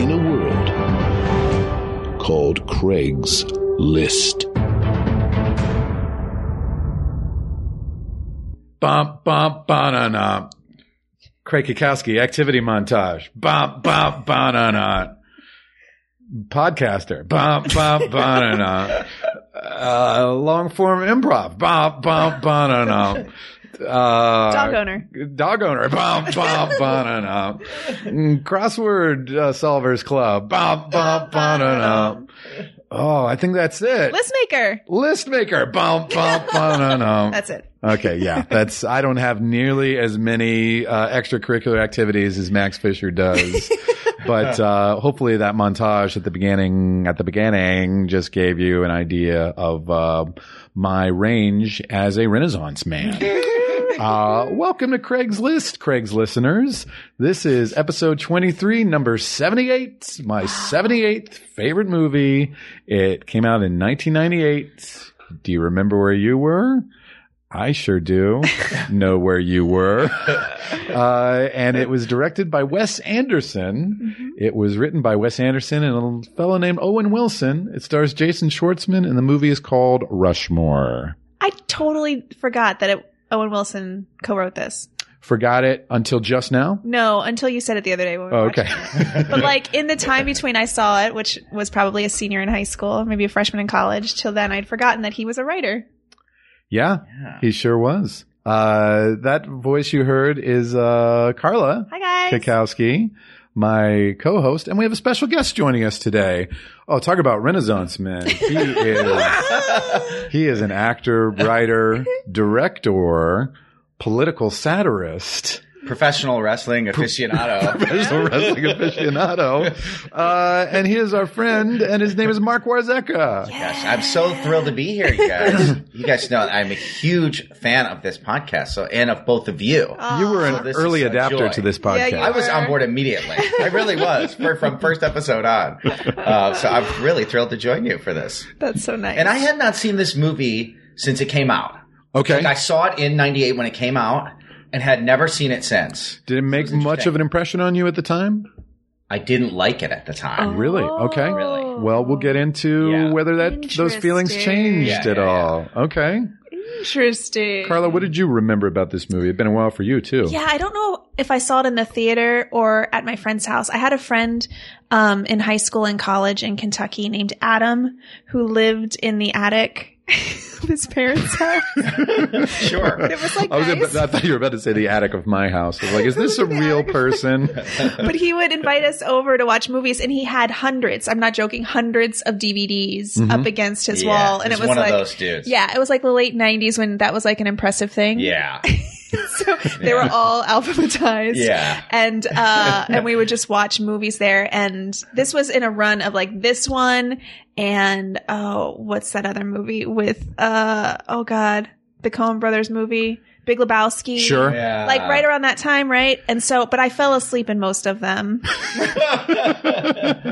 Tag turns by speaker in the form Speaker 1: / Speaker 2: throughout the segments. Speaker 1: in a world called Craig's List.
Speaker 2: Bop, bop, ba-na-na. Craig Kikowski, activity montage. Bop, bop, ba-na-na. Podcaster. Bop, bop, ba-na-na. Uh, long form improv. Bop, bop, ba-na-na. Uh,
Speaker 3: Dog owner.
Speaker 2: Dog owner. Bop, bop, ba-na-na. Mm, Crossword uh, solvers club. Bop, bop, ba-na-na. Oh, I think that's it.
Speaker 3: List maker.
Speaker 2: List maker. Bop, bop, ba-na-na.
Speaker 3: That's it.
Speaker 2: Okay, yeah, that's. I don't have nearly as many uh, extracurricular activities as Max Fisher does, but uh, hopefully that montage at the beginning, at the beginning, just gave you an idea of uh, my range as a Renaissance man. Uh, welcome to Craigslist, Craig's listeners. This is episode 23, number 78, my 78th favorite movie. It came out in 1998. Do you remember where you were? I sure do know where you were. Uh, and it was directed by Wes Anderson. It was written by Wes Anderson and a fellow named Owen Wilson. It stars Jason Schwartzman, and the movie is called Rushmore.
Speaker 3: I totally forgot that it, Owen Wilson co-wrote this.
Speaker 2: Forgot it until just now?
Speaker 3: No, until you said it the other day. When we
Speaker 2: Oh,
Speaker 3: watched
Speaker 2: okay.
Speaker 3: it. But like in the time between I saw it, which was probably a senior in high school, maybe a freshman in college, till then I'd forgotten that he was a writer.
Speaker 2: yeah, he sure was. Uh, that voice you heard is uh, Carla
Speaker 3: Hi guys.
Speaker 2: Kakowski, my co-host, and we have a special guest joining us today. Oh, talk about Renaissance man! He is
Speaker 3: Oh,
Speaker 2: he is an actor, writer, director, political satirist.
Speaker 4: professional wrestling aficionado.
Speaker 2: professional wrestling aficionado. Uh, and he is our friend, and his name is Mark Warzeka.
Speaker 4: Oh, Gosh, I'm so thrilled to be here, you guys. You guys know I'm a huge fan of this podcast, so and of both of you.
Speaker 3: Oh,
Speaker 2: You were an
Speaker 4: this
Speaker 2: early
Speaker 4: is a
Speaker 2: adapter
Speaker 4: joy.
Speaker 2: to this
Speaker 3: Yeah,
Speaker 2: podcast.
Speaker 3: you
Speaker 4: I was on board immediately. I really was for, from first episode on. Uh, so I'm really thrilled to join you for this.
Speaker 3: That's so nice.
Speaker 4: And I had not seen this movie since it came out.
Speaker 2: okay.
Speaker 4: Like I saw it in '98 when it came out, and had never seen it since.
Speaker 2: Did it make much of an impression on you at the time?
Speaker 4: I didn't like it at the time.
Speaker 2: Really? Okay.
Speaker 3: Oh.
Speaker 4: Really?
Speaker 2: Well, we'll get into
Speaker 4: Yeah.
Speaker 2: whether that those feelings
Speaker 3: Interesting.
Speaker 2: changed
Speaker 4: Yeah,
Speaker 2: at
Speaker 4: yeah,
Speaker 2: all. Okay.
Speaker 3: Interesting.
Speaker 2: Carla, what did you remember about this movie? It's been a while for you too.
Speaker 3: Yeah, I don't know if I saw it in the theater or at my friend's house. I had a friend um, in high school and college in Kentucky named Adam who lived in the attic of his parents' house. Oh.
Speaker 4: Sure.
Speaker 3: It was like
Speaker 2: I was
Speaker 3: nice.
Speaker 2: about, I thought you were about to say the attic of my house. I was like, is this a real person?
Speaker 3: but he would invite us over to watch movies and he had hundreds i'm not joking hundreds of dvds
Speaker 2: Mm-hmm.
Speaker 3: up against his
Speaker 4: Yeah,
Speaker 3: wall and it
Speaker 4: he's
Speaker 3: was
Speaker 4: one
Speaker 3: like
Speaker 4: of those dudes.
Speaker 3: yeah it was like the late 90s when that was like an impressive thing
Speaker 4: Yeah.
Speaker 3: so they were all alphabetized
Speaker 4: Yeah.
Speaker 3: and uh and we would just watch movies there and this was in a run of like this one and oh what's that other movie with uh oh god the cohen brothers movie big lebowski
Speaker 2: Sure.
Speaker 4: Yeah.
Speaker 3: like right around that time, right? And so, but I fell asleep in most of them. so yeah,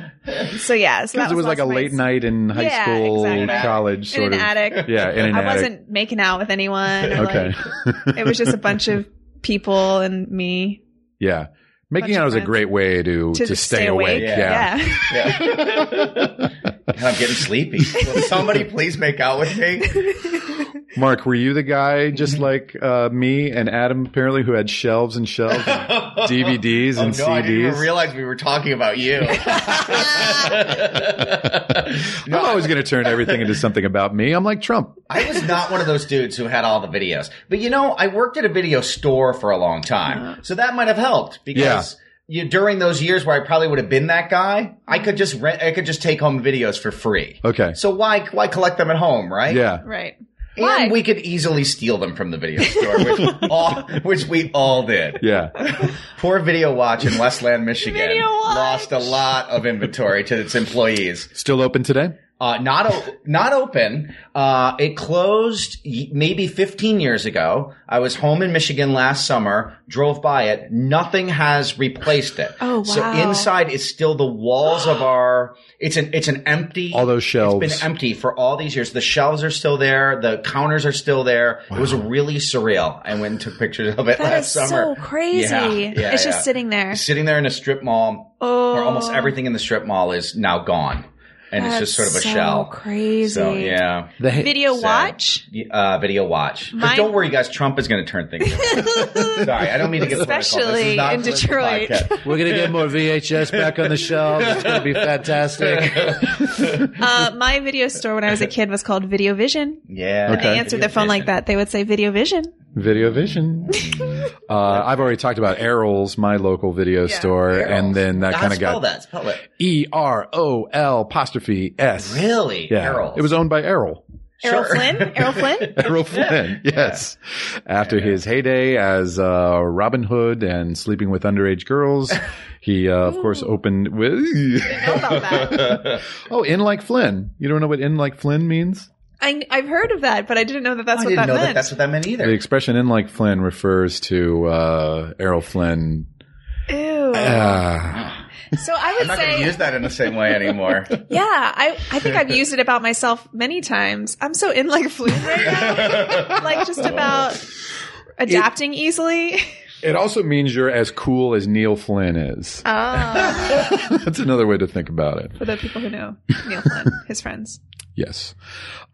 Speaker 3: so
Speaker 2: Because
Speaker 3: that
Speaker 2: it was like a
Speaker 3: most of my-
Speaker 2: late night in high
Speaker 3: Yeah,
Speaker 2: school,
Speaker 3: exactly.
Speaker 2: college
Speaker 3: in
Speaker 2: sort
Speaker 3: an
Speaker 2: of.
Speaker 3: attic.
Speaker 2: Yeah, in an
Speaker 3: I
Speaker 2: attic.
Speaker 3: wasn't making out with anyone. Or
Speaker 2: Okay.
Speaker 3: like, it was just a bunch of people and me
Speaker 2: yeah. Making
Speaker 3: Bunch of
Speaker 2: out is a
Speaker 3: friends.
Speaker 2: great way to,
Speaker 3: to,
Speaker 2: to, stay, awake.
Speaker 4: awake.
Speaker 2: Yeah.
Speaker 3: yeah.
Speaker 4: And I'm getting sleepy. Will somebody please make out with me?
Speaker 2: Mark, were you the guy just like uh, me and Adam apparently who had shelves and shelves of DVDs
Speaker 4: Oh,
Speaker 2: and
Speaker 4: no,
Speaker 2: CDs?
Speaker 4: I didn't even realize we were talking about you.
Speaker 2: I'm always going to turn everything into something about me. I'm like Trump.
Speaker 4: I was not one of those dudes who had all the videos. But you know, I worked at a video store for a long
Speaker 2: Uh-huh.
Speaker 4: time. So that might have helped because you, during those years where I probably would have been that guy, I could just rent, I could just take home videos for free.
Speaker 2: Okay.
Speaker 4: So why, why collect them at home, right?
Speaker 2: Oh. Yeah.
Speaker 3: right. Why?
Speaker 4: And we could easily steal them from the video store, which, all, which we all did.
Speaker 2: Yeah.
Speaker 4: Poor Video Watch in Westland, Michigan,
Speaker 3: Video Watch.
Speaker 4: lost a lot of inventory to its employees.
Speaker 2: Still open today?
Speaker 4: Uh, not o- not open. Uh, it closed y- maybe 15 years ago. I was home in Michigan last summer, drove by it. Nothing has replaced it.
Speaker 3: Oh,
Speaker 4: So
Speaker 3: wow.
Speaker 4: inside is still the walls of our. It's an it's an empty.
Speaker 2: All those shelves.
Speaker 4: It's been empty for all these years. The shelves are still there. The counters are still there. It was really surreal. I went and took pictures of it
Speaker 3: That
Speaker 4: last
Speaker 3: is
Speaker 4: summer.
Speaker 3: so crazy.
Speaker 4: Yeah, yeah,
Speaker 3: it's
Speaker 4: yeah.
Speaker 3: just sitting there.
Speaker 4: Sitting there in a strip mall,
Speaker 3: Oh,
Speaker 4: where almost everything in the strip mall is now gone, and it's just sort
Speaker 3: that's
Speaker 4: of a
Speaker 3: so
Speaker 4: shell.
Speaker 3: Crazy.
Speaker 4: So yeah,
Speaker 2: They-
Speaker 3: Video
Speaker 4: Sad.
Speaker 3: watch.
Speaker 4: Y- uh, video watch. But
Speaker 3: Mine-
Speaker 4: don't worry, guys. Trump is going to turn things. around. Sorry, I don't mean to get political. This is
Speaker 3: Especially
Speaker 4: not
Speaker 3: in
Speaker 4: political
Speaker 3: Detroit.
Speaker 4: podcast.
Speaker 2: We're gonna get more VHS back on the shelves. It's gonna be fantastic.
Speaker 3: Uh, my video store when I was a kid was called Video Vision.
Speaker 4: Yeah.
Speaker 2: Okay.
Speaker 3: They answered their phone like that. They would say Video Vision.
Speaker 2: Video Vision. Uh, I've already talked about Errol's, my local video store, and then that
Speaker 4: How
Speaker 2: kind
Speaker 4: to
Speaker 2: of
Speaker 4: spell
Speaker 2: got
Speaker 4: that. Spell it.
Speaker 2: E R O L apostrophe S.
Speaker 4: Really?
Speaker 2: Yeah.
Speaker 4: Errol.
Speaker 2: It was owned by Errol.
Speaker 3: Errol
Speaker 4: Sure.
Speaker 3: Flynn. Errol Flynn.
Speaker 2: Errol Flynn. Yes. After his heyday as uh, Robin Hood and sleeping with underage girls, he uh, of course opened with
Speaker 3: know about that.
Speaker 2: oh, in like Flynn. You don't know what in like Flynn means?
Speaker 3: I, I've heard of that, but I didn't know that that's
Speaker 4: I
Speaker 3: what that
Speaker 4: didn't know
Speaker 3: meant.
Speaker 4: that. That's what that meant either.
Speaker 2: The expression in like Flynn refers to uh, Errol Flynn.
Speaker 3: Ew.
Speaker 4: Ah.
Speaker 2: Uh,
Speaker 3: so I
Speaker 4: I'm
Speaker 3: would
Speaker 4: not going to
Speaker 3: say,
Speaker 4: use that in the same way anymore.
Speaker 3: yeah, I, I think I've used it about myself many times. I'm so in like flu right now. like just about adapting easily.
Speaker 2: it also means you're as cool as Neil Flynn is.
Speaker 3: Oh,
Speaker 2: That's another way to think about it.
Speaker 3: for the people who know Neil Flynn, his friends.
Speaker 2: Yes.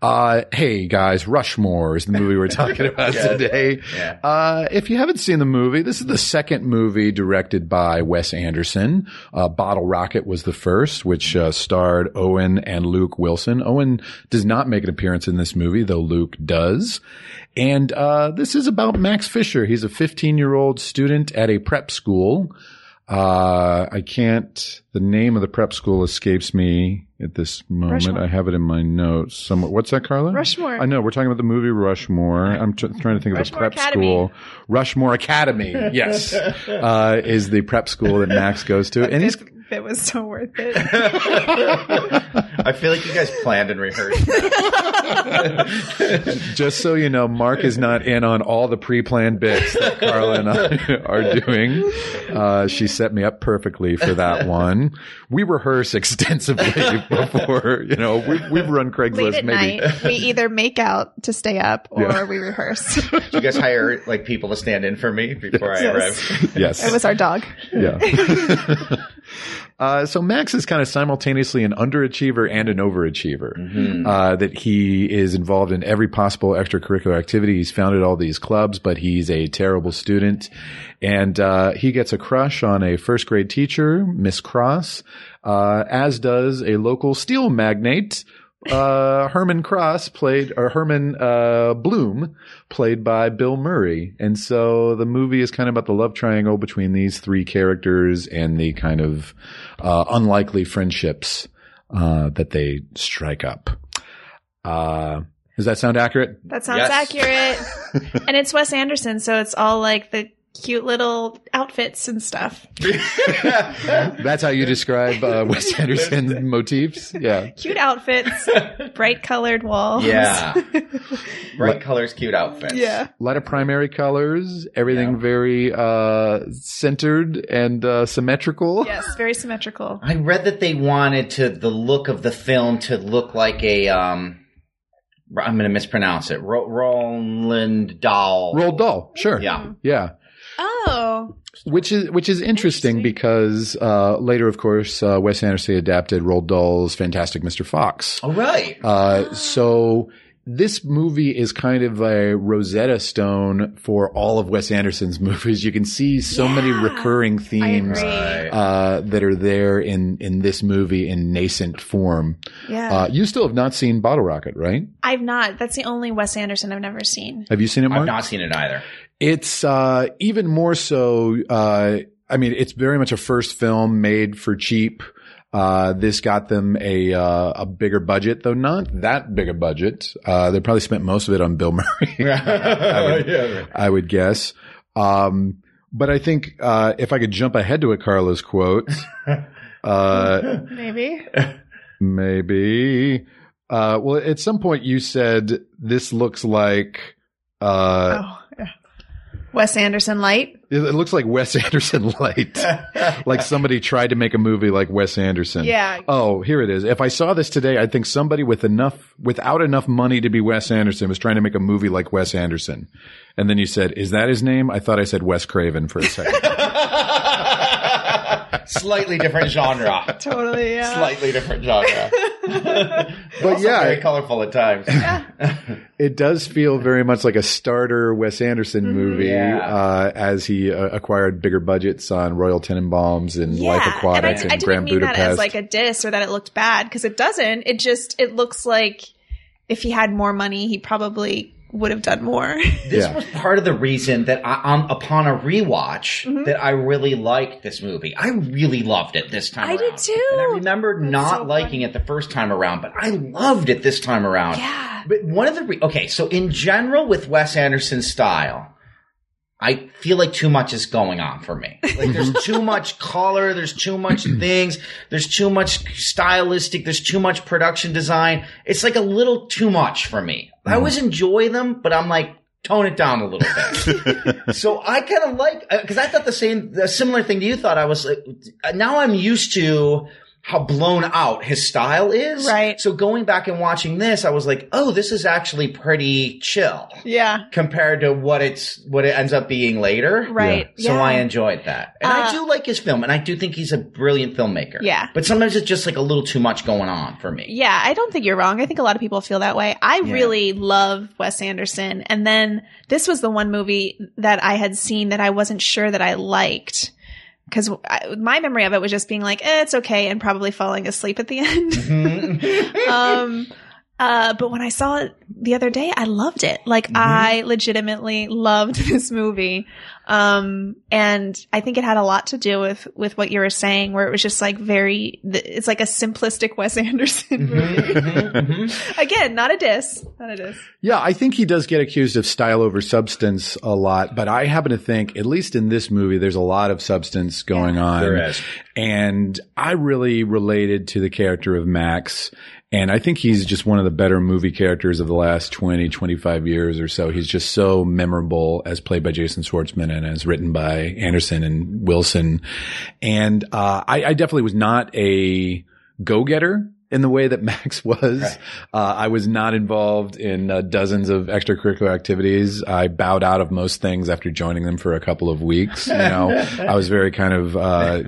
Speaker 2: Uh, hey guys, Rushmore is the movie we're talking about
Speaker 4: Yeah.
Speaker 2: today.
Speaker 4: Yeah.
Speaker 2: Uh, if you haven't seen the movie, this is the second movie directed by Wes Anderson. Uh, Bottle Rocket was the first, which uh, starred Owen and Luke Wilson. Owen does not make an appearance in this movie, though Luke does. And uh, this is about Max Fisher. He's a 15 year old student at a prep school. Uh, I can't, the name of the prep school escapes me at this moment.
Speaker 3: Rushmore.
Speaker 2: I have it in my notes somewhere. What's that, Carla?
Speaker 3: Rushmore.
Speaker 2: I know. We're talking about the movie Rushmore. I'm tr- trying to think of the
Speaker 3: Rushmore
Speaker 2: prep
Speaker 3: Academy.
Speaker 2: school. Rushmore Academy. Yes. uh, is the prep school that Max goes to. And he's,
Speaker 3: This bit was so worth it.
Speaker 4: I feel like you guys planned and rehearsed. that.
Speaker 2: just so you know, Mark is not in on all the pre-planned bits that Carla and I are doing. Uh, she set me up perfectly for that one. We rehearse extensively before, you know, we've, we've run
Speaker 3: Late
Speaker 2: Craigslist
Speaker 3: at
Speaker 2: maybe.
Speaker 3: night, we either make out to stay up or
Speaker 2: Yeah.
Speaker 3: we rehearse.
Speaker 4: Did you guys hire like people to stand in for me before I
Speaker 3: Yes.
Speaker 4: arrived?
Speaker 2: Yes.
Speaker 3: It was our dog.
Speaker 2: Yeah. uh, so Max is kind of simultaneously an underachiever and an overachiever. Uh, that he is involved in every possible extracurricular activity. He's founded all these clubs, but he's a terrible student. And uh, he gets a crush on a first grade teacher, Miss Cross, uh, as does a local steel magnate. Uh, Herman Cross played, or Herman, uh, Bloom played by Bill Murray. And so the movie is kind of about the love triangle between these three characters and the kind of, uh, unlikely friendships, uh, that they strike up. Uh, does that sound accurate?
Speaker 3: That sounds
Speaker 4: Yes.
Speaker 3: accurate. and it's Wes Anderson, so it's all like the cute little outfits and stuff.
Speaker 2: That's how you describe, uh, Wes Anderson motifs? Yeah.
Speaker 3: Cute outfits, bright colored walls.
Speaker 4: Yeah. Bright colors, cute outfits.
Speaker 3: Yeah.
Speaker 2: a lot of primary colors, everything very uh, centered and uh, symmetrical.
Speaker 3: Yes, very symmetrical.
Speaker 4: I read that they wanted to the look of the film to look like a um I'm going to mispronounce it. Ro- Roland Dahl.
Speaker 2: Rolled doll, sure.
Speaker 4: yeah.
Speaker 2: Yeah.
Speaker 3: Mm. Oh.
Speaker 2: Which is which is interesting,
Speaker 3: Interesting.
Speaker 2: because uh, later, of course, uh, Wes Anderson adapted Roald Dahl's Fantastic Mr. Fox.
Speaker 4: All right.
Speaker 2: Uh, so this movie is kind of a Rosetta Stone for all of Wes Anderson's movies. You can see so many
Speaker 3: Yeah.
Speaker 2: recurring
Speaker 3: I
Speaker 2: themes
Speaker 3: agree.
Speaker 2: uh, that are there in in this movie in nascent form.
Speaker 3: yeah.
Speaker 2: Uh, you still have not seen Bottle Rocket, right?
Speaker 3: I've not. That's the only Wes Anderson I've never seen.
Speaker 2: Have you seen it, Mark?
Speaker 4: I've not seen it either.
Speaker 2: It's uh, even more so. Uh, I mean, it's very much a first film made for cheap. Uh, this got them a uh, a bigger budget, though not that big a budget. Uh, they probably spent most of it on Bill Murray.
Speaker 4: yeah.
Speaker 2: I would guess. Um, but I think uh, if I could jump ahead to a Carlos quote, uh,
Speaker 3: Maybe.
Speaker 2: maybe. Uh, well, at some point you said this looks like uh,
Speaker 3: Oh, yeah. Wes Anderson light.
Speaker 2: it, it looks like Wes Anderson light, like somebody tried to make a movie like Wes Anderson.
Speaker 3: Yeah.
Speaker 2: Oh, here it is. If I saw this today, I think somebody with enough, without enough money to be Wes Anderson was trying to make a movie like Wes Anderson. And then you said, "Is that his name?" I thought I said Wes Craven for a second.
Speaker 4: Slightly different genre.
Speaker 3: Totally. Yeah.
Speaker 4: Slightly different genre.
Speaker 2: but
Speaker 4: Also
Speaker 2: yeah,
Speaker 4: very colorful at times.
Speaker 2: it does feel very much like a starter Wes Anderson
Speaker 3: Mm-hmm.
Speaker 2: movie
Speaker 4: Yeah.
Speaker 2: uh, as he uh, acquired bigger budgets on Royal Tenenbaums and
Speaker 3: Yeah,
Speaker 2: Life Aquatic and,
Speaker 3: and I, I didn't
Speaker 2: Grand
Speaker 3: mean
Speaker 2: Budapest.
Speaker 3: that as like a diss or that it looked bad because it doesn't. It just it looks like if he had more money, he probably would have done more.
Speaker 4: This
Speaker 2: Yeah.
Speaker 4: was part of the reason that I, on upon a rewatch that I really liked this movie. I really loved it this time.
Speaker 3: I
Speaker 4: around.
Speaker 3: did too.
Speaker 4: And I remembered not
Speaker 3: so
Speaker 4: liking it the first time around, but I loved it this time around.
Speaker 3: yeah,
Speaker 4: But one of the re- okay, so in general with Wes Anderson's style, I feel like too much is going on for me. Like there's too much color, there's too much things, there's too much stylistic, there's too much production design. It's like a little too much for me. I always enjoy them, but I'm like tone it down a little bit. so I kind of like because I thought the same, a similar thing to you thought. I was like, now I'm used to how blown out his style is.
Speaker 3: Right.
Speaker 4: So going back and watching this, I was like, oh, this is actually pretty chill
Speaker 3: yeah,
Speaker 4: compared to what it's what it ends up being later.
Speaker 3: right.
Speaker 4: So
Speaker 3: yeah.
Speaker 4: I enjoyed that. And I
Speaker 3: Uh,
Speaker 4: do like his film and I do think he's a brilliant filmmaker.
Speaker 3: Yeah.
Speaker 4: But sometimes it's just like a little too much going on for me.
Speaker 3: Yeah, I don't think you're wrong. I think a lot of people feel that way. I
Speaker 4: Yeah.
Speaker 3: really love Wes Anderson. And then this was the one movie that I had seen that I wasn't sure that I liked. Because my memory of it was just being like, eh, it's okay, and probably falling asleep at the end.
Speaker 4: Mm-hmm.
Speaker 3: um, uh, but when I saw it the other day, I loved it. Like I legitimately loved this movie. Um, and I think it had a lot to do with, with what you were saying, where it was just like very, th- it's like a simplistic Wes
Speaker 4: Mm-hmm.
Speaker 3: Anderson movie. Again, not a diss, not a diss.
Speaker 2: Yeah, I think he does get accused of style over substance a lot, but I happen to think, at least in this movie, there's a lot of substance going on.
Speaker 4: There is.
Speaker 2: And I really related to the character of Max. And I think he's just one of the better movie characters of the last 20, 25 years or so. He's just so memorable as played by Jason Schwartzman and as written by Anderson and Wilson. And, uh, I, I definitely was not a, go getter in the way that Max was. Uh, I was not involved in uh, dozens of extracurricular activities. I bowed out of most things after joining them for a couple of weeks. You know, I was very kind of uh,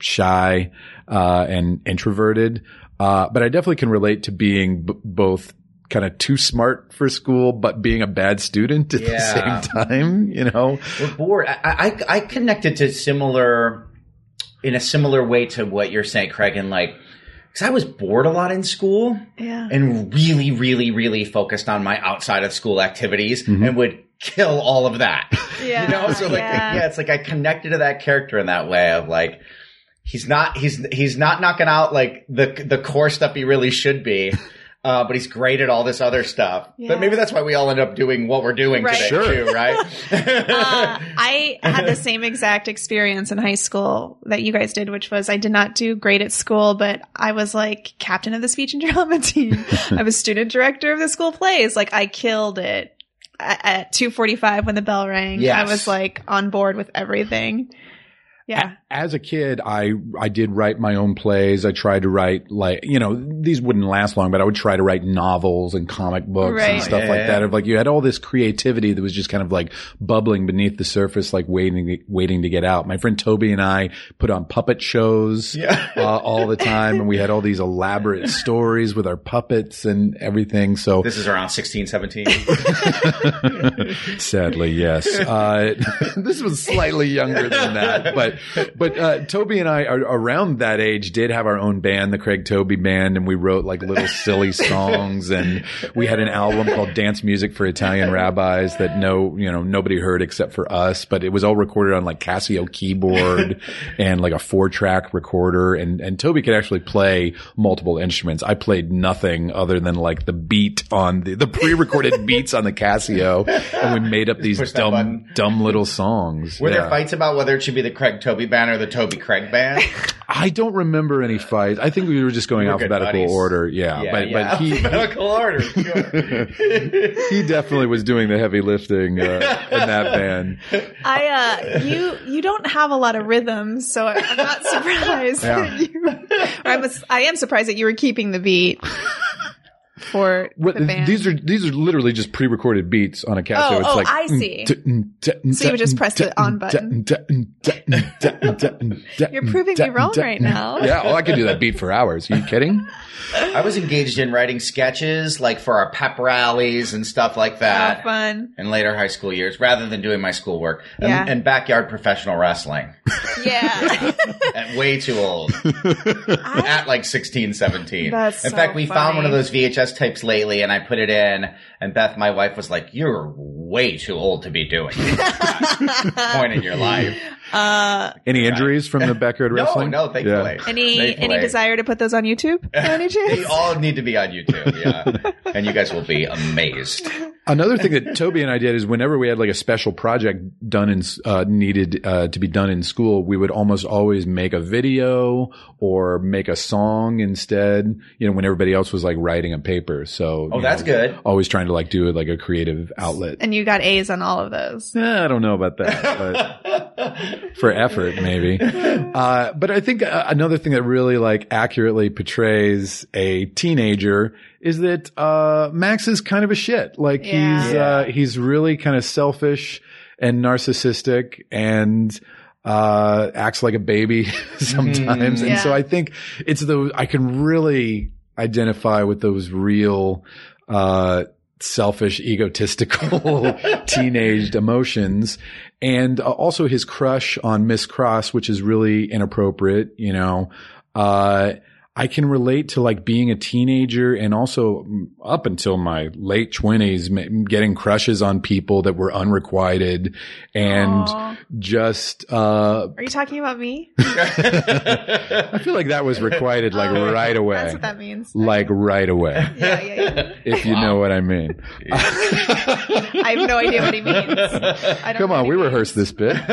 Speaker 2: shy uh, and introverted. Uh, but I definitely can relate to being b- both kind of too smart for school, but being a bad student at
Speaker 4: Yeah.
Speaker 2: the same time. You know,
Speaker 4: We're bored. I, I I connected to similar in a similar way to what you're saying, Craig, and like because I was bored a lot in school.
Speaker 3: Yeah.
Speaker 4: and really, really, really focused on my outside of school activities and would kill all of that.
Speaker 3: Yeah,
Speaker 4: you know, so like,
Speaker 3: yeah.
Speaker 4: yeah. it's like I connected to that character in that way of like, he's not, he's, he's not knocking out like the, the core stuff he really should be. Uh, but he's great at all this other stuff.
Speaker 3: Yeah.
Speaker 4: But maybe that's why we all end up doing what we're doing
Speaker 3: Right.
Speaker 4: today,
Speaker 2: Sure.
Speaker 4: too, right?
Speaker 3: Uh, I had the same exact experience in high school that you guys did, which was I did not do great at school, but I was like captain of the speech and drama team. I was student director of the school plays. Like I killed it A- at 2:45 when the bell rang. I
Speaker 4: Yes.
Speaker 3: was like on board with everything. Yeah.
Speaker 2: as a kid, I I did write my own plays. I tried to write like you know these wouldn't last long, but I would try to write novels and comic books
Speaker 3: Right.
Speaker 2: and stuff
Speaker 4: Yeah,
Speaker 2: like
Speaker 4: yeah.
Speaker 2: that. Of like you had all this creativity that was just kind of like bubbling beneath the surface, like waiting waiting to get out. My friend Toby and I put on puppet shows
Speaker 4: Yeah.
Speaker 2: uh, all the time, and we had all these elaborate stories with our puppets and everything. So
Speaker 4: this is around 16, 17.
Speaker 2: Sadly, yes. Uh, this was slightly younger than that, but but uh, Toby and I, are, around that age, did have our own band, the Craig Toby Band, and we wrote like little silly songs, and we had an album called Dance Music for Italian Rabbis that no, you know, nobody heard except for us, but it was all recorded on like Casio keyboard and like a four-track recorder, and and Toby could actually play multiple instruments. I played nothing other than like the beat on the the pre-recorded beats on the Casio, and we made up these
Speaker 4: push that
Speaker 2: dumb
Speaker 4: button.
Speaker 2: dumb little songs.
Speaker 4: Were
Speaker 2: Yeah.
Speaker 4: there fights about whether it should be the Craig Toby band or the Toby Craig band?
Speaker 2: I don't remember any fights. I think we were just going
Speaker 4: We were good
Speaker 2: alphabetical
Speaker 4: buddies.
Speaker 2: order. Yeah, Uh, but but he
Speaker 4: alphabetical order. sure.
Speaker 2: he definitely was doing the heavy lifting uh, in that band.
Speaker 3: I uh, you you don't have a lot of rhythms, so I- I'm not surprised.
Speaker 2: Yeah.
Speaker 3: that you, or I was I am surprised that you were keeping the beat for
Speaker 2: What,
Speaker 3: the band.
Speaker 2: these are these are literally just pre-recorded beats on a Casio.
Speaker 3: Oh,
Speaker 2: it's
Speaker 3: oh,
Speaker 2: like,
Speaker 3: I see.
Speaker 2: So
Speaker 3: you would just press the on button. You're proving me wrong right now.
Speaker 2: Yeah, oh, I could do that beat for hours. Are you kidding?
Speaker 4: I was engaged in writing sketches like for our pep rallies and stuff like
Speaker 3: How
Speaker 4: that
Speaker 3: fun.
Speaker 4: in later high school years rather than doing my schoolwork and,
Speaker 3: Yeah.
Speaker 4: and backyard professional wrestling
Speaker 3: Yeah.
Speaker 4: at way too old at like 16 17
Speaker 3: That's
Speaker 4: in
Speaker 3: so
Speaker 4: fact we found one of
Speaker 3: funny.
Speaker 4: those vhs tapes lately and i put it in and beth my wife was like you're way too old to be doing this at that point in your life
Speaker 3: uh,
Speaker 2: Any injuries from the backyard wrestling?
Speaker 4: no no
Speaker 2: Yeah.
Speaker 4: thankfully
Speaker 3: any any
Speaker 4: Thankfully.
Speaker 3: desire to put those on YouTube? By any chance?
Speaker 4: they all need to be on youtube yeah and you guys will be amazed
Speaker 2: Another thing that Toby and I did is whenever we had like a special project done in uh, needed uh, to be done in school, we would almost always make a video or make a song instead. You know, when everybody else was like writing a paper. So
Speaker 4: oh
Speaker 2: you
Speaker 4: that's
Speaker 2: know,
Speaker 4: good
Speaker 2: Always trying to like do like a creative outlet.
Speaker 3: and you got A's on all of those.
Speaker 2: Eh, I don't know about that, but for effort, maybe. Uh, but I think uh, another thing that really like accurately portrays a teenager is that, uh, Max is kind of a shit. Like
Speaker 3: Yeah.
Speaker 2: he's, uh, he's really kind of selfish and narcissistic and, uh, acts like a baby sometimes. And
Speaker 3: Mm. Yeah.
Speaker 2: so I think it's the, I can really identify with those real, uh, selfish, egotistical, teenaged emotions. And uh, also his crush on Miss Cross, which is really inappropriate, you know. Uh, I can relate to like being a teenager and also mm, up until my late twenties, getting crushes on people that were unrequited and
Speaker 3: Aw.
Speaker 2: just, uh,
Speaker 3: are you talking about me?
Speaker 2: I feel like that was requited like
Speaker 3: Oh,
Speaker 2: right away.
Speaker 3: That's what that means.
Speaker 2: like right away,
Speaker 3: Yeah, yeah, yeah.
Speaker 2: if you know what I mean.
Speaker 3: I have no idea what he means. I don't
Speaker 2: Come
Speaker 3: know
Speaker 2: on,
Speaker 3: what
Speaker 2: we
Speaker 3: he
Speaker 2: rehearsed this bit.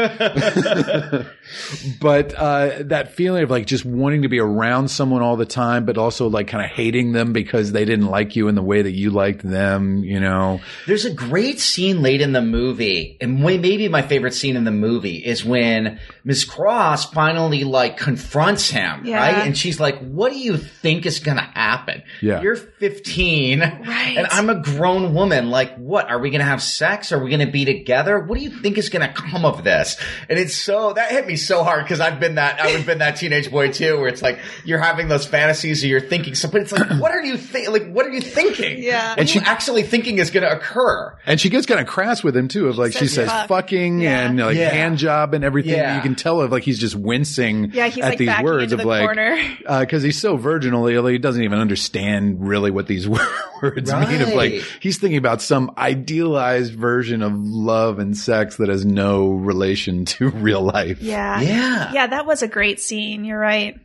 Speaker 2: but uh, that feeling of like just wanting to be around someone all the time, but also like kind of hating them because they didn't like you in the way that you liked them, you know?
Speaker 4: There's a great scene late in the movie, and way, maybe my favorite scene in the movie is when Miss Cross finally like confronts him,
Speaker 3: Yeah.
Speaker 4: right? And she's like, "What do you think is going to happen?
Speaker 2: Yeah.
Speaker 4: You're 15,
Speaker 3: Right.
Speaker 4: And I'm a grown woman. Like, what are we going to have sex? Are we going to be together? What do you think is going to come of this?" And it's so that hit me so hard because I've been that I've been that teenage boy too, where it's like you're having those fantasies or you're thinking so, but it's like, what are you think? Like, what are you thinking?
Speaker 3: Yeah.
Speaker 4: What
Speaker 2: And
Speaker 4: are
Speaker 2: she-
Speaker 4: you actually thinking is going to occur.
Speaker 2: And she gets kind of crass with him too, of like she
Speaker 3: says
Speaker 2: says
Speaker 3: fuck.
Speaker 2: fucking
Speaker 3: Yeah.
Speaker 2: and like
Speaker 4: Yeah.
Speaker 2: hand job and everything.
Speaker 4: Yeah.
Speaker 2: You can tell of like he's just wincing
Speaker 3: Yeah, he's
Speaker 2: at
Speaker 3: like
Speaker 2: these
Speaker 3: backing
Speaker 2: words
Speaker 3: into
Speaker 2: of
Speaker 3: the
Speaker 2: like
Speaker 3: corner.
Speaker 2: because uh, he's so virginal, he like, doesn't even understand really what these words mean. Of like
Speaker 4: Right.
Speaker 2: he's thinking about some idealized version of love and sex that has no relation to real life.
Speaker 3: Yeah.
Speaker 4: Yeah.
Speaker 3: Yeah, that was a great scene. You're right.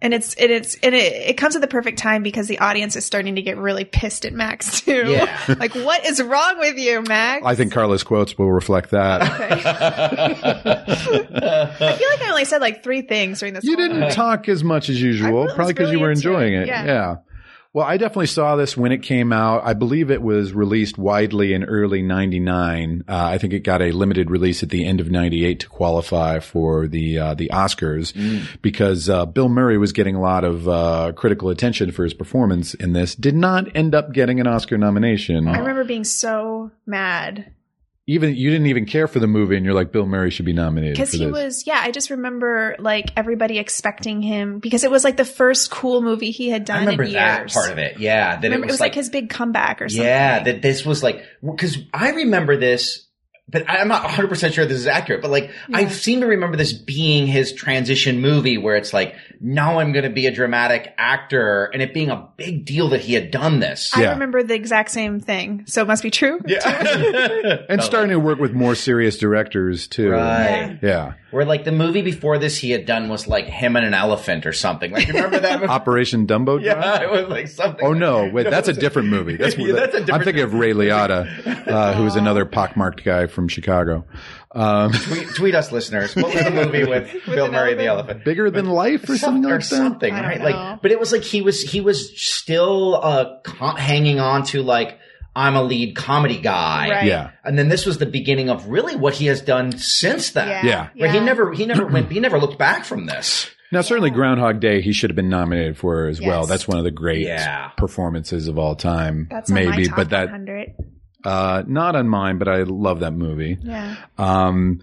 Speaker 3: And it's and it's and it, it comes at the perfect time because the audience is starting to get really pissed at Max too.
Speaker 4: Yeah.
Speaker 3: like what is wrong with you, Max?
Speaker 2: I think Carlos quotes will reflect that.
Speaker 3: I feel like I only said like three things during this.
Speaker 2: you
Speaker 3: whole-
Speaker 2: didn't talk as much as usual,
Speaker 3: was
Speaker 2: probably because you
Speaker 3: really
Speaker 2: were
Speaker 3: into
Speaker 2: enjoying
Speaker 3: it,
Speaker 2: it.
Speaker 3: yeah.
Speaker 2: yeah. Well, I definitely saw this when it came out. I believe it was released widely in early 99. Uh, I think it got a limited release at the end of 98 to qualify for the, uh, the Oscars
Speaker 3: Mm.
Speaker 2: because, uh, Bill Murray was getting a lot of, uh, critical attention for his performance in this. Did not end up getting an Oscar nomination.
Speaker 3: I remember being so mad
Speaker 2: Even, you didn't even care for the movie and you're like, Bill Murray should be nominated
Speaker 3: because
Speaker 2: for
Speaker 3: he
Speaker 2: this.
Speaker 3: was yeah. I just remember like everybody expecting him because it was like the first cool movie he had done
Speaker 4: I remember
Speaker 3: in
Speaker 4: that
Speaker 3: years.
Speaker 4: part of it. Yeah. That
Speaker 3: Remember- it was like, his big comeback or something.
Speaker 4: yeah, that this was like, because I remember this but I'm not 100 percent sure this is accurate. But like, I seem to remember this being his transition movie where it's like, now I'm going to be a dramatic actor, and it being a big deal that he had done this.
Speaker 2: Yeah.
Speaker 3: I remember the exact same thing, so it must be true.
Speaker 4: Yeah,
Speaker 2: and starting to work with more serious directors too.
Speaker 4: Right.
Speaker 2: Yeah.
Speaker 4: Where like the movie before this he had done was like him and an elephant or something. Like remember that? movie?
Speaker 2: Operation Dumbo. Drop?
Speaker 4: yeah, it was like something.
Speaker 2: Oh
Speaker 4: like-
Speaker 2: no! Wait, that's a different movie. That's,
Speaker 4: Yeah, that's a
Speaker 2: I'm
Speaker 4: different-
Speaker 2: thinking of Ray Liotta, uh, who is another pockmarked guy from Chicago. Um,
Speaker 4: Tweet, tweet us, listeners. What was the movie with, Bill
Speaker 3: an
Speaker 4: Murray and the
Speaker 3: elephant.
Speaker 4: elephant?
Speaker 2: bigger than life or something
Speaker 4: Some-
Speaker 2: like that.
Speaker 4: something,
Speaker 3: I don't
Speaker 4: right?
Speaker 3: know.
Speaker 4: Like, but it was like he was he was still uh co- hanging on to like I'm a lead comedy guy,
Speaker 3: Right.
Speaker 2: Yeah.
Speaker 4: and then this was the beginning of really what he has done since then.
Speaker 2: Yeah.
Speaker 4: Where he never he never went he never looked back from this.
Speaker 2: Now, certainly Groundhog Day, he should have been nominated for as well.
Speaker 3: Yes.
Speaker 2: That's one of the great
Speaker 4: Yeah.
Speaker 2: performances of all time,
Speaker 3: That's on my
Speaker 2: maybe.
Speaker 3: top
Speaker 2: But that
Speaker 3: 100.
Speaker 2: uh, not on mine. But I love that movie.
Speaker 3: Yeah.
Speaker 2: Um,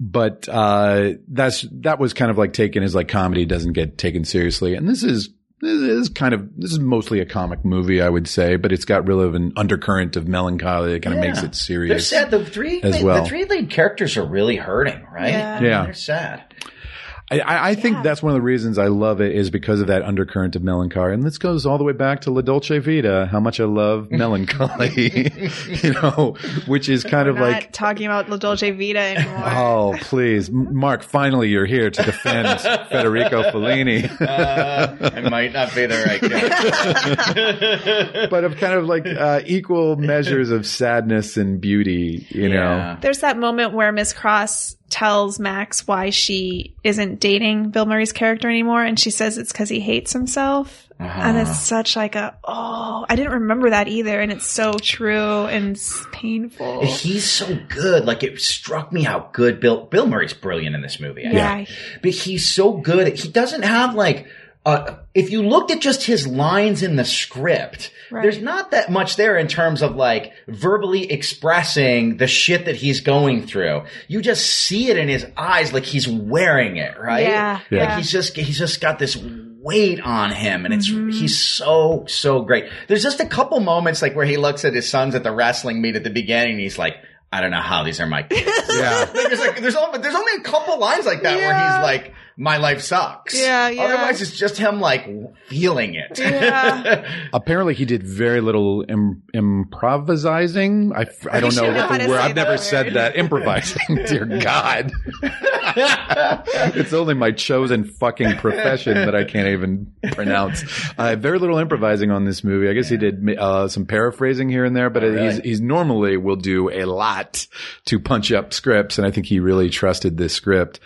Speaker 2: but uh, that's that was kind of like taken as like comedy doesn't get taken seriously, and this is this is kind of this is mostly a comic movie, I would say, but it's got real of an undercurrent of melancholy that kind of
Speaker 4: Yeah.
Speaker 2: makes it
Speaker 4: They're
Speaker 2: serious.
Speaker 4: sad. The three
Speaker 2: As
Speaker 4: the-
Speaker 2: well.
Speaker 4: the three lead characters are really hurting, right?
Speaker 3: Yeah.
Speaker 2: Yeah.
Speaker 4: they're sad.
Speaker 2: I, I, I think
Speaker 3: Yeah.
Speaker 2: that's one of the reasons I love it is because of that undercurrent of melancholy. And this goes all the way back to La Dolce Vita, how much I love melancholy, you know, which is kind of
Speaker 3: We're not
Speaker 2: like,
Speaker 3: talking about La Dolce Vita anymore.
Speaker 2: oh, please. M- Mark, finally you're here to defend Federico Fellini.
Speaker 4: Uh, I might not be the right guy.
Speaker 2: but of kind of like uh, equal measures of sadness and beauty, you know.
Speaker 4: Yeah.
Speaker 3: There's that moment where Miss Cross tells Max why she isn't dating Bill Murray's character anymore, and she says it's because he hates himself. And
Speaker 2: Ah. Uh-huh.
Speaker 3: it's such like a oh, I didn't remember that either, and it's so true and s- painful.
Speaker 4: And He's so good. Like it struck me how good Bill Bill Murray's brilliant in this movie. I
Speaker 3: yeah,
Speaker 4: think. But he's so good. at- He doesn't have like uh, if you looked at just his lines in the script,
Speaker 3: Right.
Speaker 4: there's not that much there in terms of like verbally expressing the shit that he's going through. You just see it in his eyes, like he's wearing it, right?
Speaker 3: Yeah,
Speaker 4: Like
Speaker 3: yeah.
Speaker 4: he's just he's just got this weight on him, and it's
Speaker 3: Mhm.
Speaker 4: he's so so great. There's just a couple moments like where he looks at his sons at the wrestling meet at the beginning, and he's like, I don't know how these are my kids.
Speaker 2: Yeah.
Speaker 4: Like, there's like there's only there's only a couple lines like that
Speaker 3: Yeah.
Speaker 4: where he's like, "My life sucks."
Speaker 3: Yeah, yeah.
Speaker 4: Otherwise, it's just him like feeling it.
Speaker 3: Yeah.
Speaker 2: Apparently, he did very little Im- improvisizing. I, f- I don't
Speaker 3: should
Speaker 2: know
Speaker 3: know
Speaker 2: what
Speaker 3: how
Speaker 2: the
Speaker 3: to
Speaker 2: word.
Speaker 3: say
Speaker 2: I've
Speaker 3: that
Speaker 2: never
Speaker 3: word.
Speaker 2: said that. Improvising, dear God. it's only my chosen fucking profession that I can't even pronounce. Uh, very little improvising on this movie. I guess he did uh, some paraphrasing here and there, but he's, he's normally will do a lot to punch up scripts, and I think he really trusted this script.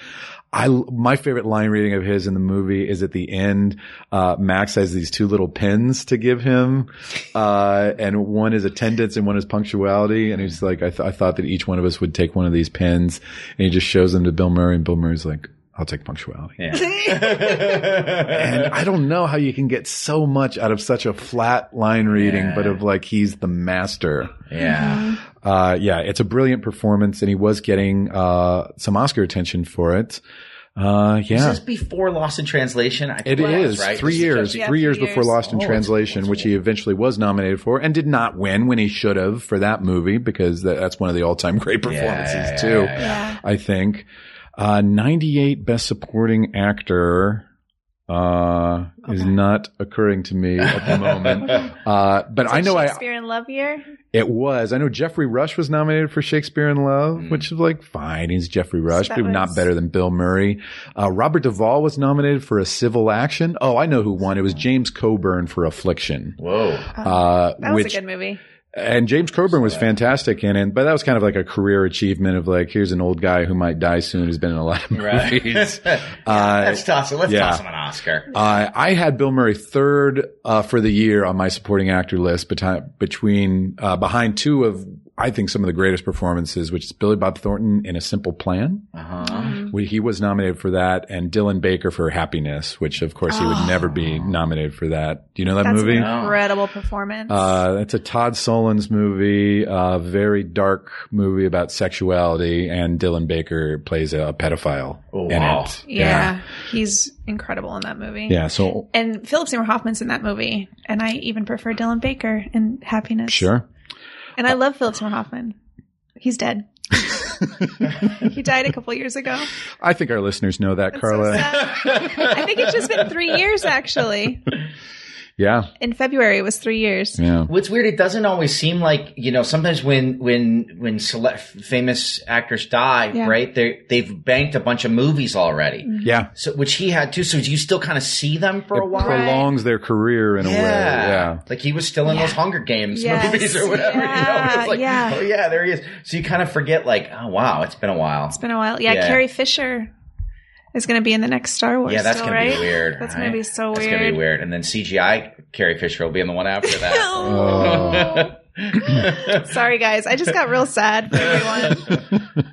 Speaker 2: I my favorite line reading of his in the movie is at the end. Uh, Max has these two little pins to give him, uh, and one is attendance and one is punctuality. And he's like, I, th- I thought that each one of us would take one of these pins, and he just shows them to Bill Murray, and Bill Murray's like, I'll take punctuality. And I don't know how you can get so much out of such a flat line reading,
Speaker 4: Yeah.
Speaker 2: but of like he's the master.
Speaker 4: yeah.
Speaker 2: Uh, yeah, it's a brilliant performance, and he was getting uh, some Oscar attention for it. Uh, yeah,
Speaker 4: This is before Lost in Translation. I
Speaker 2: It
Speaker 4: think
Speaker 2: is
Speaker 4: right?
Speaker 2: three
Speaker 4: This is
Speaker 2: years,
Speaker 4: just-
Speaker 3: Yeah,
Speaker 2: three
Speaker 3: three
Speaker 2: years before
Speaker 3: years.
Speaker 2: Lost in
Speaker 4: Oh,
Speaker 2: Translation,
Speaker 4: that's
Speaker 2: which he eventually was nominated for and did not win when he should have for that movie because that, that's one of the all-time great
Speaker 4: Yeah, yeah,
Speaker 2: performances
Speaker 4: yeah,
Speaker 2: too.
Speaker 4: yeah, yeah.
Speaker 3: yeah.
Speaker 2: I think uh, 98 Best Supporting Actor uh, is
Speaker 3: Okay.
Speaker 2: not occurring to me at the moment, uh, but I know I
Speaker 3: Shakespeare in Love Year.
Speaker 2: it was. I know Jeffrey Rush was nominated for Shakespeare in Love,
Speaker 4: Mm.
Speaker 2: which is like fine. He's Jeffrey Rush,
Speaker 3: that
Speaker 2: but not
Speaker 3: was-
Speaker 2: better than Bill Murray. Uh, Robert Duvall was nominated for a civil action. Oh, I know who won. It was James Coburn for Affliction.
Speaker 4: Whoa.
Speaker 2: Uh,
Speaker 3: That was
Speaker 2: which
Speaker 3: a good movie.
Speaker 2: and James Coburn was fantastic in it, but that was kind of like a career achievement of like here's an old guy who might die soon who's been in a lot of
Speaker 4: Right.
Speaker 2: movies. uh,
Speaker 4: Let's toss it. Let's
Speaker 2: yeah.
Speaker 4: toss him an Oscar.
Speaker 2: uh, I had Bill Murray third uh, for the year on my supporting actor list beti- between uh, behind two of I think some of the greatest performances, which is Billy Bob Thornton in A Simple Plan.
Speaker 4: Uh-huh.
Speaker 3: Mm.
Speaker 2: where He was nominated for that, and Dylan Baker for Happiness, which of course he would
Speaker 3: Oh.
Speaker 2: never be nominated for that. Do you know that
Speaker 3: That's
Speaker 2: movie?
Speaker 3: an incredible performance.
Speaker 2: Uh, that's a Todd Solondz movie, a very dark movie about sexuality, and Dylan Baker plays a pedophile
Speaker 4: Oh,
Speaker 2: in
Speaker 4: wow.
Speaker 2: it.
Speaker 3: yeah, he's incredible in that movie.
Speaker 2: yeah. Yeah, So
Speaker 3: And Philip Seymour Hoffman's in that movie, and I even prefer Dylan Baker in Happiness.
Speaker 2: sure.
Speaker 3: And I love Philip Seymour Hoffman. He's dead. He died a couple years ago.
Speaker 2: I think our listeners know that,
Speaker 3: That's so
Speaker 2: Carla.
Speaker 3: sad. I think it's just been three years, actually.
Speaker 2: yeah.
Speaker 3: In February, it was three years.
Speaker 2: Yeah.
Speaker 4: What's weird, it doesn't always seem like you know. Sometimes when when when select famous actors die,
Speaker 3: Yeah. Mm.
Speaker 4: right? They they've banked a bunch of movies already,
Speaker 2: Yeah.
Speaker 4: so which he had too. So you still kind of see them for a
Speaker 2: It
Speaker 4: while.
Speaker 2: prolongs their career in a way. Yeah.
Speaker 4: Like he was still in those Hunger Games
Speaker 3: Yes.
Speaker 4: movies or whatever. You know?
Speaker 3: Yeah,
Speaker 4: It's like,
Speaker 3: yeah.
Speaker 4: oh yeah, there he is. So you kind of forget, like, oh wow, it's been a while.
Speaker 3: It's been a while. Yeah,
Speaker 4: Yeah.
Speaker 3: Carrie Fisher is going to be in the next Star Wars.
Speaker 4: yeah, that's
Speaker 3: still,
Speaker 4: gonna
Speaker 3: right?
Speaker 4: be weird.
Speaker 3: That's
Speaker 4: right?
Speaker 3: gonna be so
Speaker 4: That's
Speaker 3: weird.
Speaker 4: gonna be weird. And then CGI Carrie Fisher will be in the one after that.
Speaker 3: Oh. Sorry, guys. I just got real sad for everyone.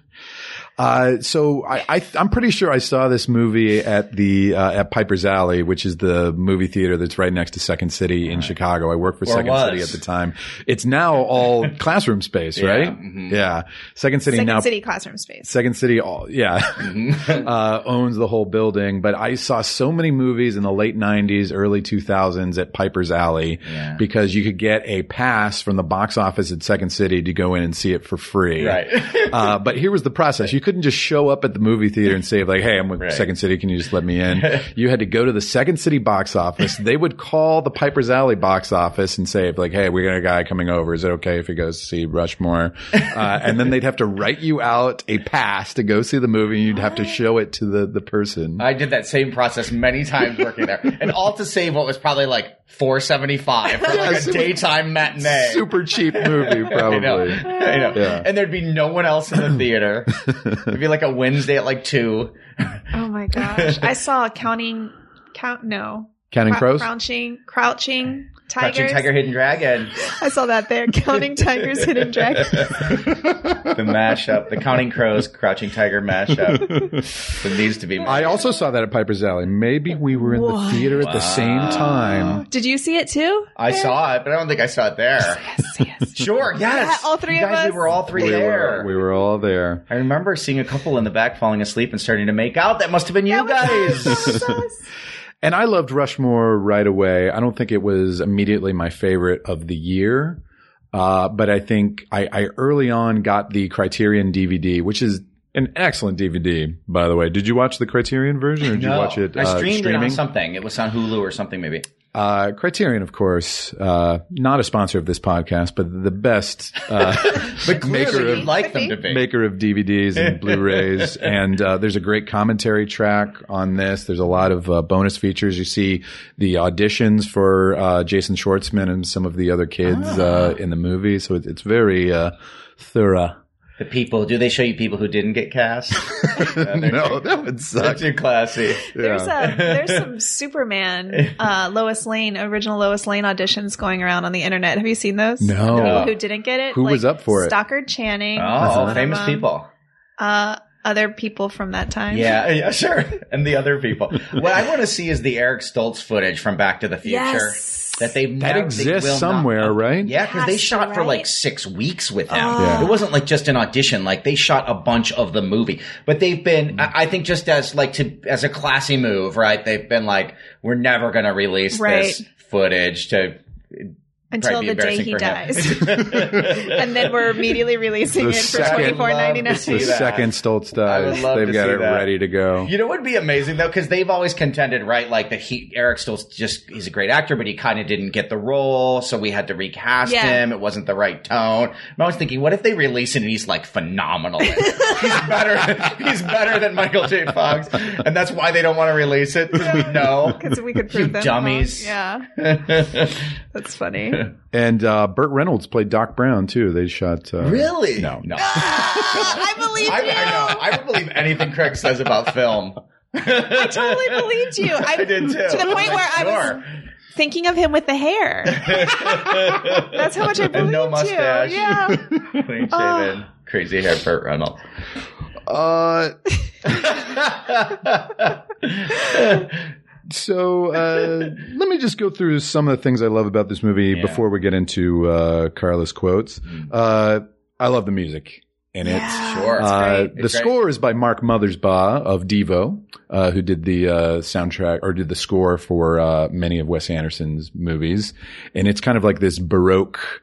Speaker 2: Uh, so I, I, I'm pretty sure I saw this movie at the uh, at Piper's Alley, which is the movie theater that's right next to Second City in Chicago. I worked for
Speaker 4: Or
Speaker 2: Second
Speaker 4: was.
Speaker 2: City at the time. It's now all classroom space, right?
Speaker 4: mhm.
Speaker 2: Yeah. mm-hmm. Second City
Speaker 3: Second
Speaker 2: now.
Speaker 3: City classroom space.
Speaker 2: Second City, all yeah,
Speaker 4: Mm-hmm.
Speaker 2: uh, owns the whole building. But I saw so many movies in the late '90s, early 2000s at Piper's Alley
Speaker 4: Yeah.
Speaker 2: because you could get a pass from the box office at Second City to go in and see it for free.
Speaker 4: right.
Speaker 2: Uh, but here was the process. You couldn't just show up at the movie theater and say like, "Hey, I'm with
Speaker 4: Right.
Speaker 2: Second City. Can you just let me in?" you had to go to the Second City box office. They would call the Piper's Alley box office and say like, "Hey, we got a guy coming over. Is it okay if he goes to see Rushmore?" Uh, and then they'd have to write you out a pass to go see the movie, and you'd have to show it to the the person.
Speaker 4: I did that same process many times working there, and all to save what was probably like four seventy five for like
Speaker 2: Yes,
Speaker 4: a
Speaker 2: it was
Speaker 4: daytime matinee.
Speaker 2: Super cheap movie,
Speaker 4: I know,
Speaker 2: probably.
Speaker 4: I know.
Speaker 2: Yeah.
Speaker 4: And there'd be no one else in the theater. It'd be like a Wednesday at like two.
Speaker 3: Oh my gosh! I saw counting count. No,
Speaker 2: Counting
Speaker 3: Crou-
Speaker 2: Crows.
Speaker 3: crouching, crouching tigers.
Speaker 4: Crouching Tiger, Hidden Dragon.
Speaker 3: I saw that there. Counting tigers, hidden dragons.
Speaker 4: the mashup, the Counting Crows, Crouching Tiger mashup. that needs to be.
Speaker 2: I also saw that at Piper's Alley. Maybe we were in the
Speaker 3: What?
Speaker 2: theater at the same time.
Speaker 3: Did you see it too?
Speaker 4: I saw it, but I don't think I saw it there.
Speaker 3: Yes, yes.
Speaker 4: Sure, yes.
Speaker 3: Yeah, all three
Speaker 4: you
Speaker 3: of
Speaker 4: guys,
Speaker 3: us.
Speaker 4: We were all three
Speaker 2: We
Speaker 4: there.
Speaker 2: were, we were all there.
Speaker 4: I remember seeing a couple in the back falling asleep and starting to make out. That must have been you
Speaker 3: That was-
Speaker 4: guys.
Speaker 3: that was us.
Speaker 2: And I loved Rushmore right away. I don't think it was immediately my favorite of the year. Uh, but I think I, I early on got the Criterion DVD, which is an excellent DVD, by the way. Did you watch the Criterion version or did you watch it?
Speaker 4: I
Speaker 2: uh,
Speaker 4: streamed it
Speaker 2: streaming?
Speaker 4: on something. It was on Hulu or something, maybe.
Speaker 2: Uh, Criterion, of course, uh, not a sponsor of this podcast, but the best, uh,
Speaker 4: But
Speaker 2: maker
Speaker 4: clearly,
Speaker 2: of
Speaker 4: you'd like them to be.
Speaker 2: maker of DVDs and Blu-rays. and uh, there's a great commentary track on this. There's a lot of uh, bonus features. You see the auditions for uh, Jason Schwartzman and some of the other kids uh,
Speaker 4: Ah.
Speaker 2: in the movie. So it, it's very uh, thorough.
Speaker 4: the people. Do they show you people who didn't get cast?
Speaker 2: no, that would
Speaker 4: They're
Speaker 2: suck.
Speaker 4: too classy.
Speaker 3: There's a there's some Superman uh, Lois Lane original Lois Lane auditions going around on the internet. Have you seen those?
Speaker 2: No.
Speaker 3: People
Speaker 4: No.
Speaker 3: who didn't get it?
Speaker 2: Who was up for it?
Speaker 3: Stockard Channing. was one
Speaker 4: Oh,
Speaker 3: of
Speaker 4: famous
Speaker 3: them.
Speaker 4: people.
Speaker 3: Uh, other people from that time.
Speaker 4: Yeah, yeah, sure. And the other people. What I want to see is the Eric Stoltz footage from Back to the Future
Speaker 3: Yes.
Speaker 4: that they've
Speaker 2: That exists somewhere, right?
Speaker 4: Yeah, because they
Speaker 3: Has to,
Speaker 4: shot for like
Speaker 3: right? Oh.
Speaker 4: six weeks with him.
Speaker 2: Yeah.
Speaker 4: It wasn't like just an audition; like they shot a bunch of the movie. But they've been, I, I think, just as like to as a classy move, right? They've been like, we're never going to release
Speaker 3: Right.
Speaker 4: this footage to
Speaker 3: Until
Speaker 4: probably
Speaker 3: the
Speaker 4: be
Speaker 3: day he dies.
Speaker 4: embarrassing for him.
Speaker 3: and then we're immediately releasing
Speaker 2: The
Speaker 3: it for
Speaker 2: second-
Speaker 3: twenty four ninety
Speaker 4: Love to
Speaker 2: The
Speaker 4: see that.
Speaker 3: nine.
Speaker 2: second Stoltz
Speaker 4: I
Speaker 2: dies.
Speaker 4: would love
Speaker 2: They've
Speaker 4: to
Speaker 2: got
Speaker 4: see
Speaker 2: it
Speaker 4: that.
Speaker 2: ready to go.
Speaker 4: You know, what would be amazing though, because they've always contended, right? Like that he Eric Stoltz just he's a great actor, but he kind of didn't get the role, so we had to recast
Speaker 3: Yeah.
Speaker 4: him. It wasn't the right tone. And I was thinking, what if they release it and he's like phenomenal? in it? he's better. He's better than Michael J. Fox, and that's why they don't want to release it. 'cause we know.
Speaker 3: Because we could prove them
Speaker 4: dummies.
Speaker 3: wrong. Yeah, that's funny.
Speaker 2: And uh, Burt Reynolds played Doc Brown too. They shot. Uh,
Speaker 4: really?
Speaker 2: No,
Speaker 4: no.
Speaker 3: I believe
Speaker 4: I, I
Speaker 3: you.
Speaker 4: know. I would believe anything Craig says about film.
Speaker 3: I totally believed you. I,
Speaker 4: I did too.
Speaker 3: To the point where I was
Speaker 4: Sure.
Speaker 3: thinking of him with the hair. That's how much I believed
Speaker 4: And no mustache.
Speaker 3: you. Yeah.
Speaker 4: clean shaven,
Speaker 3: Oh.
Speaker 4: crazy hair, Burt Reynolds.
Speaker 2: Uh, so uh, let me just go through some of the things I love about this movie
Speaker 4: Yeah.
Speaker 2: before we get into uh, Carlos quotes. Uh, I love the music in it.
Speaker 3: Yeah,
Speaker 4: Sure.
Speaker 3: that's
Speaker 2: Uh,
Speaker 3: great.
Speaker 2: the
Speaker 4: It's great.
Speaker 2: score is by Mark Mothersbaugh of Devo, uh, who did the uh, soundtrack or did the score for uh, many of Wes Anderson's movies, and it's kind of like this baroque,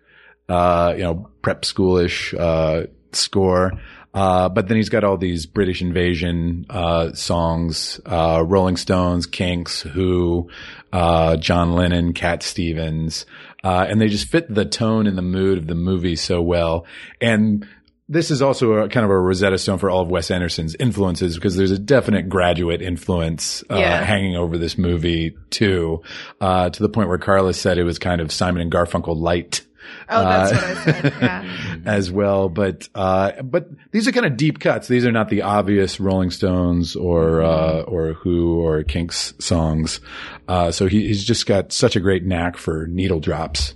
Speaker 2: uh, you know, prep schoolish uh, score. Uh, but then he's got all these British invasion uh, songs, uh, Rolling Stones, Kinks, Who, uh, John Lennon, Cat Stevens, uh, and they just fit the tone and the mood of the movie so well. And this is also a kind of a Rosetta Stone for all of Wes Anderson's influences because there's a definite graduate influence uh,
Speaker 3: Yeah.
Speaker 2: hanging over this movie too, uh, to the point where Carlos said it was kind of Simon and Garfunkel light
Speaker 3: Oh, that's
Speaker 2: Uh,
Speaker 3: what I said. Yeah.
Speaker 2: as well. But uh, but these are kind of deep cuts. These are not the obvious Rolling Stones or uh,
Speaker 3: Mm-hmm.
Speaker 2: or Who or Kinks songs. Uh, so he, he's just got such a great knack for needle drops.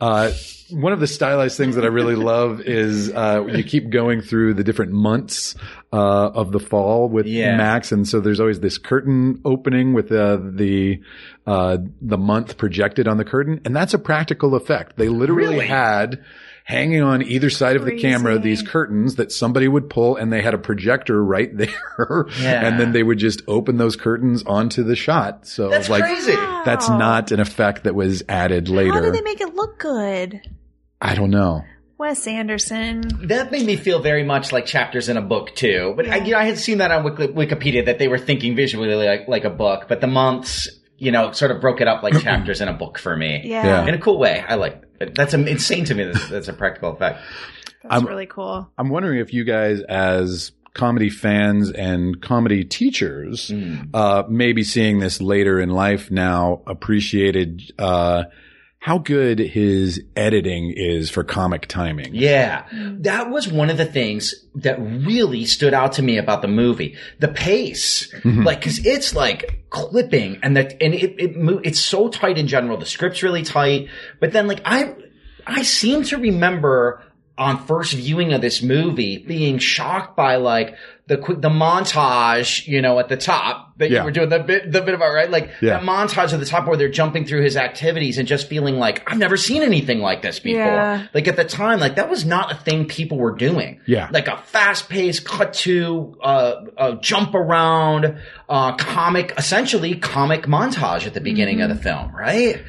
Speaker 2: Uh, one of the stylized things that I really love is uh, you keep going through the different months uh, of the fall with
Speaker 4: Yeah.
Speaker 2: Max, and so there's always this curtain opening with uh, the uh, the month projected on the curtain, and that's a practical effect. They literally
Speaker 4: Really?
Speaker 2: had hanging on either side of the camera
Speaker 3: Crazy.
Speaker 2: these curtains that somebody would pull, and they had a projector right there,
Speaker 4: Yeah.
Speaker 2: and then they would just open those curtains onto the shot. So
Speaker 4: That's
Speaker 2: like.
Speaker 4: crazy.
Speaker 2: That's
Speaker 3: Wow.
Speaker 2: not an effect that was added later.
Speaker 3: How did they make it look good?
Speaker 2: I don't know.
Speaker 3: Wes Anderson.
Speaker 4: That made me feel very much like chapters in a book too. But I, you know, I had seen that on Wiki- Wikipedia that they were thinking visually like like a book, but the months, you know, sort of broke it up like chapters in a book for me.
Speaker 3: Yeah.
Speaker 2: Yeah.
Speaker 4: in a cool way. I like it. that's am- insane to me. That's, that's a practical effect.
Speaker 3: That's
Speaker 2: I'm-
Speaker 3: really cool.
Speaker 2: I'm wondering if you guys, as comedy fans and comedy teachers,
Speaker 4: Mm. Hmm.
Speaker 2: uh, maybe seeing this later in life now, appreciated uh, how good his editing is for comic timing.
Speaker 4: Yeah, that was one of the things that really stood out to me about the movie. The pace,
Speaker 2: Mm-hmm.
Speaker 4: like, cause it's like clipping and that, and it, it mo- it's so tight in general. The script's really tight, but then like I, I seem to remember on first viewing of this movie being shocked by like the quick, the montage, you know, at the top that
Speaker 2: Yeah.
Speaker 4: you were doing the bit, the bit about, right? Like
Speaker 2: Yeah.
Speaker 4: that montage at the top where they're jumping through his activities and just feeling like, I've never seen anything like this before.
Speaker 3: Yeah.
Speaker 4: Like at the time, like that was not a thing people were doing.
Speaker 2: Yeah.
Speaker 4: Like a fast paced cut to, uh, uh, jump around, uh, comic, essentially comic montage at the beginning of the film, right?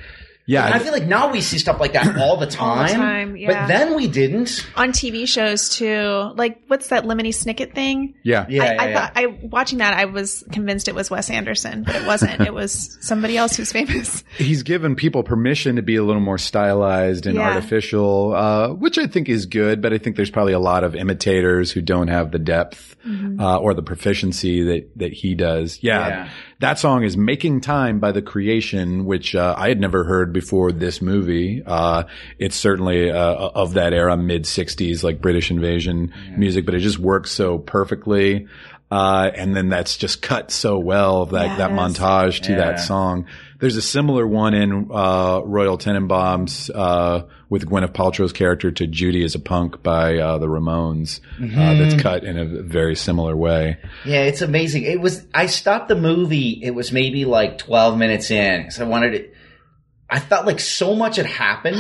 Speaker 2: Yeah,
Speaker 4: And I feel like now we see stuff like that all the time.
Speaker 3: All the time, yeah.
Speaker 4: But then we didn't.
Speaker 3: On TV shows too. Like what's that Lemony Snicket thing?
Speaker 2: yeah.
Speaker 4: Yeah.
Speaker 3: I,
Speaker 4: yeah,
Speaker 3: I
Speaker 4: yeah.
Speaker 3: thought I watching that I was convinced it was Wes Anderson, but it wasn't. it was somebody else who's famous.
Speaker 2: He's given people permission to be a little more stylized and
Speaker 3: Yeah.
Speaker 2: artificial, uh, which I think is good, but I think there's probably a lot of imitators who don't have the depth uh, or the proficiency that, that he does. Yeah,
Speaker 4: Yeah.
Speaker 2: That song is Making Time by The Creation, which uh, I had never heard before this movie. Uh, it's certainly uh, of that era, mid 60s, like British invasion music, but it just works so perfectly. Uh, and then that's just cut so well, like that
Speaker 3: Yes.
Speaker 2: montage to
Speaker 4: Yeah.
Speaker 2: that song. There's a similar one in uh, Royal Tenenbaums uh, with Gwyneth Paltrow's character to Judy as a Punk by uh, the Ramones uh, that's cut in a very similar way.
Speaker 4: Yeah, it's amazing. It was. I stopped the movie. It was maybe like twelve minutes in because I wanted it. I felt like so much had happened,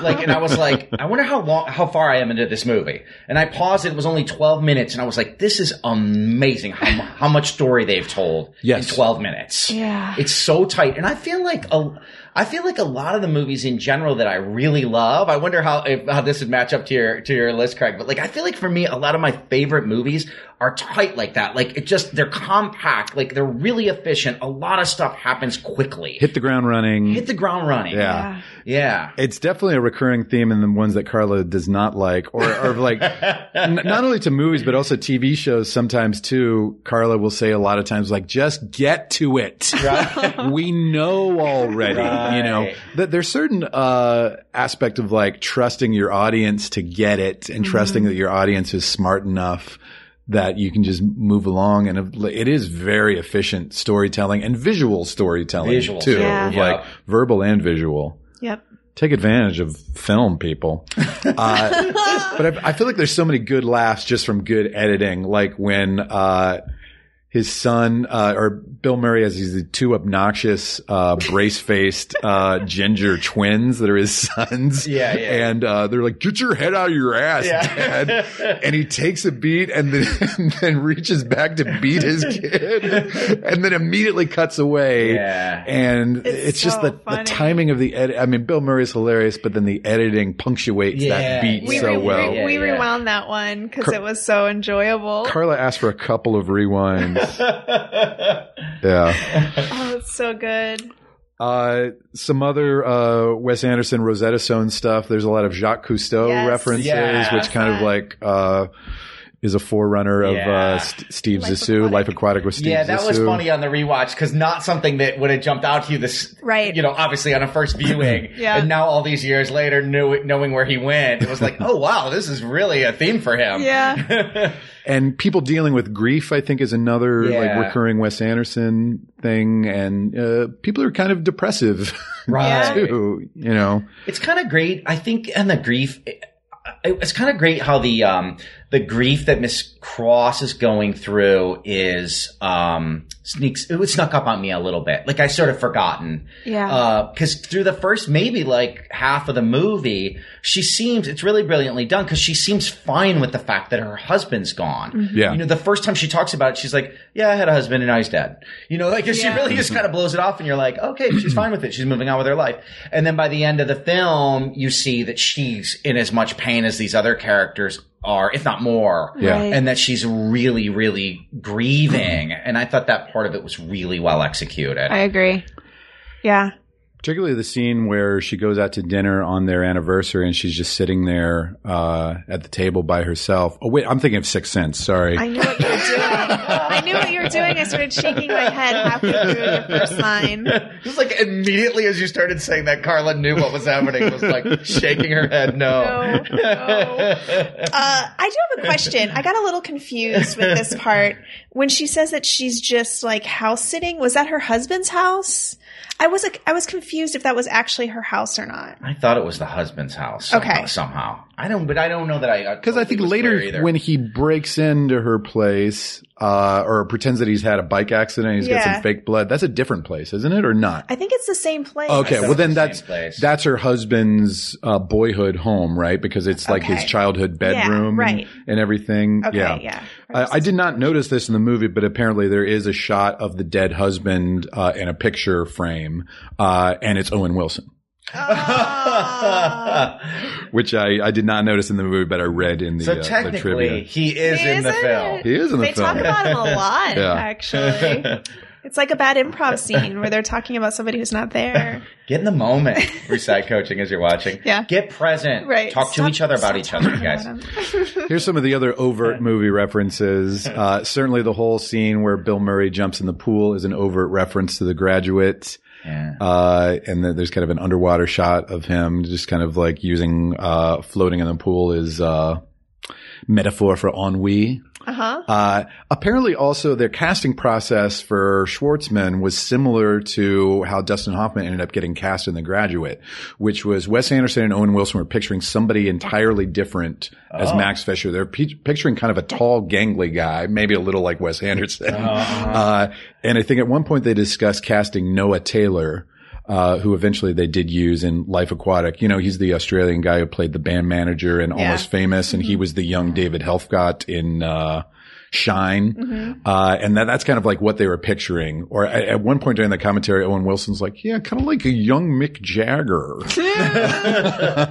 Speaker 4: like, and I was like, I wonder how long, how far I am into this movie. And I paused. It was only twelve minutes, and I was like, this is amazing how mu- how much story they've told
Speaker 2: Yes.
Speaker 4: in twelve minutes.
Speaker 3: Yeah.
Speaker 4: It's so tight, and I feel like a, I feel like a lot of the movies in general that I really love. I wonder how if, how this would match up to your to your list, Craig. But like, I feel like for me, a lot of my favorite movies are tight like that. Like, it just they're compact, like they're really efficient. A lot of stuff happens quickly. Hit,
Speaker 2: Hit the ground running.
Speaker 4: the ground running.
Speaker 2: yeah.
Speaker 4: yeah.
Speaker 2: It's definitely a recurring theme in the ones that Carla does not like, or, or like n- not only to movies but also TV shows. Sometimes too, Carla will say a lot of times like, "Just get to it." we know already. You know
Speaker 4: Right.
Speaker 2: that there's certain uh, aspect of like trusting your audience to get it, and trusting that your audience is smart enough. That you can just move along, and it is very efficient storytelling and visual storytelling
Speaker 4: Visual
Speaker 2: too,
Speaker 3: Yeah.
Speaker 2: of, like
Speaker 4: Yeah.
Speaker 2: verbal and visual
Speaker 3: Yep.
Speaker 2: take advantage of film people uh, but I, I feel like there's so many good laughs just from good editing like when uh, his son, uh, or Bill Murray as he's the two obnoxious, uh, brace faced, uh, ginger twins that are his sons.
Speaker 4: Yeah, yeah.
Speaker 2: And, uh, they're like, get your head out of your ass,
Speaker 4: Yeah.
Speaker 2: dad. And he takes a beat and then, and then reaches back to beat his kid and then immediately cuts away.
Speaker 4: Yeah.
Speaker 2: And it's,
Speaker 3: It's
Speaker 2: just
Speaker 3: so
Speaker 2: the, the
Speaker 3: funny.
Speaker 2: timing of the edit. I mean, Bill Murray's hilarious, but then the editing punctuates
Speaker 4: Yeah.
Speaker 2: that beat
Speaker 3: We,
Speaker 2: so
Speaker 3: re-
Speaker 2: well.
Speaker 3: we, we
Speaker 4: Yeah, yeah.
Speaker 3: rewound that one because it was so enjoyable.
Speaker 2: Carla asked for a couple of rewinds. yeah.
Speaker 3: oh, it's so good.
Speaker 2: Uh, some other uh, Wes Anderson, Rosetta Stone stuff. There's a lot of Jacques Cousteau
Speaker 3: Yes.
Speaker 2: references,
Speaker 4: Yeah.
Speaker 2: which kind of like uh, is a forerunner of
Speaker 4: Yeah.
Speaker 2: uh, St- Steve
Speaker 3: Life
Speaker 2: Zissou,
Speaker 3: Aquatic.
Speaker 2: Life Aquatic with Steve
Speaker 4: yeah, that was
Speaker 2: Zissou.
Speaker 4: funny on the rewatch because not something that would have jumped out to you this,
Speaker 3: Right.
Speaker 4: You know, obviously on a first viewing,
Speaker 3: Yeah.
Speaker 4: And now all these years later, knew, knowing where he went, it was like, oh wow, this is really a theme for him.
Speaker 3: Yeah.
Speaker 2: And people dealing with grief, I think, is another
Speaker 4: Yeah.
Speaker 2: like recurring Wes Anderson thing. And uh, people are kind of depressive
Speaker 4: Right.
Speaker 2: too, you know.
Speaker 4: It's kind of great. I think, and the grief, it, it's kind of great how the um the grief that Miss Cross is going through is um sneaks. It snuck up on me a little bit. Like I sort of forgotten.
Speaker 3: Yeah.
Speaker 4: uh, because through the first maybe like half of the movie, she seems it's really brilliantly done because she seems fine with the fact that her husband's gone.
Speaker 3: Mm-hmm.
Speaker 2: Yeah.
Speaker 4: You know, the first time she talks about it, she's like, "Yeah, I had a husband and now he's dead." You know, like she
Speaker 3: Yeah.
Speaker 4: really just kind of blows it off, and you're like, "Okay, she's fine with it. She's moving on with her life." And then by the end of the film, you see that she's in as much pain as these other characters are, if not more.
Speaker 2: Yeah.
Speaker 3: Right.
Speaker 4: And that she's really, really grieving. And I thought that part of it was really well executed.
Speaker 3: I agree. Yeah.
Speaker 2: Particularly the scene where she goes out to dinner on their anniversary and she's just sitting there uh, at the table by herself. Oh wait, I'm thinking of Sixth Sense. Sorry.
Speaker 3: I knew what you were doing. I knew what you were doing. I started shaking my head halfway through your first line.
Speaker 4: Just like immediately as you started saying that, Carla knew what was happening. Was like shaking her head, no.
Speaker 3: No, no. Uh, I do have a question. I got a little confused with this part when she says that she's just like house sitting. Was that her husband's house? I was like, I was confused if that was actually her house or not.
Speaker 4: I thought it was the husband's house. Somehow,
Speaker 3: Okay.
Speaker 4: somehow I don't, but I don't know that I
Speaker 2: Because I think later when he breaks into her place uh, or pretends that he's had a bike accident, he's got
Speaker 3: Yeah.
Speaker 2: some fake blood. That's a different place, isn't it, or not?
Speaker 3: I think it's the same place.
Speaker 2: Okay,
Speaker 4: thought it
Speaker 2: well
Speaker 4: was
Speaker 2: then
Speaker 4: the
Speaker 2: that's
Speaker 4: same place.
Speaker 2: that's her husband's uh, boyhood home, right? Because it's like his
Speaker 3: Okay.
Speaker 2: childhood bedroom
Speaker 3: right.
Speaker 2: and, and everything.
Speaker 3: Okay,
Speaker 2: yeah.
Speaker 3: yeah.
Speaker 2: I, I did not notice this in the movie, but apparently there is a shot of the dead husband uh, in a picture frame, uh, and it's Owen Wilson,
Speaker 3: Oh.
Speaker 2: which I, I did not notice in the movie, but I read in the,
Speaker 4: so
Speaker 2: uh, the
Speaker 4: technically
Speaker 2: trivia.
Speaker 4: he is
Speaker 3: He
Speaker 4: in the
Speaker 3: is in
Speaker 4: film.
Speaker 3: it.
Speaker 2: He is in the
Speaker 3: they
Speaker 2: film.
Speaker 3: talk about him a lot,
Speaker 2: Yeah.
Speaker 3: actually. It's like a bad improv scene where they're talking about somebody who's not there.
Speaker 4: Get in the moment. Recite coaching as you're watching.
Speaker 3: Yeah.
Speaker 4: Get present.
Speaker 3: Right.
Speaker 4: Talk to
Speaker 3: Stop-
Speaker 4: each other about
Speaker 3: stop
Speaker 4: each other,
Speaker 3: talking
Speaker 4: guys.
Speaker 3: about him.
Speaker 2: Here's some of the other overt movie references. Uh, certainly, the whole scene where Bill Murray jumps in the pool is an overt reference to The Graduate.
Speaker 4: Yeah.
Speaker 2: Uh, and then there's kind of an underwater shot of him just kind of like using uh, floating in the pool is uh, metaphor for ennui.
Speaker 3: Uh-huh.
Speaker 2: Uh, apparently, also their casting process for Schwartzman was similar to how Dustin Hoffman ended up getting cast in The Graduate, which was Wes Anderson and Owen Wilson were picturing somebody entirely different as
Speaker 4: Oh.
Speaker 2: Max Fisher. They're pe- picturing kind of a tall, gangly guy, maybe a little like Wes Anderson. Uh, and I think at one point they discussed casting Noah Taylor. Uh, who eventually they did use in Life Aquatic. You know, he's the Australian guy who played the band manager and
Speaker 3: Yeah.
Speaker 2: almost famous, and
Speaker 3: Mm-hmm.
Speaker 2: he was the young David Helfgott in uh, Shine,
Speaker 3: Mm-hmm.
Speaker 2: uh, and that, that's kind of like what they were picturing. Or at, at one point during the commentary, Owen Wilson's like, "Yeah, kind of like a young Mick Jagger,"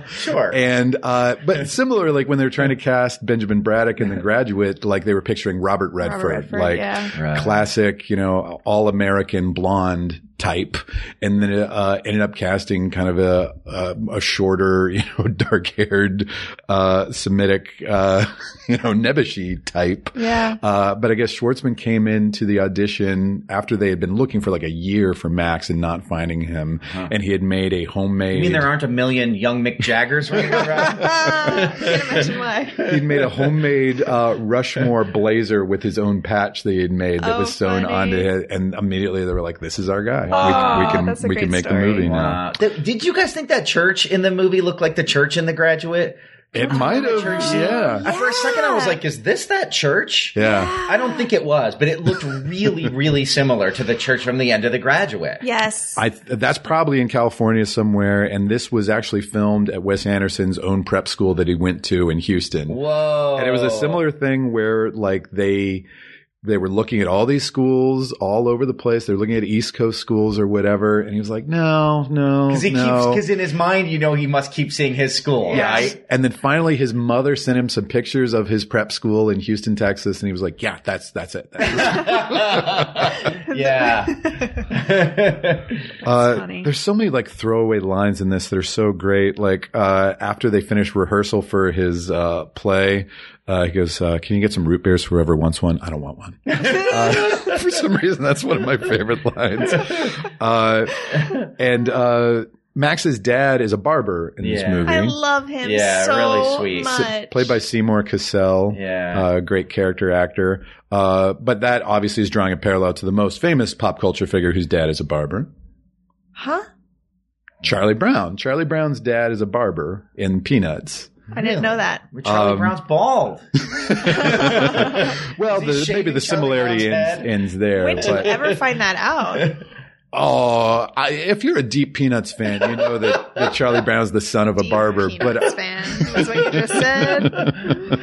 Speaker 4: Sure.
Speaker 2: and uh, but similar, like when they were trying to cast Benjamin Braddock in The Graduate, like they were picturing Robert Redford,
Speaker 3: Redford,
Speaker 2: like
Speaker 3: yeah.
Speaker 4: Right.
Speaker 2: classic, you know, all American blonde type, and then uh, ended up casting kind of a a, a shorter, you know, dark haired uh, Semitic, uh, you know, Nebuchadnezzar type.
Speaker 3: Yeah.
Speaker 2: Uh, but I guess Schwartzman came into the audition after they had been looking for like a year for Max and not finding him, and he had made a homemade.
Speaker 4: you mean there aren't a million young Mick Jaggers running around?
Speaker 3: Ah, can't imagine why.
Speaker 2: He'd made a homemade uh, Rushmore blazer with his own patch that he had made that
Speaker 3: Oh,
Speaker 2: was sewn
Speaker 3: funny.
Speaker 2: onto it, and immediately they were like, "This is our guy.
Speaker 3: Aw,
Speaker 2: we, we can
Speaker 3: that's a
Speaker 2: we can
Speaker 3: great
Speaker 2: make
Speaker 3: story.
Speaker 2: the movie now."
Speaker 4: Uh, th- did you guys think that church in the movie looked like the church in The Graduate? Uh,
Speaker 2: It might have. Yeah.
Speaker 4: For a second, I was like, "Is this that church?"
Speaker 2: Yeah.
Speaker 4: I don't think it was, but it looked really, really similar to the church from the end of The Graduate.
Speaker 3: Yes.
Speaker 2: I that's probably in California somewhere, and this was actually filmed at Wes Anderson's own prep school that he went to in Houston.
Speaker 4: Whoa!
Speaker 2: And it was a similar thing where like they they were looking at all these schools all over the place. They're looking at East Coast schools or whatever, and he was like, "No, no,
Speaker 4: because he keeps
Speaker 2: no."
Speaker 4: because in his mind, you know, he must keep seeing his school,
Speaker 2: Yes.
Speaker 4: right?
Speaker 2: And then finally, his mother sent him some pictures of his prep school in Houston, Texas, and he was like, "Yeah, that's that's it."
Speaker 4: yeah.
Speaker 2: Uh,
Speaker 3: funny.
Speaker 2: There's so many like throwaway lines in this. They're so great. Like uh, after they finish rehearsal for his uh, play, uh, he goes, uh, "Can you get some root beers for whoever wants one? I don't want one." uh, for some reason, that's one of my favorite lines. Uh, and uh, Max's dad is a barber in this
Speaker 4: Yeah.
Speaker 2: movie.
Speaker 3: I love him
Speaker 4: Yeah,
Speaker 3: so
Speaker 4: really sweet.
Speaker 3: much.
Speaker 2: Played by Seymour Cassell,
Speaker 4: Yeah.
Speaker 2: uh, great character actor. Uh, but that obviously is drawing a parallel to the most famous pop culture figure whose dad is a barber.
Speaker 3: Huh?
Speaker 2: Charlie Brown. Charlie Brown's dad is a barber in Peanuts.
Speaker 3: I didn't know that.
Speaker 4: Charlie
Speaker 2: Um,
Speaker 4: Brown's bald.
Speaker 2: Well,
Speaker 4: Is
Speaker 2: the,
Speaker 4: he
Speaker 2: maybe
Speaker 4: shaving
Speaker 2: the similarity
Speaker 4: Charlie Brown's
Speaker 2: ends,
Speaker 4: head?
Speaker 2: ends there.
Speaker 3: When did you
Speaker 2: but
Speaker 3: ever find that out?
Speaker 2: oh, I, if you're a deep Peanuts fan, you know that, that Charlie Brown's the son of a barber. But uh,
Speaker 3: Peanuts fan. That's what you just said.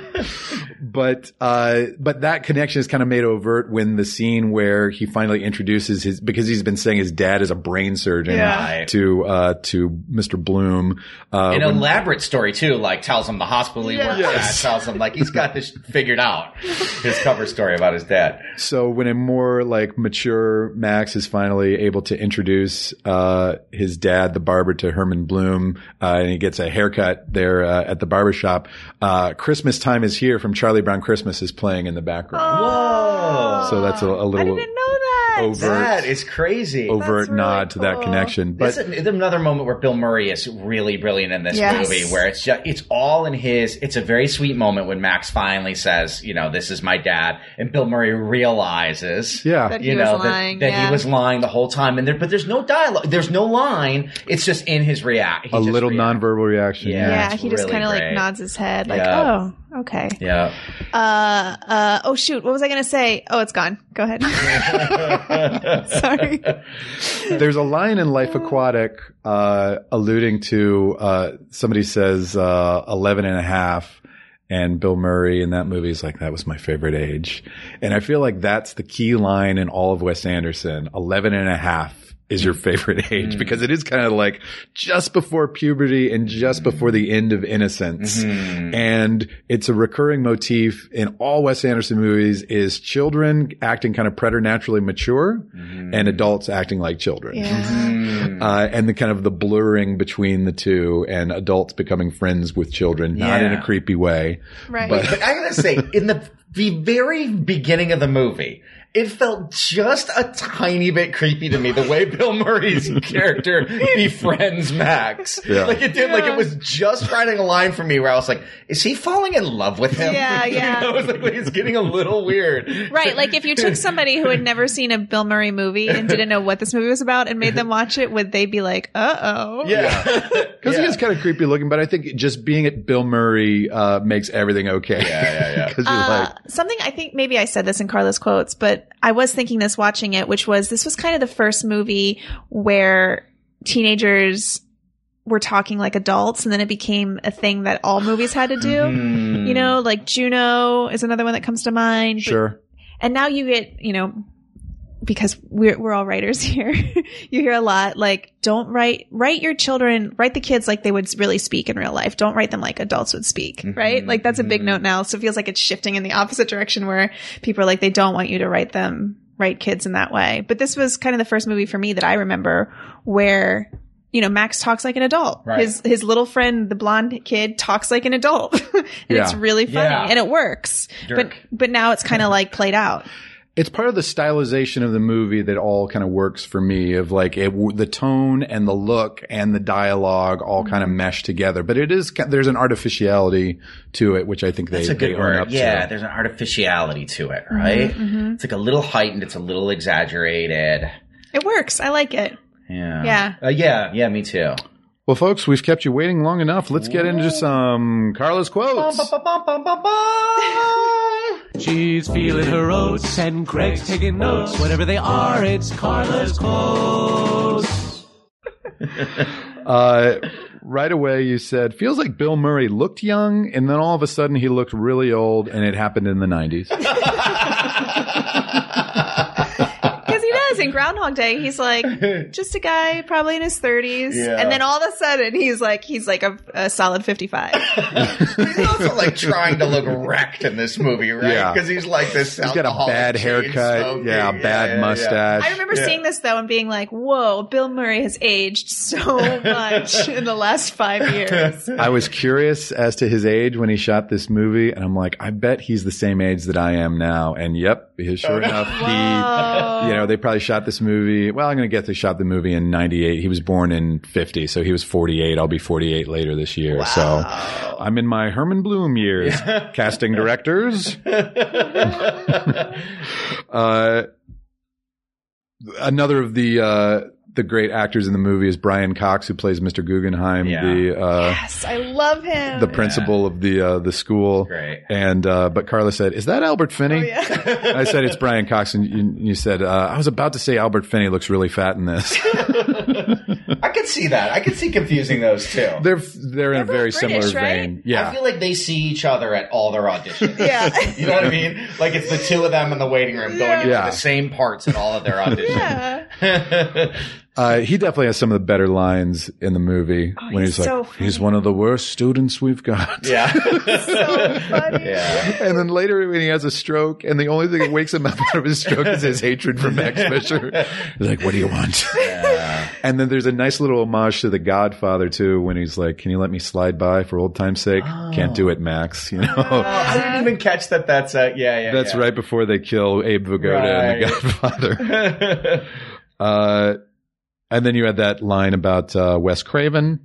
Speaker 2: but uh, but that connection is kind of made overt when the scene where he finally introduces his because he's been saying his dad is a brain surgeon
Speaker 4: Yeah.
Speaker 2: to uh, to Mr. Bloom. Uh,
Speaker 4: An
Speaker 2: when-
Speaker 4: elaborate story too, like tells him the hospital he
Speaker 3: Yeah.
Speaker 4: works
Speaker 2: Yes.
Speaker 4: at, tells him like he's got this figured out. His cover story about his dad.
Speaker 2: So when a more like mature Max is finally able to introduce uh, his dad, the barber, to Herman Bloom, uh, and he gets a haircut there uh, at the barber shop. Uh, Christmas time is here from Charlie Brown. Christmas is playing in the background,
Speaker 4: Whoa.
Speaker 2: so that's a, a
Speaker 3: I
Speaker 2: little
Speaker 3: didn't know that.
Speaker 2: over-
Speaker 4: That is crazy.
Speaker 2: overt
Speaker 3: Oh, That's really
Speaker 2: nod to that
Speaker 3: cool.
Speaker 2: connection.
Speaker 4: But
Speaker 2: But
Speaker 4: it's another moment where Bill Murray is really brilliant in this
Speaker 3: Yes.
Speaker 4: movie, where it's just it's all in his. It's a very sweet moment when Max finally says, "You know, this is my dad," and Bill Murray realizes,
Speaker 2: yeah,
Speaker 3: That-
Speaker 4: you
Speaker 3: He was
Speaker 4: know,
Speaker 3: lying,
Speaker 4: that, that
Speaker 3: yeah.
Speaker 4: he was lying the whole time. And there, but there's no dialogue. There's no line. It's just in his react. he
Speaker 2: a
Speaker 4: just
Speaker 2: little
Speaker 4: reacts.
Speaker 2: nonverbal reaction.
Speaker 4: Yeah.
Speaker 3: yeah,
Speaker 4: it's
Speaker 3: he just
Speaker 4: really
Speaker 3: kind of like
Speaker 4: great.
Speaker 3: nods his head, like,
Speaker 4: Yeah.
Speaker 3: "Oh, okay."
Speaker 4: Yeah.
Speaker 3: Uh, uh. Oh shoot, what was I gonna say? Oh, it's gone. Go ahead. Sorry.
Speaker 2: There's a line in Life Aquatic uh, alluding to uh, somebody says uh, 11 and a half, and Bill Murray in that movie is like, that was my favorite age. And I feel like that's the key line in all of Wes Anderson 11 and a half is your favorite
Speaker 4: Mm.
Speaker 2: age because it is kind of like just before puberty and just before the end of innocence
Speaker 4: Hmm.
Speaker 2: and it's a recurring motif in all Wes Anderson movies is children acting kind of preternaturally mature
Speaker 4: Mm-hmm.
Speaker 2: and adults acting like children.
Speaker 3: Yeah.
Speaker 4: Hmm.
Speaker 2: Uh, and the kind of the blurring between the two and adults becoming friends with children, not in a
Speaker 4: Yeah.
Speaker 2: creepy way.
Speaker 3: Right.
Speaker 2: But-
Speaker 4: But I gotta say, in the the very beginning of the movie, it felt just a tiny bit creepy to me the way Bill Murray's character befriends Max.
Speaker 2: Yeah.
Speaker 4: Like it did, like
Speaker 3: Yeah.
Speaker 4: it was just writing a line for me where I was like, "Is he falling in love with him?"
Speaker 3: Yeah,
Speaker 4: You
Speaker 3: yeah.
Speaker 4: know, it's like it's getting a little weird.
Speaker 3: Right, like if you took somebody who had never seen a Bill Murray movie and didn't know what this movie was about and made them watch it, would they be like, "Uh oh"?
Speaker 4: Yeah.
Speaker 2: Cause
Speaker 4: Yeah.
Speaker 2: he is kind of creepy looking, but I think just being at Bill Murray, uh, makes everything okay.
Speaker 4: yeah, yeah.
Speaker 2: 'Cause you're
Speaker 3: Uh,
Speaker 2: like,
Speaker 3: something I think maybe I said this in Carlos quotes, but I was thinking this watching it, which was this was kind of the first movie where teenagers were talking like adults, and then it became a thing that all movies had to do.
Speaker 4: Hmm.
Speaker 3: You know, like Juno is another one that comes to mind. but-
Speaker 2: sure.
Speaker 3: and now you get, you know, because we're we're all writers here. you hear a lot like don't write write your children, write the kids like they would really speak in real life. Don't write them like adults would speak, right? Like that's a big
Speaker 4: Mhm.
Speaker 3: note now. So it feels like it's shifting in the opposite direction where people are like they don't want you to write them write kids in that way. But this was kind of the first movie for me that I remember where you know, Max talks like an adult.
Speaker 4: Right.
Speaker 3: His his little friend, the blonde kid, talks like an adult. and it's
Speaker 2: Yeah.
Speaker 3: really funny
Speaker 4: Yeah.
Speaker 3: and it works. But
Speaker 4: Dirk.
Speaker 3: but now it's kind of like played out.
Speaker 2: it's part of the stylization of the movie that all kind of works for me of like it, the tone and the look and the dialogue all kind of mesh together but it is ki- there's an artificiality to it which i think they,
Speaker 4: That's a
Speaker 2: they
Speaker 4: good
Speaker 2: own up
Speaker 4: word. Yeah,
Speaker 2: to
Speaker 4: there's an artificiality to it, right?
Speaker 3: Mm-hmm,
Speaker 4: It's like a little heightened. It's a little exaggerated.
Speaker 3: It works. I like it.
Speaker 4: Yeah.
Speaker 3: Yeah.
Speaker 4: Uh, yeah. Yeah. Me too.
Speaker 2: Well, folks, we've kept you waiting long enough. Let's get into some Carla's quotes.
Speaker 5: She's feeling her oats and Greg's taking notes. Whatever they are, it's Carla's quotes.
Speaker 2: Uh, right away, you said, feels like Bill Murray looked young, and then all of a sudden he looked really old, and it happened in the 90s.
Speaker 3: Because he does in Groundhog Day, he's like just a guy probably in his thirties,
Speaker 4: Yeah.
Speaker 3: and then all of a sudden he's like he's like a, a solid fifty-five.
Speaker 4: he's also like trying to look wrecked in this movie, right?
Speaker 2: Yeah.
Speaker 4: Because he's like this.
Speaker 2: He's got a bad haircut. Yeah, bad mustache.
Speaker 3: I remember
Speaker 4: Yeah.
Speaker 3: seeing this though and being like, "Whoa, Bill Murray has aged so much in the last five years."
Speaker 2: I was curious as to his age when he shot this movie, and I'm like, I bet he's the same age that I am now. And yep, he- sure enough,
Speaker 3: Whoa.
Speaker 2: he, you know, they probably shot this movie. Well, I'm going to guess they shot the movie in 98. He was born in 50, so he was 48. I'll be 48 later this year. So I'm in my Herman Bloom years, casting directors. Uh, another of the, uh, the great actors in the movie is Brian Cox, who plays Mr. Guggenheim,
Speaker 4: Yeah.
Speaker 2: the, uh,
Speaker 3: yes, I love him.
Speaker 2: the principal of the uh, the school.
Speaker 4: Great.
Speaker 2: And uh, but Carla said, "Is that Albert Finney?"
Speaker 3: Oh, yeah.
Speaker 2: I said, "It's Brian Cox." And you, you said, uh, "I was about to say Albert Finney looks really fat in this."
Speaker 4: I could see that. I could see confusing those two.
Speaker 2: they're they're in a
Speaker 3: both
Speaker 2: very
Speaker 3: British,
Speaker 2: similar
Speaker 3: right?
Speaker 2: vein.
Speaker 4: I
Speaker 2: Yeah,
Speaker 4: feel like they see each other at all their auditions.
Speaker 3: yeah.
Speaker 4: You know what I mean? Like it's the two of them in the waiting room going into
Speaker 2: Yeah.
Speaker 4: the same parts at all of their auditions.
Speaker 3: Yeah.
Speaker 2: uh, he definitely has some of the better lines in the movie when
Speaker 3: Oh, he's
Speaker 2: he's, like,
Speaker 3: so funny.
Speaker 2: "He's one of the worst students we've got."
Speaker 4: Yeah.
Speaker 3: So funny.
Speaker 4: yeah.
Speaker 2: And then later, when he has a stroke, and the only thing that wakes him up out of his stroke is his hatred for Max Fisher. He's like, "What do you want?" And then there's a nice little homage to The Godfather too, when he's like, "Can you let me slide by for old time's sake?"
Speaker 3: Oh.
Speaker 2: Can't do it, Max. You know,
Speaker 4: Oh, I didn't even catch that. That's a yeah, yeah.
Speaker 2: that's right before they kill Abe Vigoda in The
Speaker 4: Right.
Speaker 2: Godfather.
Speaker 4: right.
Speaker 2: Uh, and then you had that line about uh, Wes Craven.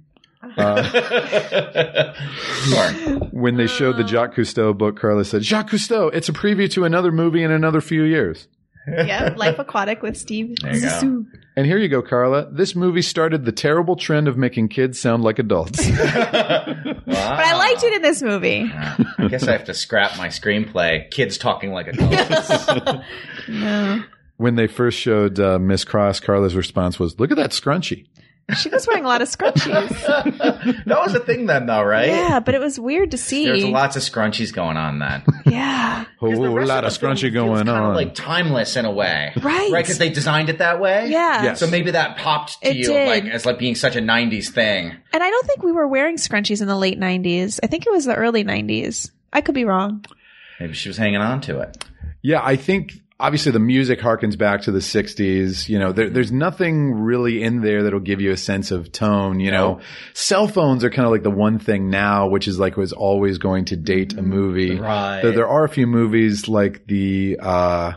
Speaker 2: Uh,
Speaker 4: Sorry.
Speaker 2: When they showed the Jacques Cousteau book, Carla said, Jacques Cousteau, it's a preview to another movie in another few years.
Speaker 3: Yeah, Life Aquatic with Steve
Speaker 4: you go.
Speaker 3: Zissou.
Speaker 2: And here you go, Carla. This movie started the terrible trend of making kids sound like adults.
Speaker 3: But
Speaker 4: Ah.
Speaker 3: I liked it in this movie.
Speaker 4: I guess I have to scrap my screenplay. Kids talking like adults.
Speaker 3: No.
Speaker 2: when they first showed uh, Miss Cross, Carla's response was, Look at that scrunchie.
Speaker 3: She was wearing a lot of scrunchies.
Speaker 4: that was a thing then, though, right?
Speaker 3: Yeah, but it was weird to see.
Speaker 4: There's lots of scrunchies going on then.
Speaker 3: Yeah.
Speaker 2: Whole
Speaker 4: The rest
Speaker 2: lot of
Speaker 4: the film
Speaker 2: scrunchie
Speaker 4: feels
Speaker 2: going
Speaker 4: kinda,
Speaker 2: on.
Speaker 4: like timeless in a way,
Speaker 3: Right.
Speaker 4: Right, because they designed it that way.
Speaker 3: Yeah.
Speaker 2: Yes.
Speaker 4: So maybe that popped to
Speaker 3: It
Speaker 4: you
Speaker 3: did.
Speaker 4: like as like being such a '90s thing.
Speaker 3: And I don't think we were wearing scrunchies in the late 90s. I think it was the early 90s. I could be wrong.
Speaker 4: Maybe she was hanging on to it.
Speaker 2: Yeah, I think obviously the music harkens back to the 60s. You know, there, there's nothing really in there that'll give you a sense of tone. You know, cell phones are kind of like the one thing now, which is like was always going to date a movie.
Speaker 4: Mm, Right.
Speaker 2: Though there are a few movies like the, uh,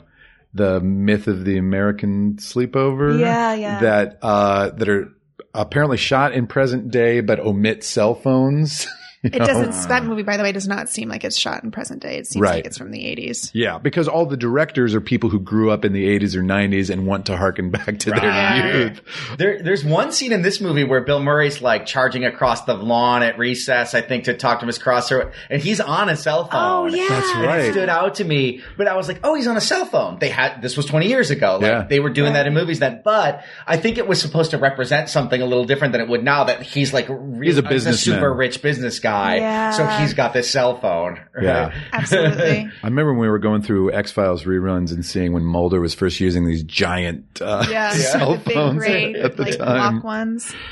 Speaker 2: the myth of the American sleepover.
Speaker 3: Yeah, yeah.
Speaker 2: That, uh, that are apparently shot in present day, but omit cell phones.
Speaker 3: It doesn't, that movie, by the way, does not seem like it's shot in present day. It seems
Speaker 2: Right.
Speaker 3: like it's from the 80s.
Speaker 2: Yeah, because all the directors are people who grew up in the 80s or 90s and want to harken back to
Speaker 4: Right.
Speaker 2: their youth.
Speaker 4: There, there's one scene in this movie where Bill Murray's like charging across the lawn at recess, I think, to talk to Miss Cross, or- and he's on a cell
Speaker 3: Oh,
Speaker 4: phone.
Speaker 3: yeah.
Speaker 2: That's
Speaker 4: And it
Speaker 2: right.
Speaker 4: stood out to me, but I was like, "Oh, he's on a cell phone." They had this was 20 years ago. Like
Speaker 2: Yeah.
Speaker 4: they were doing that in movies then, but I think it was supposed to represent something a little different than it would now. That he's like really,
Speaker 2: He's a businessman.
Speaker 4: super rich business guy,
Speaker 3: Yeah.
Speaker 4: so he's got this cell phone.
Speaker 2: Yeah.
Speaker 3: Absolutely.
Speaker 2: I remember when we were going through X Files reruns and seeing when Mulder was first using these giant uh,
Speaker 3: Yeah.
Speaker 2: cell
Speaker 3: The big
Speaker 2: phones
Speaker 3: gray,
Speaker 2: at the
Speaker 3: like,
Speaker 2: time.
Speaker 3: block ones.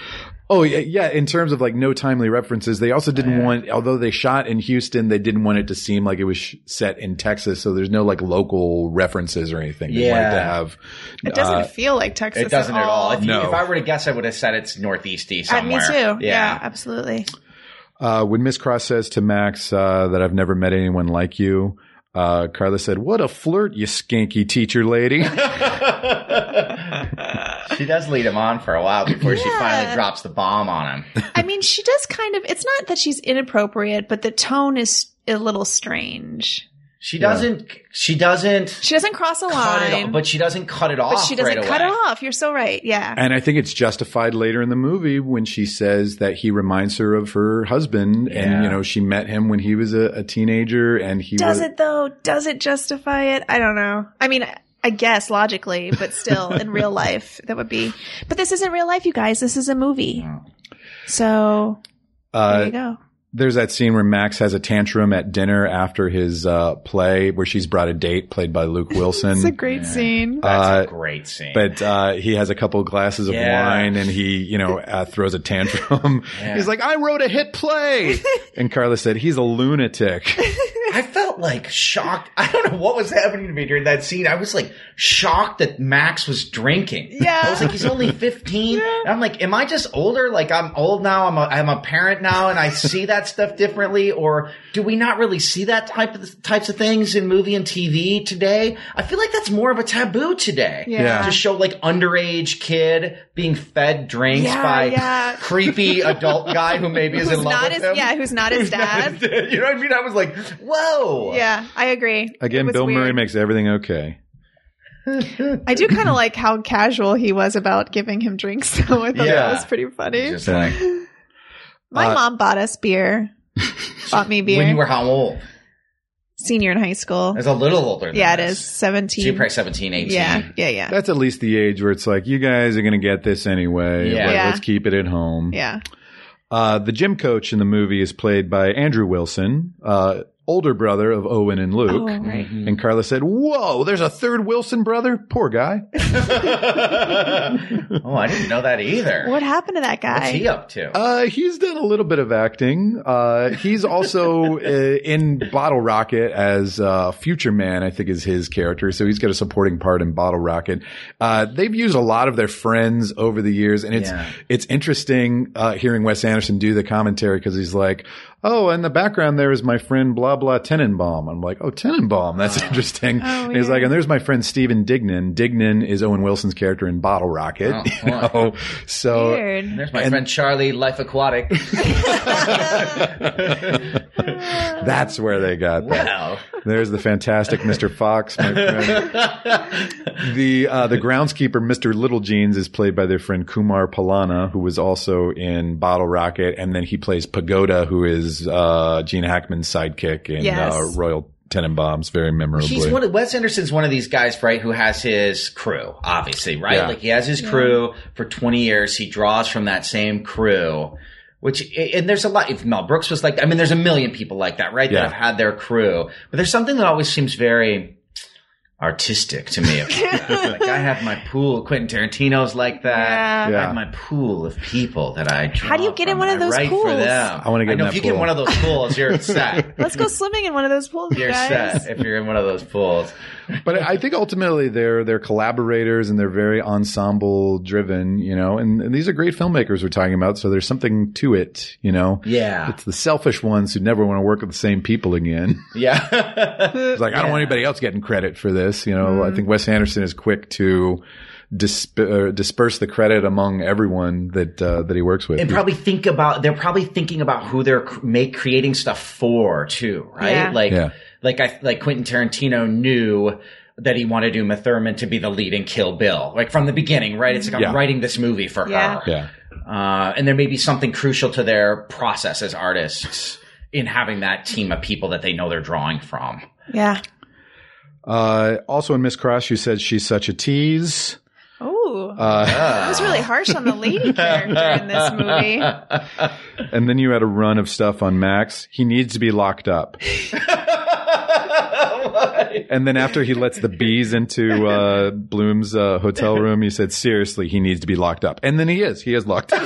Speaker 2: Oh yeah, yeah. In terms of like no timely references, they also didn't want. Although they shot in Houston, they didn't want it to seem like it was sh- set in Texas. So there's no like local references or anything. They wanted to
Speaker 4: Yeah.
Speaker 2: have.
Speaker 3: It doesn't
Speaker 2: uh,
Speaker 3: feel like Texas.
Speaker 4: It doesn't at all. If, you-
Speaker 2: No.
Speaker 4: if I were to guess, I would have said it's northeasty
Speaker 3: Uh,
Speaker 4: somewhere.
Speaker 3: me too. Yeah.
Speaker 4: yeah.
Speaker 3: absolutely.
Speaker 2: Uh, when Miss Cross says to Max uh, that I've never met anyone like you, uh, Carla said, "What a flirt, you skanky teacher lady."
Speaker 4: She does lead him on for a while before she
Speaker 3: Yeah.
Speaker 4: finally drops the bomb on him.
Speaker 3: I mean, she does kind of, it's not that she's inappropriate, but the tone is a little strange.
Speaker 4: She doesn't. She doesn't
Speaker 3: She doesn't cross a
Speaker 4: cut
Speaker 3: line,
Speaker 4: it off, but she doesn't cut it off.
Speaker 3: but she doesn't
Speaker 4: right
Speaker 3: cut
Speaker 4: away.
Speaker 3: it off. You're so right. Yeah.
Speaker 2: And I think it's justified later in the movie when she says that he reminds her of her husband,
Speaker 4: Yeah.
Speaker 2: and you know she met him when he was a, a teenager, and he
Speaker 3: Does
Speaker 2: was,
Speaker 3: it though? Does it justify it? I don't know. I mean, I guess logically, but still in real life, that would be. But this isn't real life, you guys. This is a movie.
Speaker 4: No.
Speaker 3: So there
Speaker 2: Uh,
Speaker 3: you go.
Speaker 2: there's that scene where Max has a tantrum at dinner after his uh, play, where she's brought a date played by Luke Wilson.
Speaker 3: It's a great scene.
Speaker 2: Uh,
Speaker 4: That's a great scene.
Speaker 2: but uh, he has a couple glasses of
Speaker 4: Yeah.
Speaker 2: wine and he, you know, uh, throws a tantrum.
Speaker 4: Yeah.
Speaker 2: He's like, I wrote a hit play. and Carla said, he's a lunatic.
Speaker 4: I felt like shocked. I don't know what was happening to me during that scene. I was like shocked that Max was drinking.
Speaker 3: Yeah.
Speaker 4: I was like, he's only 15. And I'm like, am I just older? Like I'm old now. I'm a, I'm a parent now and I see that stuff differently. Or do we not really see that type of types of things in movie and TV today? I feel like that's more of a taboo today.
Speaker 3: Yeah.
Speaker 4: To show like underage kid being fed drinks
Speaker 3: Yeah,
Speaker 4: by
Speaker 3: yeah.
Speaker 4: creepy adult guy who maybe is
Speaker 3: who's
Speaker 4: in love
Speaker 3: not
Speaker 4: with
Speaker 3: his
Speaker 4: him.
Speaker 3: yeah? Who's not his dad?
Speaker 4: you know what I mean? I was like, whoa.
Speaker 3: Yeah, I agree. It
Speaker 2: Again,
Speaker 3: was
Speaker 2: Bill Murray
Speaker 3: weird.
Speaker 2: makes everything okay.
Speaker 3: I do kind of like how casual he was about giving him drinks. So I thought
Speaker 4: Yeah.
Speaker 3: that was pretty funny.
Speaker 4: Just like
Speaker 3: My
Speaker 2: Uh,
Speaker 3: mom bought us beer. bought me beer.
Speaker 4: when you were how old?
Speaker 3: senior in high school.
Speaker 4: It's a little older. Than
Speaker 3: Yeah, it
Speaker 4: this.
Speaker 3: is seventeen.
Speaker 4: So you're probably 17, 18.
Speaker 3: yeah, yeah, yeah,
Speaker 2: That's at least the age where it's like, you guys are going to get this anyway.
Speaker 4: Yeah.
Speaker 2: Let-
Speaker 3: Yeah.
Speaker 2: Let's keep it at home.
Speaker 3: yeah.
Speaker 2: Uh, the gym coach in the movie is played by Andrew Wilson, uh, older brother of Owen and Luke.
Speaker 3: Oh, right.
Speaker 4: Mm-hmm.
Speaker 2: And Carla said, Whoa, there's a third Wilson brother? Poor guy.
Speaker 4: oh, I didn't know that either.
Speaker 3: What happened to that
Speaker 4: What's he
Speaker 3: guy? Oh,
Speaker 4: up to?
Speaker 2: Uh, he's done a little bit of acting. Uh, he's also uh, in Bottle Rocket as uh, Future Man, I think is his character. So he's got a supporting part in Bottle Rocket. Uh, they've used a lot of their friends over the years, and it's
Speaker 4: Yeah.
Speaker 2: it's interesting uh, hearing Wes Anderson do the commentary because he's like, "Oh, in the background there is my friend blah blah Tenenbaum." I'm like, "Oh, Tenenbaum, that's interesting."
Speaker 3: Oh,
Speaker 2: And he's
Speaker 3: yeah.
Speaker 2: like, "And there's my friend Steven Dignan. Dignan is Owen Wilson's character in Bottle Rocket."
Speaker 4: Oh,
Speaker 2: you
Speaker 4: wow.
Speaker 2: know? So.
Speaker 3: Weird.
Speaker 4: There's my friend Charlie, Life Aquatic.
Speaker 2: That's where they got that.
Speaker 4: wow.
Speaker 2: There's the fantastic Mr. Fox, my friend. the uh, the groundskeeper, Mr. Little Jeans, is played by their friend Kumar Palana, who was also in Bottle Rocket, and then he plays Pagoda, who is uh, Gene Hackman's sidekick in
Speaker 3: Yes.
Speaker 2: uh, Royal Tenenbaums, very memorably.
Speaker 4: He's one of Wes Anderson's one of these guys, right, who has his crew, obviously, right?
Speaker 2: Yeah.
Speaker 4: Like he has his crew for 20 years. He draws from that same crew, which, and there's a lot, if Mel Brooks was like, I mean, there's a million people like that, right?
Speaker 2: Yeah.
Speaker 4: That have had their crew, but there's something that always seems very artistic to me. about that. like I have my pool. Quentin Tarantino's like that.
Speaker 3: Yeah.
Speaker 2: Yeah.
Speaker 4: I have my pool of people that I draw
Speaker 3: How do you get in
Speaker 4: from
Speaker 3: one
Speaker 4: and
Speaker 3: of those
Speaker 4: I write for
Speaker 3: pools?
Speaker 4: them.
Speaker 2: I wanna get
Speaker 4: I
Speaker 2: in
Speaker 4: know
Speaker 2: that
Speaker 4: if you get in
Speaker 2: pool.
Speaker 4: one of those pools, you're set.
Speaker 3: Let's go swimming in one of those pools, you
Speaker 4: You're
Speaker 3: guys.
Speaker 4: set if you're in one of those pools.
Speaker 2: but I think ultimately they're they're collaborators and they're very ensemble driven, you know. And, and these are great filmmakers we're talking about, so there's something to it, you know.
Speaker 4: Yeah.
Speaker 2: It's the selfish ones who never want to work with the same people again.
Speaker 4: Yeah.
Speaker 2: It's like, I don't want anybody else getting credit for this. You know, I think Wes Anderson is quick to disp- uh, disperse the credit among everyone that uh, that he works with.
Speaker 4: and probably think about they're probably thinking about who they're cr- make creating stuff for too, right?
Speaker 3: Yeah.
Speaker 4: Like
Speaker 2: Yeah.
Speaker 4: like I like Quentin Tarantino knew that he wanted Uma Thurman to be the lead in Kill Bill, like from the beginning, right? It's like
Speaker 2: Yeah.
Speaker 4: I'm writing this movie for
Speaker 3: Yeah.
Speaker 4: her,
Speaker 2: yeah.
Speaker 4: uh, and there may be something crucial to their process as artists in having that team of people that they know they're drawing from.
Speaker 3: Yeah.
Speaker 2: Uh, also in Miss Cross, you said she's such a tease.
Speaker 3: Oh,
Speaker 2: Uh,
Speaker 3: it was really harsh on the lady character in this movie.
Speaker 2: and then you had a run of stuff on Max. He needs to be locked up. And then after he lets the bees into uh, Bloom's uh, hotel room, you said, seriously, he needs to be locked up. And then he is. He is locked up.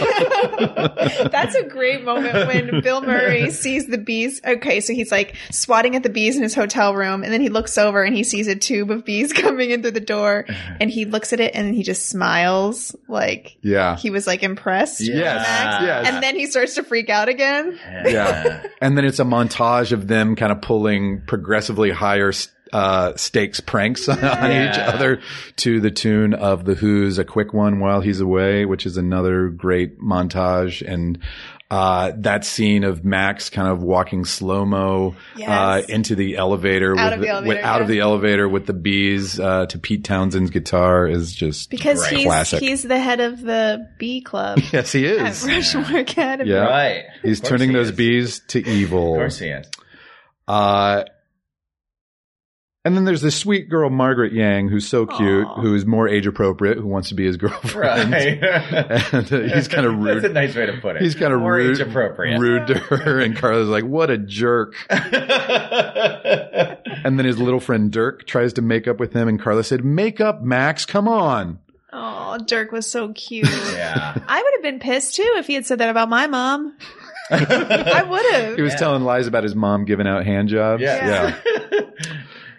Speaker 3: That's a great moment when Bill Murray sees the bees. Okay, so he's like swatting at the bees in his hotel room, and then he looks over and he sees a tube of bees coming in through the door, and he looks at it and he just smiles like
Speaker 2: Yeah.
Speaker 3: he was like impressed.
Speaker 2: Yes.
Speaker 4: Max.
Speaker 2: Yes.
Speaker 3: And then he starts to freak out again.
Speaker 4: uh,
Speaker 2: Yeah. and then it's a montage of them kind of pulling progressively higher uh, stakes pranks on each
Speaker 4: Yeah.
Speaker 2: other to the tune of The Who's A Quick One While He's Away, which is another great montage. And uh, that scene of Max kind of walking slow mo uh,
Speaker 3: Yes.
Speaker 2: into the elevator,
Speaker 3: Out
Speaker 2: with,
Speaker 3: of the elevator,
Speaker 2: with, out of
Speaker 3: yeah.
Speaker 2: the elevator with the bees uh, to Pete Townsend's guitar is just
Speaker 3: because
Speaker 4: Right.
Speaker 3: he's
Speaker 2: Classic.
Speaker 3: he's the head of the B Club
Speaker 2: yes, he
Speaker 3: at
Speaker 2: is.
Speaker 3: Rushmore Academy.
Speaker 2: Yeah.
Speaker 4: Right.
Speaker 2: He's
Speaker 4: Of course
Speaker 2: turning
Speaker 4: he
Speaker 2: those
Speaker 4: is.
Speaker 2: bees to evil.
Speaker 4: Of course he is.
Speaker 2: Uh, and then there's this sweet girl, Margaret Yang, who's so cute,
Speaker 3: Aw.
Speaker 2: who is more age appropriate, who wants to be his girlfriend.
Speaker 4: Right.
Speaker 2: And uh, he's kind of
Speaker 4: That's a
Speaker 2: rude.
Speaker 4: nice way to put it.
Speaker 2: He's kind of
Speaker 4: Or
Speaker 2: rude,
Speaker 4: age-appropriate.
Speaker 2: rude to her, and Carla's like, "What a jerk!" And then his little friend Dirk tries to make up with him, and Carla said, "Make up, Max. Come on."
Speaker 3: Oh, Dirk was so cute.
Speaker 4: yeah.
Speaker 3: I would have been pissed too if he had said that about my mom. I would have.
Speaker 2: He was
Speaker 4: Yeah.
Speaker 2: telling lies about his mom giving out hand jobs.
Speaker 4: Yeah.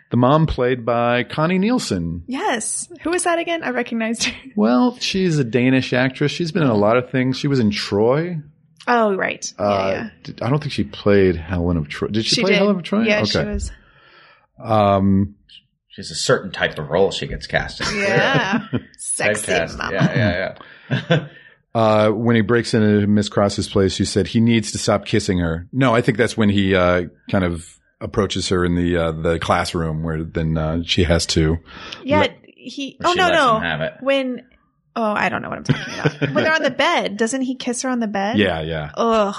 Speaker 2: The mom played by Connie Nielsen.
Speaker 3: Yes. Who was that again? I recognized her.
Speaker 2: Well, she's a Danish actress. She's been in a lot of things. She was in Troy.
Speaker 3: Oh, right. Yeah,
Speaker 2: Uh,
Speaker 3: yeah.
Speaker 2: did- I don't think she played Helen of Troy. Did she, play Helen of Troy?
Speaker 3: Yeah,
Speaker 2: okay.
Speaker 3: she was.
Speaker 2: Um,
Speaker 4: She's a certain type of role she gets cast in.
Speaker 3: Yeah. Sexy
Speaker 4: Typecast.
Speaker 3: mama.
Speaker 4: Yeah, yeah,
Speaker 2: uh, when he breaks into Miss Cross's place, she said he needs to stop kissing her. No, I think that's when he uh, kind of approaches her in the uh, the classroom, where then uh, she has to.
Speaker 3: Yeah, he.
Speaker 4: Or
Speaker 3: Oh
Speaker 4: she
Speaker 3: no,
Speaker 4: lets
Speaker 3: no.
Speaker 4: him have it.
Speaker 3: When. Oh, I don't know what I'm talking about. when they're on the bed, doesn't he kiss her on the bed?
Speaker 2: Yeah, yeah.
Speaker 3: Ugh.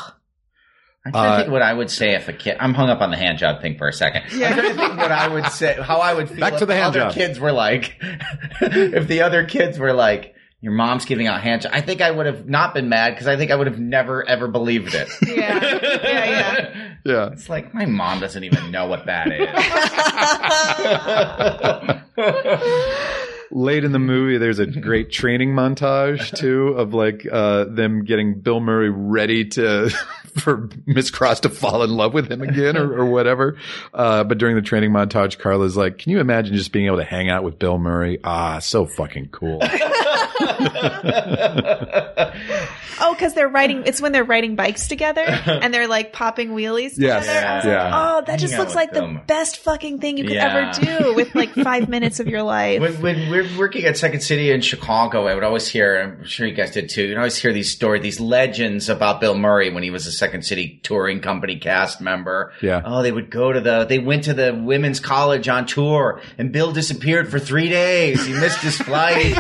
Speaker 4: I'm trying
Speaker 2: Uh,
Speaker 4: to think what I would say if a kid. I'm hung up on the hand job thing for a second. I'm trying to think what I would say, how I would feel
Speaker 2: Back
Speaker 4: if
Speaker 2: to the hand
Speaker 4: other
Speaker 2: job.
Speaker 4: kids were like, if the other kids were like, your mom's giving out hand jobs. I think I would have not been mad because I think I would have never ever believed it.
Speaker 3: Yeah. yeah. Yeah.
Speaker 2: Yeah.
Speaker 4: It's like my mom doesn't even know what that is.
Speaker 2: Late in the movie, there's a great training montage too of like uh, them getting Bill Murray ready to for Miss Cross to fall in love with him again or, or whatever. Uh, but during the training montage, Carla's like, "Can you imagine just being able to hang out with Bill Murray? Ah, so fucking cool."
Speaker 3: Oh, because they're riding. It's when they're riding bikes together and they're like popping wheelies.
Speaker 2: Yes.
Speaker 3: Together. I was like,
Speaker 2: Yeah.
Speaker 3: oh, that just
Speaker 4: Hang out
Speaker 3: looks
Speaker 4: with
Speaker 3: like
Speaker 4: them.
Speaker 3: the best fucking thing you could
Speaker 4: Yeah.
Speaker 3: ever do with like five minutes of your life.
Speaker 4: When, when we're working at Second City in Chicago, I would always hear, and I'm sure you guys did too, you'd always hear these stories, these legends about Bill Murray when he was a Second City touring company cast member.
Speaker 2: Yeah.
Speaker 4: Oh, they would go to the, they went to the women's college on tour and Bill disappeared for three days. He missed his flight.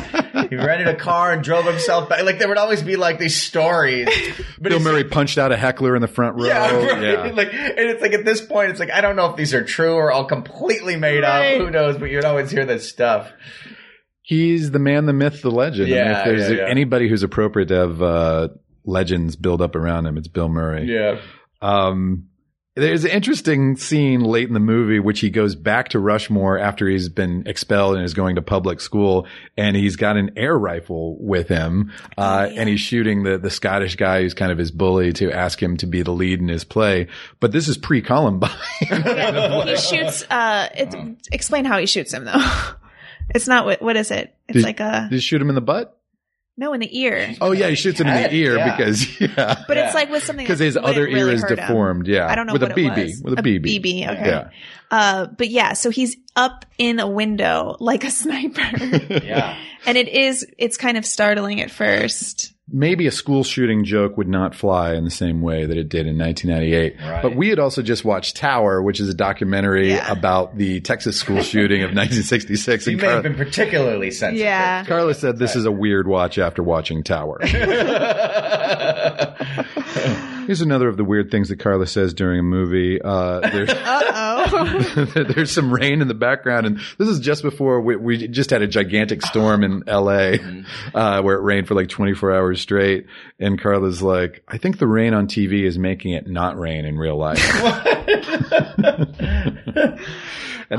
Speaker 4: he rented a car and drove himself back. Like there would always be like these stories. But
Speaker 2: Bill
Speaker 4: it's-
Speaker 2: Murray punched out a heckler in the front row.
Speaker 4: yeah, right.
Speaker 2: Yeah.
Speaker 4: Like, and it's like at this point, it's like I don't know if these are true or all completely made
Speaker 3: Right.
Speaker 4: up. Who knows? But you'd always hear this stuff.
Speaker 2: He's the man, the myth, the legend. I mean,
Speaker 4: Yeah,
Speaker 2: if there's
Speaker 4: yeah, yeah.
Speaker 2: anybody who's appropriate to have uh, legends build up around him, it's Bill Murray.
Speaker 4: Yeah.
Speaker 2: Um, there's an interesting scene late in the movie, which he goes back to Rushmore after he's been expelled and is going to public school, and he's got an air rifle with him,
Speaker 3: Oh,
Speaker 2: uh, and he's shooting the the Scottish guy who's kind of his bully to ask him to be the lead in his play. But this is pre Columbine.
Speaker 3: Yeah, he shoots. Uh, it's, explain how he shoots him though. It's not what. What is it? It's
Speaker 2: Did-
Speaker 3: like a
Speaker 2: Did you shoot him in the butt?
Speaker 3: no in the ear,
Speaker 2: Oh yeah, he shoots him in the
Speaker 4: Heck,
Speaker 2: ear
Speaker 4: yeah.
Speaker 2: because yeah,
Speaker 3: but it's
Speaker 4: Yeah.
Speaker 3: like with something
Speaker 2: because
Speaker 3: that
Speaker 2: his
Speaker 3: wouldn't
Speaker 2: other ear
Speaker 3: really
Speaker 2: is
Speaker 3: hurt him.
Speaker 2: deformed. Yeah,
Speaker 3: I don't know
Speaker 2: with
Speaker 3: what
Speaker 2: a
Speaker 3: it
Speaker 2: BB
Speaker 3: was.
Speaker 2: with a BB.
Speaker 3: BB. Okay.
Speaker 2: Yeah.
Speaker 3: Uh, but yeah, so he's up in a window like a sniper,
Speaker 4: Yeah.
Speaker 3: and it is. It's kind of startling at first.
Speaker 2: maybe a school shooting joke would not fly in the same way that it did in 1998.
Speaker 4: Right.
Speaker 2: But we had also just watched Tower, which is a documentary
Speaker 3: Yeah.
Speaker 2: about the Texas school shooting of 1966.
Speaker 4: You
Speaker 2: And
Speaker 4: may have
Speaker 2: Carla,
Speaker 4: been particularly sensitive.
Speaker 3: Yeah.
Speaker 2: Carla said this is a weird watch after watching Tower. Here's another of the weird things that Carla says during a movie. Uh, there's,
Speaker 3: Uh oh.
Speaker 2: there's some rain in the background, and this is just before we, we just had a gigantic storm in LA
Speaker 4: Mm-hmm.
Speaker 2: uh, where it rained for like 24 hours straight. And Carla's like, I think the rain on TV is making it not rain in real life. and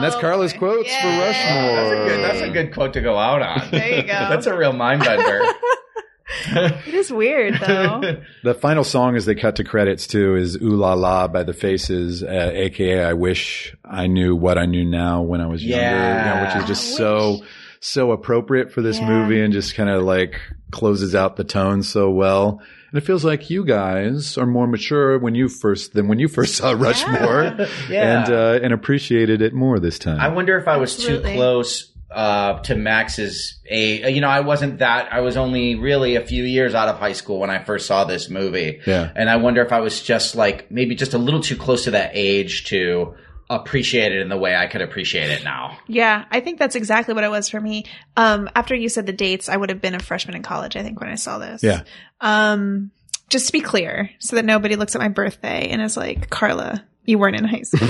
Speaker 2: that's
Speaker 3: Oh,
Speaker 2: Carla's
Speaker 3: boy.
Speaker 2: quotes for
Speaker 3: Yay.
Speaker 2: Rushmore.
Speaker 4: That's a good that's a good quote to go out on.
Speaker 3: There you go.
Speaker 4: That's a real mind bender.
Speaker 3: it is weird though.
Speaker 2: The final song as they cut to credits too is Ooh La La by The Faces, uh, aka I Wish I Knew What I Knew Now When I Was Younger, you know,
Speaker 4: Yeah.
Speaker 2: which is just
Speaker 3: I
Speaker 2: so, so appropriate for this
Speaker 3: Yeah.
Speaker 2: movie and just kind of like closes out the tone so well. And it feels like you guys are more mature when you first, than when you first saw Rushmore
Speaker 4: Yeah.
Speaker 2: and, uh, and appreciated it more this time.
Speaker 4: I wonder if I was
Speaker 3: Absolutely.
Speaker 4: too close uh, to Max's a uh, you know I wasn't that I was only really a few years out of high school when I first saw this movie.
Speaker 2: Yeah.
Speaker 4: And I wonder if I was just like maybe just a little too close to that age to appreciate it in the way I could appreciate it now.
Speaker 3: Yeah, I think that's exactly what it was for me. Um, after you said the dates, I would have been a freshman in college, I think, when I saw this.
Speaker 2: Yeah.
Speaker 3: Um, just to be clear, so that nobody looks at my birthday and is like, Carla, you weren't in high school.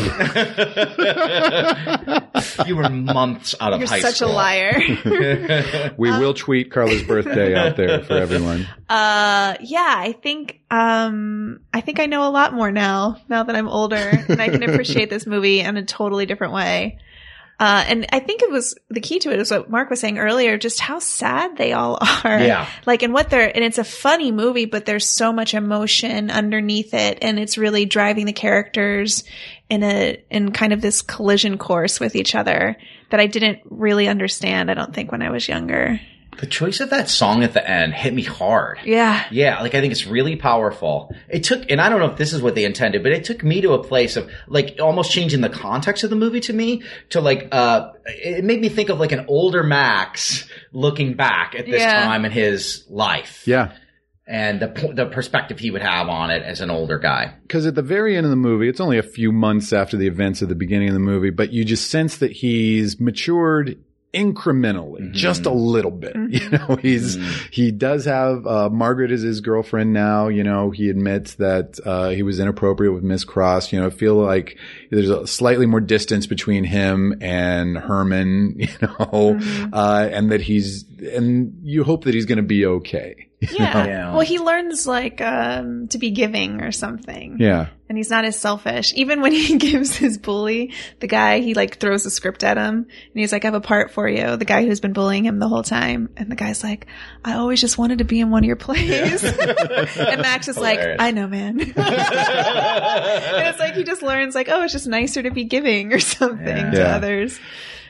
Speaker 4: you were months out of
Speaker 3: You're
Speaker 4: high
Speaker 3: such
Speaker 4: school.
Speaker 3: a liar.
Speaker 2: We will tweet Carla's birthday out there for everyone.
Speaker 3: Uh, yeah, I think um, I think I know a lot more now. Now that I'm older, and I can appreciate this movie in a totally different way. Uh, and I think it was the key to it is what Mark was saying earlier, just how sad they all are.
Speaker 4: Yeah.
Speaker 3: Like, and what they're, and it's a funny movie, but there's so much emotion underneath it. And it's really driving the characters in a, in kind of this collision course with each other that I didn't really understand, I don't think, when I was younger.
Speaker 4: The choice of that song at the end hit me hard.
Speaker 3: Yeah.
Speaker 4: Yeah, like I think it's really powerful. It took, and I don't know if this is what they intended, but it took me to a place of like almost changing the context of the movie to me to like, uh, it made me think of like an older Max looking back at this
Speaker 3: Yeah.
Speaker 4: time in his life
Speaker 2: Yeah.
Speaker 4: and the, po- the perspective he would have on it as an older guy.
Speaker 2: because at the very end of the movie, it's only a few months after the events of the beginning of the movie, but you just sense that he's matured incrementally, just a little bit. You know, he's
Speaker 4: Mm-hmm. Mm.
Speaker 2: he does have uh, Margaret is his girlfriend now. You know, he admits that uh, he was inappropriate with Miss Cross. You know, I feel like there's a slightly more distance between him and Herman. You know,
Speaker 3: Mm-hmm.
Speaker 2: uh, and that he's and you hope that he's going to be okay.
Speaker 3: Yeah.
Speaker 4: Yeah.
Speaker 3: Well, he learns like um, to be giving or something.
Speaker 2: Yeah.
Speaker 3: And he's not as selfish. Even when he gives his bully, the guy, he like throws a script at him and he's like, I have a part for you. The guy who's been bullying him the whole time. And the guy's like, I always just wanted to be in one of your plays. and Max is like,
Speaker 4: Hilarious.
Speaker 3: I know, man. and it's like he just learns like, oh, it's just nicer to be giving or something to
Speaker 2: Yeah.
Speaker 3: others.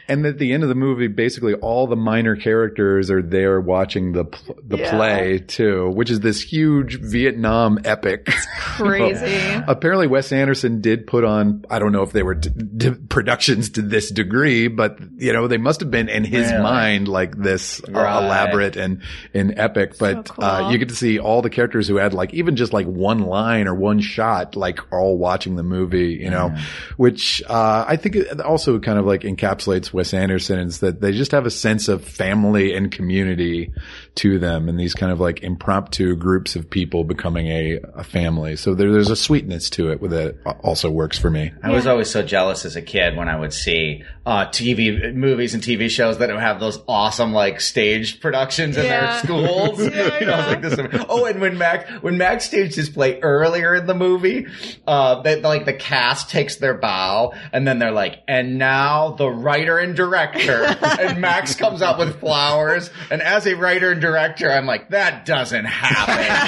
Speaker 2: And at the end of the movie, basically all the minor characters are there watching the pl- the
Speaker 3: Yeah.
Speaker 2: play too, which is this huge Vietnam epic.
Speaker 3: Crazy.
Speaker 2: Apparently, Wes Anderson did put on. I don't know if they were d- d- productions to this degree, but you know they must have been in his
Speaker 4: Really?
Speaker 2: mind like this uh,
Speaker 4: Right.
Speaker 2: elaborate and and epic. But uh,
Speaker 3: cool.
Speaker 2: you get to see all the characters who had like even just like one line or one shot, like are all watching the movie. You know, which uh, I think it also kind of like encapsulates Wes Anderson is that they just have a sense of family and community to them, and these kind of like impromptu groups of people becoming a, a family. So there, there's a sweetness to it that also works for me.
Speaker 4: I was always so jealous as a kid when I would see uh, TV movies and TV shows that would have those awesome like stage productions in
Speaker 3: Yeah.
Speaker 4: their schools.
Speaker 3: Yeah,
Speaker 4: You know, I
Speaker 3: yeah.
Speaker 4: was like, this is- oh, and when Max when Max staged his play earlier in the movie, uh, that like the cast takes their bow and then they're like, and now the writer and director, and Max comes out with flowers. And as a writer and director, I'm like, that doesn't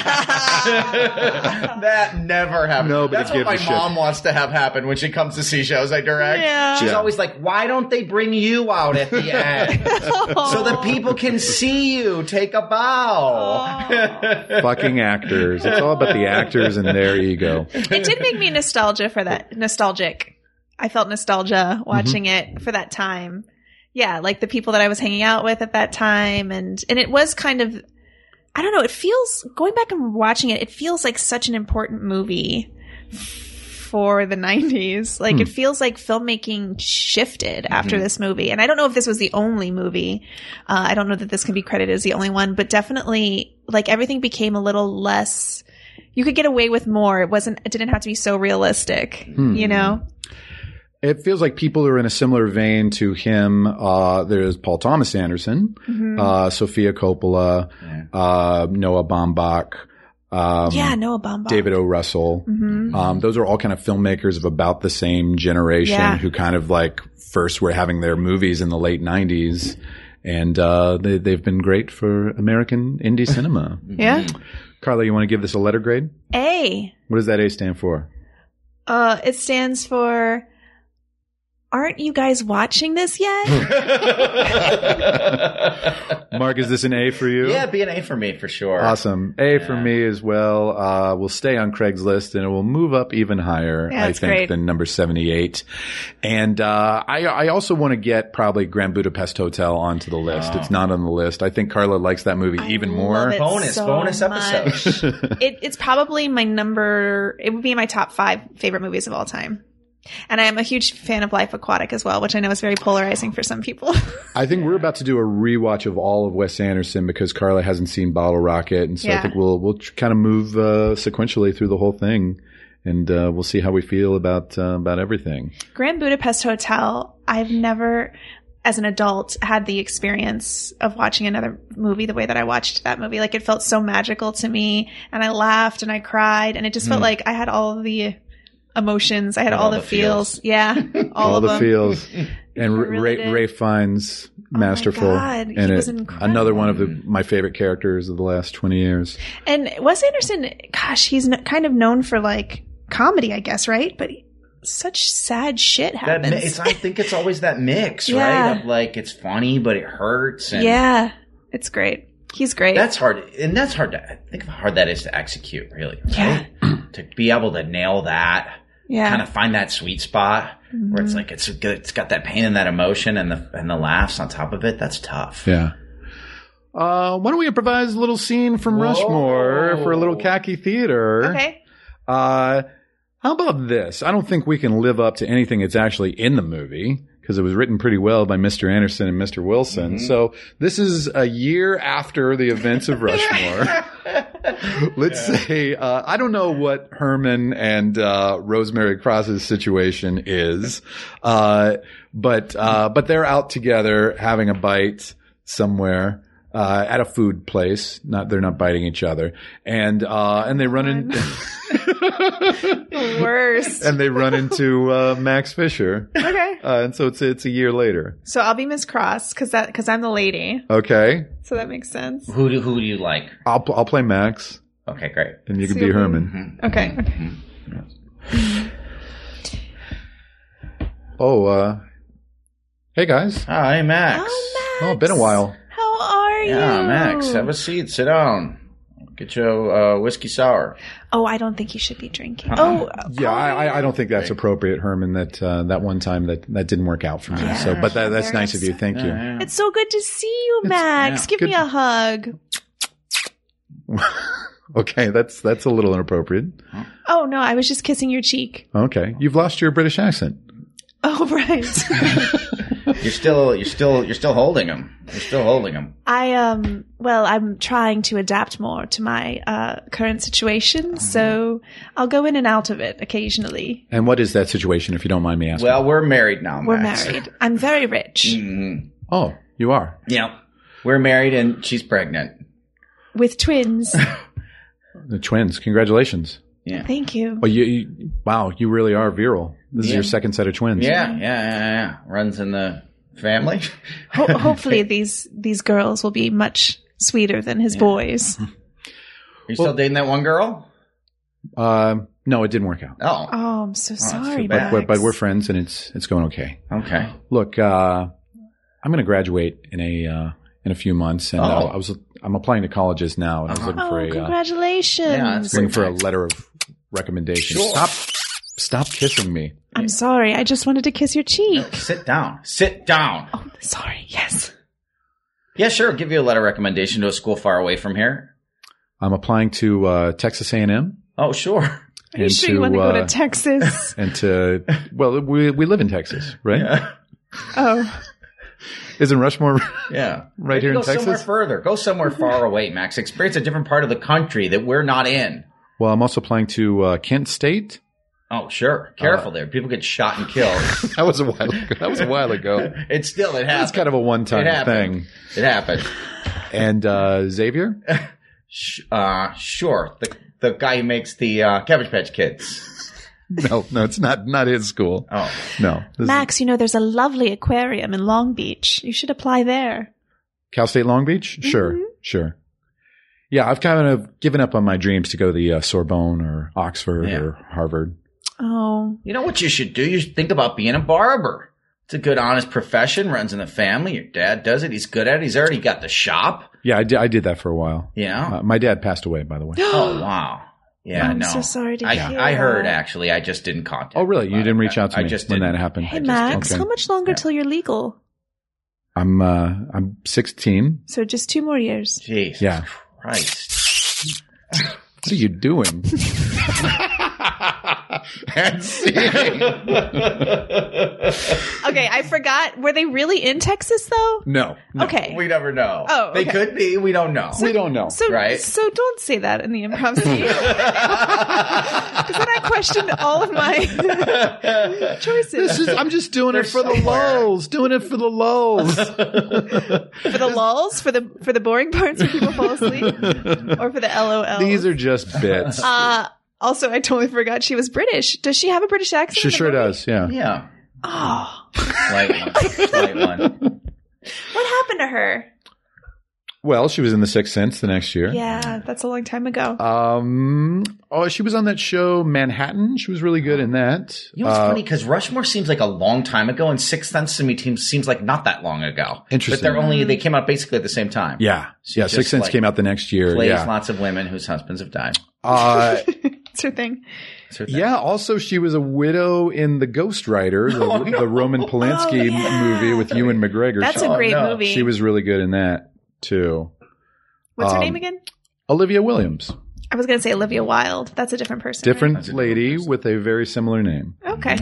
Speaker 4: happen. that never happens.
Speaker 2: No, but
Speaker 4: That's
Speaker 2: it
Speaker 4: what
Speaker 2: gives
Speaker 4: my
Speaker 2: a shit.
Speaker 4: mom wants to have happen when she comes to see shows I direct.
Speaker 3: Yeah.
Speaker 4: She's
Speaker 2: Yeah.
Speaker 4: always like, why don't they bring you out at the end? so that people can see you take a bow.
Speaker 2: Fucking actors. It's all about the actors and their ego.
Speaker 3: it did make me nostalgia for that nostalgic i felt nostalgia watching it for that time yeah like the people that i was hanging out with at that time and and it was kind of i don't know it feels going back and watching it it feels like such an important movie for the 90s like it feels like filmmaking shifted after this movie and i don't know if this was the only movie uh, i don't know that this can be credited as the only one but definitely like everything became a little less you could get away with more. It wasn't. It didn't have to be so realistic.
Speaker 2: Hmm.
Speaker 3: You know.
Speaker 2: It feels like people are in a similar vein to him. Uh, there's Paul Thomas Anderson,
Speaker 3: Mm-hmm.
Speaker 2: uh, Sophia Coppola, uh, Noah Baumbach, um,
Speaker 3: yeah. Noah Baumbach.
Speaker 2: David O. Russell.
Speaker 3: hmm
Speaker 2: Um, those are all kind of filmmakers of about the same generation
Speaker 3: Yeah.
Speaker 2: who kind of like first were having their movies in the late 90s. And uh, they, they've been great for American indie cinema.
Speaker 3: Yeah.
Speaker 2: Carla, you want to give this a letter grade?
Speaker 3: A.
Speaker 2: What does that A stand for?
Speaker 3: Uh, it stands for aren't you guys watching this
Speaker 2: Hmm.
Speaker 3: yet?
Speaker 2: Mark, is this an A for you?
Speaker 4: yeah, be an A for me for sure.
Speaker 2: Awesome. A for me as well. Uh, we'll stay on Craigslist and it will move up even higher,
Speaker 3: Yeah,
Speaker 2: I
Speaker 3: that's
Speaker 2: think,
Speaker 3: great.
Speaker 2: than number 78. And uh, I, I also want to get probably Grand Budapest Hotel onto the list. It's not on the list. I think Carla likes that movie even more.
Speaker 3: Oh. love it.
Speaker 4: Bonus,
Speaker 3: So
Speaker 4: bonus episode.
Speaker 3: it, it's probably my number. It would be in my top five favorite movies of all time. And I am a huge fan of Life Aquatic as well, which I know is very polarizing for some people.
Speaker 2: I think we're about to do a rewatch of all of Wes Anderson because Carla hasn't seen Bottle Rocket. And so I
Speaker 3: Yeah.
Speaker 2: think we'll, we'll tr- kind of move uh, sequentially through the whole thing. And uh, we'll see how we feel about uh, about everything.
Speaker 3: Grand Budapest Hotel, I've never, as an adult, had the experience of watching another movie the way that I watched that movie. Like it felt so magical to me, and I laughed and I cried, and it just felt like I had all the emotions, I had all, the, feels. Yeah, all,
Speaker 2: all
Speaker 3: of
Speaker 2: the
Speaker 3: them.
Speaker 2: feels. And
Speaker 3: really
Speaker 2: Ray,
Speaker 3: did. Oh
Speaker 2: Ray Fine's masterful,
Speaker 3: God, he
Speaker 2: in
Speaker 3: was
Speaker 2: it.
Speaker 3: incredible.
Speaker 2: another one of the, my favorite characters of the last twenty years.
Speaker 3: And Wes Anderson, gosh, he's n- kind of known for like comedy, I guess, right? But such sad shit
Speaker 4: that mi-
Speaker 3: happens.
Speaker 4: it's, I think it's always that mix,
Speaker 3: Yeah.
Speaker 4: right? Of like it's funny, but it hurts. And
Speaker 3: yeah, it's great. He's great.
Speaker 4: That's hard, and that's hard to think of how hard that is to execute. Really, right? to be able to nail that,
Speaker 3: yeah.
Speaker 4: kind of find that sweet spot where
Speaker 3: Mm-hmm.
Speaker 4: it's like it's good, it's got that pain and that emotion and the and the laughs on top of it. That's tough.
Speaker 2: Yeah. Uh, why don't we improvise a little scene from
Speaker 4: Whoa.
Speaker 2: Rushmore for a little khaki theater?
Speaker 3: okay.
Speaker 2: Uh, how about this? I don't think we can live up to anything that's actually in the movie because it was written pretty well by Mr. Anderson and Mr. Wilson.
Speaker 3: Mm-hmm.
Speaker 2: So this is a year after the events of Rushmore. Let's say uh, I don't know what Herman and uh, Rosemary Cross's situation is, uh, but uh, but they're out together having a bite somewhere. Uh, at a food place, not they're not biting each other, and uh, and they run in.
Speaker 3: The worst.
Speaker 2: and they run into uh, Max Fisher, uh,
Speaker 3: okay.
Speaker 2: and so it's it's a year later.
Speaker 3: So I'll be Miss Cross because that because I'm the lady,
Speaker 2: Okay,
Speaker 3: so that makes sense.
Speaker 4: Who do who do you like?
Speaker 2: I'll I'll play Max,
Speaker 4: Okay, great. Mm-hmm.
Speaker 2: and you can
Speaker 3: So
Speaker 2: be
Speaker 3: you'll be-
Speaker 2: Herman.
Speaker 3: Okay.
Speaker 2: Oh, uh, hey guys,
Speaker 4: Hi, Max.
Speaker 3: Oh, Max.
Speaker 2: oh, been a while.
Speaker 3: How are you?
Speaker 4: Yeah, Max, have a seat. Sit down. Get your uh, whiskey sour.
Speaker 3: oh, I don't think you should be drinking.
Speaker 4: Uh-uh.
Speaker 3: Oh,
Speaker 2: Yeah,
Speaker 3: oh,
Speaker 2: I, I- I don't think that's appropriate, Herman. That uh, that one time that that didn't work out for me. So, but that, that's
Speaker 3: Very
Speaker 2: nice of you. Thank you.
Speaker 4: Yeah,
Speaker 3: It's so good to see you, Max.
Speaker 4: yeah.
Speaker 3: Give me
Speaker 2: Good-
Speaker 3: a hug.
Speaker 2: Okay, that's that's a little inappropriate.
Speaker 3: Oh no, I was just kissing your cheek.
Speaker 2: Okay, you've lost your British accent.
Speaker 3: Oh right.
Speaker 4: yeah. You're still, you're still, you're still holding him. You're still holding him.
Speaker 3: I um well, I'm trying to adapt more to my uh current
Speaker 2: Mm-hmm.
Speaker 3: situation, so I'll go in and out of it occasionally.
Speaker 2: And what is that situation, if you don't mind me asking?
Speaker 4: Well, we're married now.
Speaker 3: We're
Speaker 4: Max.
Speaker 3: married. I'm very rich
Speaker 4: Mhm.
Speaker 2: oh, you are.
Speaker 4: Yeah, we're married, and she's pregnant.
Speaker 3: with twins.
Speaker 2: The twins. Congratulations.
Speaker 4: Yeah,
Speaker 3: Thank you.
Speaker 2: Oh, you, you wow, you really are virile. This is
Speaker 4: Yeah.
Speaker 2: your second set of twins.
Speaker 4: yeah, yeah, yeah. yeah. Runs in the family.
Speaker 3: Ho- hopefully these these girls will be much sweeter than his boys.
Speaker 4: You still dating that one girl?
Speaker 2: Um, no, it didn't work out.
Speaker 4: Oh,
Speaker 3: Oh, I'm so
Speaker 4: that's too
Speaker 3: sorry, Max.
Speaker 4: bad.
Speaker 2: But, but we're friends, and it's it's going okay.
Speaker 4: okay.
Speaker 2: Look, uh, I'm going to graduate in a uh, in a few months, and
Speaker 4: Oh.
Speaker 2: uh, I was I'm applying to colleges now, and I was
Speaker 4: Uh-huh.
Speaker 2: looking
Speaker 3: oh,
Speaker 2: for a uh,
Speaker 3: congratulations.
Speaker 4: Yeah, that's
Speaker 2: looking for a letter of recommendation.
Speaker 4: Sure.
Speaker 2: Stop stop kissing me.
Speaker 3: I'm sorry. I just wanted to kiss your cheek.
Speaker 4: Sit down. Sit down.
Speaker 3: Oh, sorry. Yes.
Speaker 4: Yeah, sure. I'll give you a letter of recommendation to a school far away from here.
Speaker 2: I'm applying to uh, Texas A&M
Speaker 4: Oh, sure.
Speaker 3: Are you
Speaker 2: And
Speaker 3: sure you want to
Speaker 2: to,
Speaker 3: go
Speaker 2: uh,
Speaker 3: to Texas?
Speaker 2: and to well, we we live in Texas, right?
Speaker 4: Yeah.
Speaker 3: oh,
Speaker 2: Isn't Rushmore
Speaker 4: Yeah.
Speaker 2: right here
Speaker 4: go
Speaker 2: in
Speaker 4: somewhere
Speaker 2: Texas?
Speaker 4: further. Go somewhere far away, Max. Experience a different part of the country that we're not in.
Speaker 2: well, I'm also applying to uh, Kent State.
Speaker 4: Oh, sure.
Speaker 2: Uh.
Speaker 4: Careful there. People get shot and killed.
Speaker 2: That was a while. Ago. That was a while ago.
Speaker 4: it still it
Speaker 2: That's
Speaker 4: happened.
Speaker 2: kind of a
Speaker 4: It
Speaker 2: one-time
Speaker 4: happened.
Speaker 2: thing.
Speaker 4: it happened.
Speaker 2: And uh, Xavier,
Speaker 4: Sh- uh, sure. The the guy who makes the uh, Cabbage Patch Kids.
Speaker 2: no, no, it's not not his school.
Speaker 4: Oh,
Speaker 2: No, this is
Speaker 3: Max, you know there's a lovely aquarium in Long Beach. You should apply there.
Speaker 2: Cal State Long Beach. Sure, sure. Yeah, I've kind of given up on my dreams to go to the uh, Sorbonne or Oxford
Speaker 4: Yeah.
Speaker 2: or Harvard.
Speaker 3: Oh,
Speaker 4: you know what you should do? You should think about being a barber. It's a good, honest profession. Runs in the family. Your dad does it. He's good at it. He's already got the shop.
Speaker 2: Yeah, I did, I did that for a while.
Speaker 4: You know.
Speaker 2: Uh, my dad passed away, by the way.
Speaker 4: oh wow. Yeah.
Speaker 3: I'm
Speaker 4: no.
Speaker 3: so sorry to
Speaker 4: I,
Speaker 3: hear
Speaker 4: I heard
Speaker 3: that.
Speaker 4: actually. I just didn't contact.
Speaker 2: Oh, really?
Speaker 4: him
Speaker 2: You
Speaker 4: about
Speaker 2: didn't
Speaker 4: it.
Speaker 2: reach out to
Speaker 4: I
Speaker 2: me
Speaker 4: just
Speaker 2: when
Speaker 4: didn't.
Speaker 2: that happened.
Speaker 3: Hey
Speaker 4: just
Speaker 3: Max,
Speaker 2: didn't-
Speaker 3: how much longer till you're legal?
Speaker 2: I'm uh, I'm 16.
Speaker 3: So just two more years.
Speaker 4: Jesus
Speaker 2: Yeah.
Speaker 4: Christ.
Speaker 2: What are you doing?
Speaker 4: And
Speaker 3: Okay, I forgot. Were they really in Texas though?
Speaker 2: no, no.
Speaker 3: Okay.
Speaker 4: we never know.
Speaker 3: Oh,
Speaker 4: they
Speaker 3: okay.
Speaker 4: could be. We don't know.
Speaker 2: we don't know.
Speaker 3: so
Speaker 4: right.
Speaker 3: so don't say that in the impromptu. Because then I questioned all of my choices
Speaker 2: this is I'm just doing it for the lulls. Doing it for the lulls.
Speaker 3: for the lulls, for the for the boring parts when people fall asleep, or for the LOL.
Speaker 2: These are just bits.
Speaker 3: Uh, also, I totally forgot she was British. Does she have a British accent?
Speaker 2: she
Speaker 3: in the
Speaker 2: sure
Speaker 3: movie?
Speaker 2: does. Yeah.
Speaker 4: yeah.
Speaker 3: Oh,
Speaker 4: Light one. Light one.
Speaker 3: what happened to her?
Speaker 2: Well, she was in the Sixth Sense the next year.
Speaker 3: Yeah, that's a long time ago.
Speaker 2: Um. Oh, she was on that show Manhattan. She was really good in that.
Speaker 4: You know what's
Speaker 2: Uh,
Speaker 4: funny? Because Rushmore seems like a long time ago, and Sixth Sense to me team seems like not that long ago.
Speaker 2: Interesting.
Speaker 4: But they're only they came out basically at the same time.
Speaker 2: Yeah. yeah.
Speaker 4: just,
Speaker 2: Sixth Sense
Speaker 4: like,
Speaker 2: came out the next year.
Speaker 4: Plays
Speaker 2: Yeah.
Speaker 4: lots of women whose husbands have died.
Speaker 2: Uh,
Speaker 3: It's her thing.
Speaker 4: That's her thing.
Speaker 2: yeah. Also, she was a widow in the Ghost Rider, the,
Speaker 4: Oh,
Speaker 2: the Roman Polanski
Speaker 3: Oh, yeah.
Speaker 2: movie with Ewan McGregor.
Speaker 3: That's
Speaker 2: she,
Speaker 3: a great
Speaker 4: no.
Speaker 3: movie.
Speaker 2: she was really good in that too.
Speaker 3: What's her
Speaker 2: um,
Speaker 3: name again?
Speaker 2: Olivia Williams,
Speaker 3: I was going to say Olivia Wilde. That's a different person. right?
Speaker 2: different
Speaker 4: That's a different
Speaker 2: lady
Speaker 4: person.
Speaker 2: with a very similar name.
Speaker 3: Okay.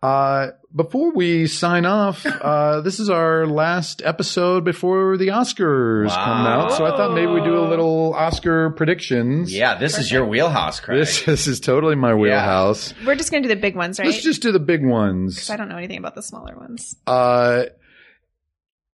Speaker 2: Uh, before we sign off, uh, this is our last episode before the Oscars
Speaker 4: Wow.
Speaker 2: come out. So I thought maybe we do a little Oscar predictions.
Speaker 4: Yeah, this is your wheelhouse, Craig.
Speaker 2: This, this is totally my wheelhouse.
Speaker 3: We're just going to do the big ones, right?
Speaker 2: Let's just do the big ones.
Speaker 3: I don't know anything about the smaller ones.
Speaker 2: Uh,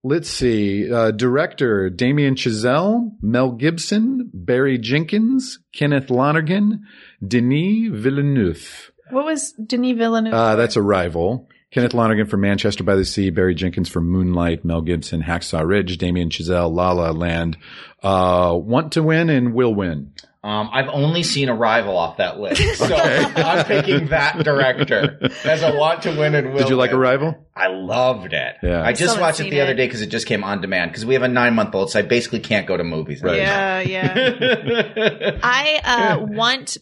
Speaker 2: let's see. Uh, director Damien Chazelle, Mel Gibson, Barry Jenkins, Kenneth Lonergan, Denis Villeneuve.
Speaker 3: What was Denis Villeneuve?
Speaker 2: Uh, that's a rival. Kenneth Lonergan for Manchester by the Sea, Barry Jenkins for Moonlight, Mel Gibson, Hacksaw Ridge, Damien Chazelle, La La Land, uh, Want to Win and Will Win.
Speaker 4: Um, I've only seen Arrival off that list, so I'm picking that director as a want to win and will.
Speaker 2: Did you like
Speaker 4: win.
Speaker 2: Arrival?
Speaker 4: I loved it.
Speaker 2: Yeah.
Speaker 4: I just
Speaker 3: Still haven't
Speaker 4: watched it
Speaker 3: seen
Speaker 4: the other
Speaker 3: it.
Speaker 4: day because it just came on demand. Because we have a nine month old, so I basically can't go to movies.
Speaker 2: Right.
Speaker 3: yeah, yeah. I uh, want